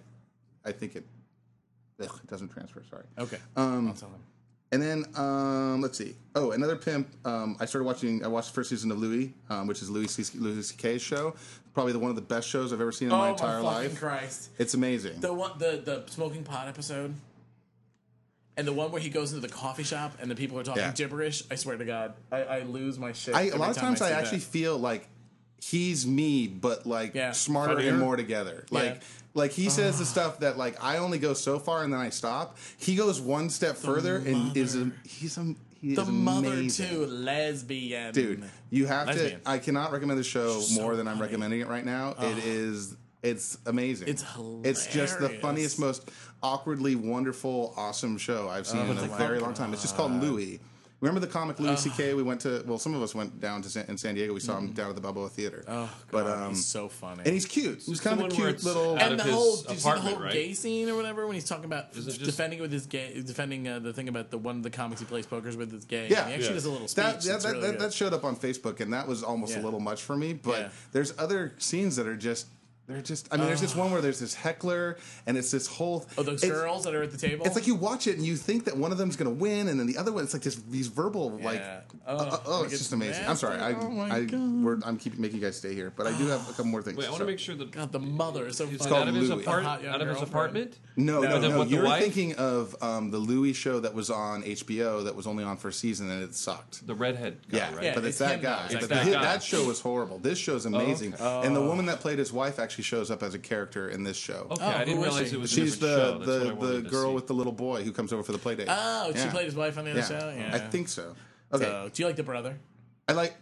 S6: I think it, ugh, it doesn't transfer. Sorry.
S3: Okay, um, I'll tell him.
S6: And then um, let's see. Oh, another pimp. Um, I started watching. I watched the first season of Louis, um, which is Louis C- Louis C.K.'s show. Probably the one of the best shows I've ever seen in my entire life.
S3: Oh, Christ!
S6: It's amazing.
S3: The one, the the smoking pot episode, and the one where he goes into the coffee shop and the people are talking
S6: Yeah.
S3: gibberish. I swear to God, I, I lose my shit.
S6: I, a
S3: every
S6: lot of
S3: time
S6: times I,
S3: see
S6: actually
S3: that.
S6: feel like he's me, but like
S3: Yeah.
S6: smarter
S4: Funnier?
S6: and more together. Like
S3: Yeah.
S6: like he says the stuff that like I only go so far and then I stop. He goes one step further and is a,
S3: mother.
S6: he's a he
S3: the
S6: is
S3: mother
S6: amazing.
S3: too, lesbian
S6: dude you have
S3: Lesbian.
S6: to i cannot recommend the show
S3: so
S6: more than i'm
S3: funny.
S6: recommending it right now it is it's amazing
S3: It's
S6: it's just the
S3: hilarious.
S6: funniest most awkwardly wonderful awesome show i've
S3: Oh
S6: seen in a very long time it's just called louis Remember the comic Louis C.K. We went to. Well, some of us went down to San, in San Diego. We saw him down at the Balboa Theater. Oh, but
S3: Mm-hmm. God,
S6: um,
S3: he's so funny.
S6: and he's cute. He's kind
S2: the
S6: of a
S2: one where
S6: cute
S2: it's
S6: little.
S2: out
S3: and
S2: of
S3: the
S2: his
S3: whole, did you see the
S2: apartment,
S3: whole
S2: right?
S3: gay scene or whatever when he's talking about
S2: Is it just-
S3: defending with his gay, defending uh, the thing about the one of the comics he plays poker's with is gay.
S6: Yeah.
S3: and he actually
S6: Yeah.
S3: does a little speech.
S6: that that,
S3: It's
S6: that,
S3: really
S6: that,
S3: good.
S6: that showed up on Facebook, and that was almost
S3: Yeah.
S6: a little much for me. But
S3: Yeah.
S6: there's other scenes that are just they're just. I mean, there's this one where there's this heckler, and it's this whole.
S3: oh, those
S6: it's,
S3: girls that are at the table.
S6: It's like you watch it and you think that one of them's going to win, and then the other one. It's like this these verbal like.
S3: Yeah.
S6: Oh,
S3: Ugh,
S6: oh,
S3: like
S6: it's
S3: it's
S6: just amazing. I'm sorry. I,
S3: nasty. Oh my
S6: I,
S3: God.
S6: we're, I'm keeping making you guys stay here, but I do have a couple more things.
S2: Wait, I want to
S6: So-
S2: make sure that
S3: God, the mother is so
S2: it's
S3: funny.
S6: called
S2: out of his
S6: Louis.
S2: apart-
S3: A hot young
S2: out of his
S3: Uh-huh, girlfriend.
S2: apartment.
S6: No, no,
S2: the-
S6: no.
S2: with the
S6: You're
S2: wife?
S6: thinking of um, the Louis show that was on HBO that was only on for a season and it sucked.
S2: The redhead guy,
S6: Yeah,
S2: right?
S3: Yeah.
S6: but
S3: it's
S6: it's, that
S3: him,
S6: guy.
S3: though. It's
S6: But
S3: that
S6: the-
S2: guy.
S6: That show was horrible. This show's amazing.
S2: okay.
S6: And the woman that played his wife actually shows up as a character in this show.
S2: Okay,
S3: Oh,
S2: I
S3: who
S2: didn't
S3: was
S2: realize
S3: she?
S2: it was a
S6: She's
S2: different
S6: the
S2: show. That's what I
S6: the, the
S2: wanted to
S6: girl
S2: see.
S6: with the little boy who comes over for the play date.
S3: Oh, she
S6: Yeah.
S3: played his wife on the other
S6: Yeah.
S3: show. Yeah,
S6: I think so. Okay,
S3: So, do you like the brother?
S6: I like.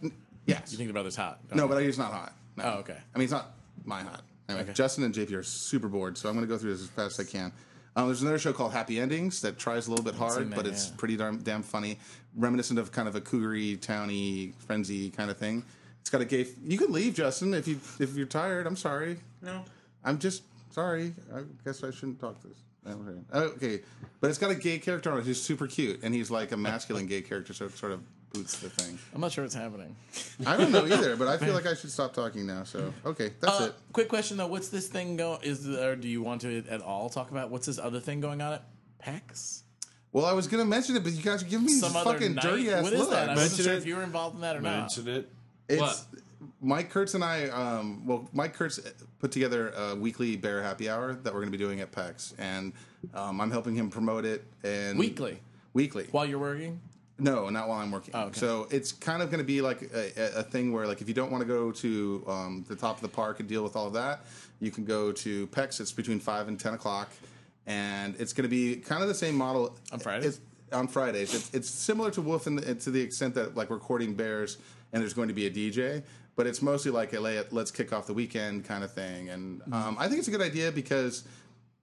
S6: Yes.
S3: You think the brother's hot?
S6: no, but I, he's not hot. No.
S3: Oh, okay.
S6: I mean, it's not my hot. Anyway,
S3: Okay.
S6: Justin and JP are super bored, so I'm going to go through this as fast as I can. Um, there's another show called Happy Endings that tries a little bit hard,
S3: seen that,
S6: but it's
S3: yeah.
S6: pretty darn, damn funny, reminiscent of kind of a cougary, towny, frenzy kind of thing. It's got a gay. F- you can leave, Justin, if you if you're tired. I'm sorry.
S5: No.
S6: I'm just sorry. I guess I shouldn't talk this. Okay. Oh, Okay, but it's got a gay character on it who's super cute, and he's like a masculine gay character, so it sort of boots the thing.
S3: I'm not sure what's happening.
S6: I don't know either, but I feel like I should stop talking now. So okay, that's
S3: Uh,
S6: it.
S3: quick question though, what's this thing go? Is there, do you want to at all talk about what's this other thing going on at PAX?
S6: Well, I was gonna mention it, but you guys are giving me
S3: Some
S6: these
S3: other
S6: fucking
S3: night?
S6: dirty ass
S3: What is
S6: look.
S3: that? I wasn't
S4: Mention
S3: sure
S4: it.
S3: if you were involved in that or not.
S4: Mention it.
S6: It's
S2: What?
S6: Mike Kurtz and I, um, well, Mike Kurtz put together a weekly Bear Happy Hour that we're going to be doing at PAX, and um, I'm helping him promote it. And
S3: Weekly?
S6: weekly.
S3: While you're working,
S6: No, not while I'm working.
S3: Oh, okay.
S6: So it's kind of going to be like a, a- a thing where, like, if you don't want to go to um, the top of the park and deal with all of that, you can go to PEX. It's between five and ten o'clock, and it's going to be kind of the same model
S3: On Fridays?
S6: It's, on Fridays, it's, it's similar to Wolf in the, to the extent that like recording bears, and there's going to be a DJ, but it's mostly like a lay- let's kick off the weekend kind of thing. And
S3: Mm-hmm.
S6: um, I think it's a good idea because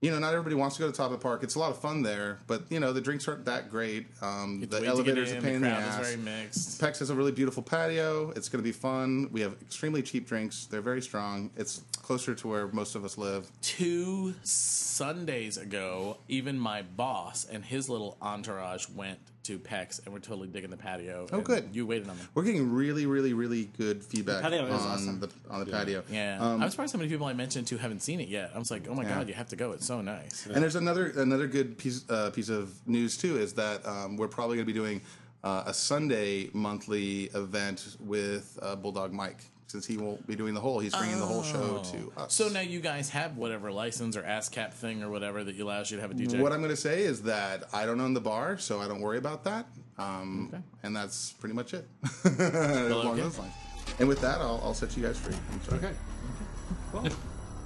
S6: you know, not everybody wants to go to the top of the park. It's a lot of fun there, but you know, the drinks aren't that great. Um,
S3: wait
S6: the
S3: to get
S6: elevator's a
S3: in,
S6: pain in the
S3: crowd is
S6: ass.
S3: very mixed.
S6: Pex has a really beautiful patio. It's going to be fun. We have extremely cheap drinks. They're very strong. It's closer to where most of us live.
S3: Two Sundays ago, even my boss and his little entourage went to PEX, and we're totally digging the patio. Oh,
S6: good.
S3: You waited on me.
S6: We're getting really, really, really good feedback
S5: patio
S6: on
S5: is awesome.
S6: the on the patio. Um,
S3: Yeah, I'm surprised how many people I mentioned to haven't seen it yet. I was like, oh my
S6: Yeah.
S3: god, you have to go. It's so nice.
S6: And there's another another good piece uh, piece of news too is that um, we're probably going to be doing uh, a Sunday monthly event with uh, Bulldog Mike since he won't be doing the whole. He's bringing the whole show to us.
S3: Oh. So now you guys have whatever license or ASCAP thing or whatever that allows you to have a DJ.
S6: what I'm going to say is that I don't own the bar, so I don't worry about that. Um,
S3: Okay.
S6: And that's pretty much it. Along
S3: okay.
S6: those lines. And with that, I'll, I'll set you guys free. I'm sorry.
S4: Okay.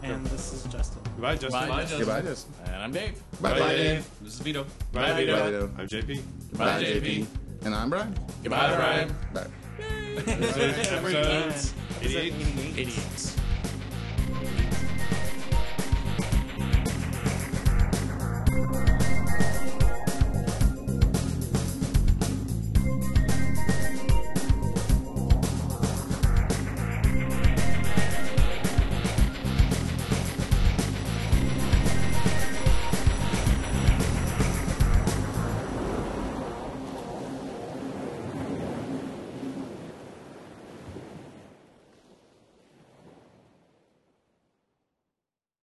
S5: And this is Justin.
S4: Goodbye, Justin.
S3: Bye,
S2: Bye,
S3: Justin.
S6: Goodbye, Jess.
S3: and I'm Dave.
S6: Bye,
S2: Bye,
S6: bye,
S2: Dave. This is Vito.
S4: Bye, Vito.
S6: Bye, Vito.
S4: I'm JP.
S3: Bye,
S6: JP. And I'm Brian.
S3: Goodbye, Brian.
S6: Bye.
S2: Episode
S5: Eighty-eight.
S3: Idiots.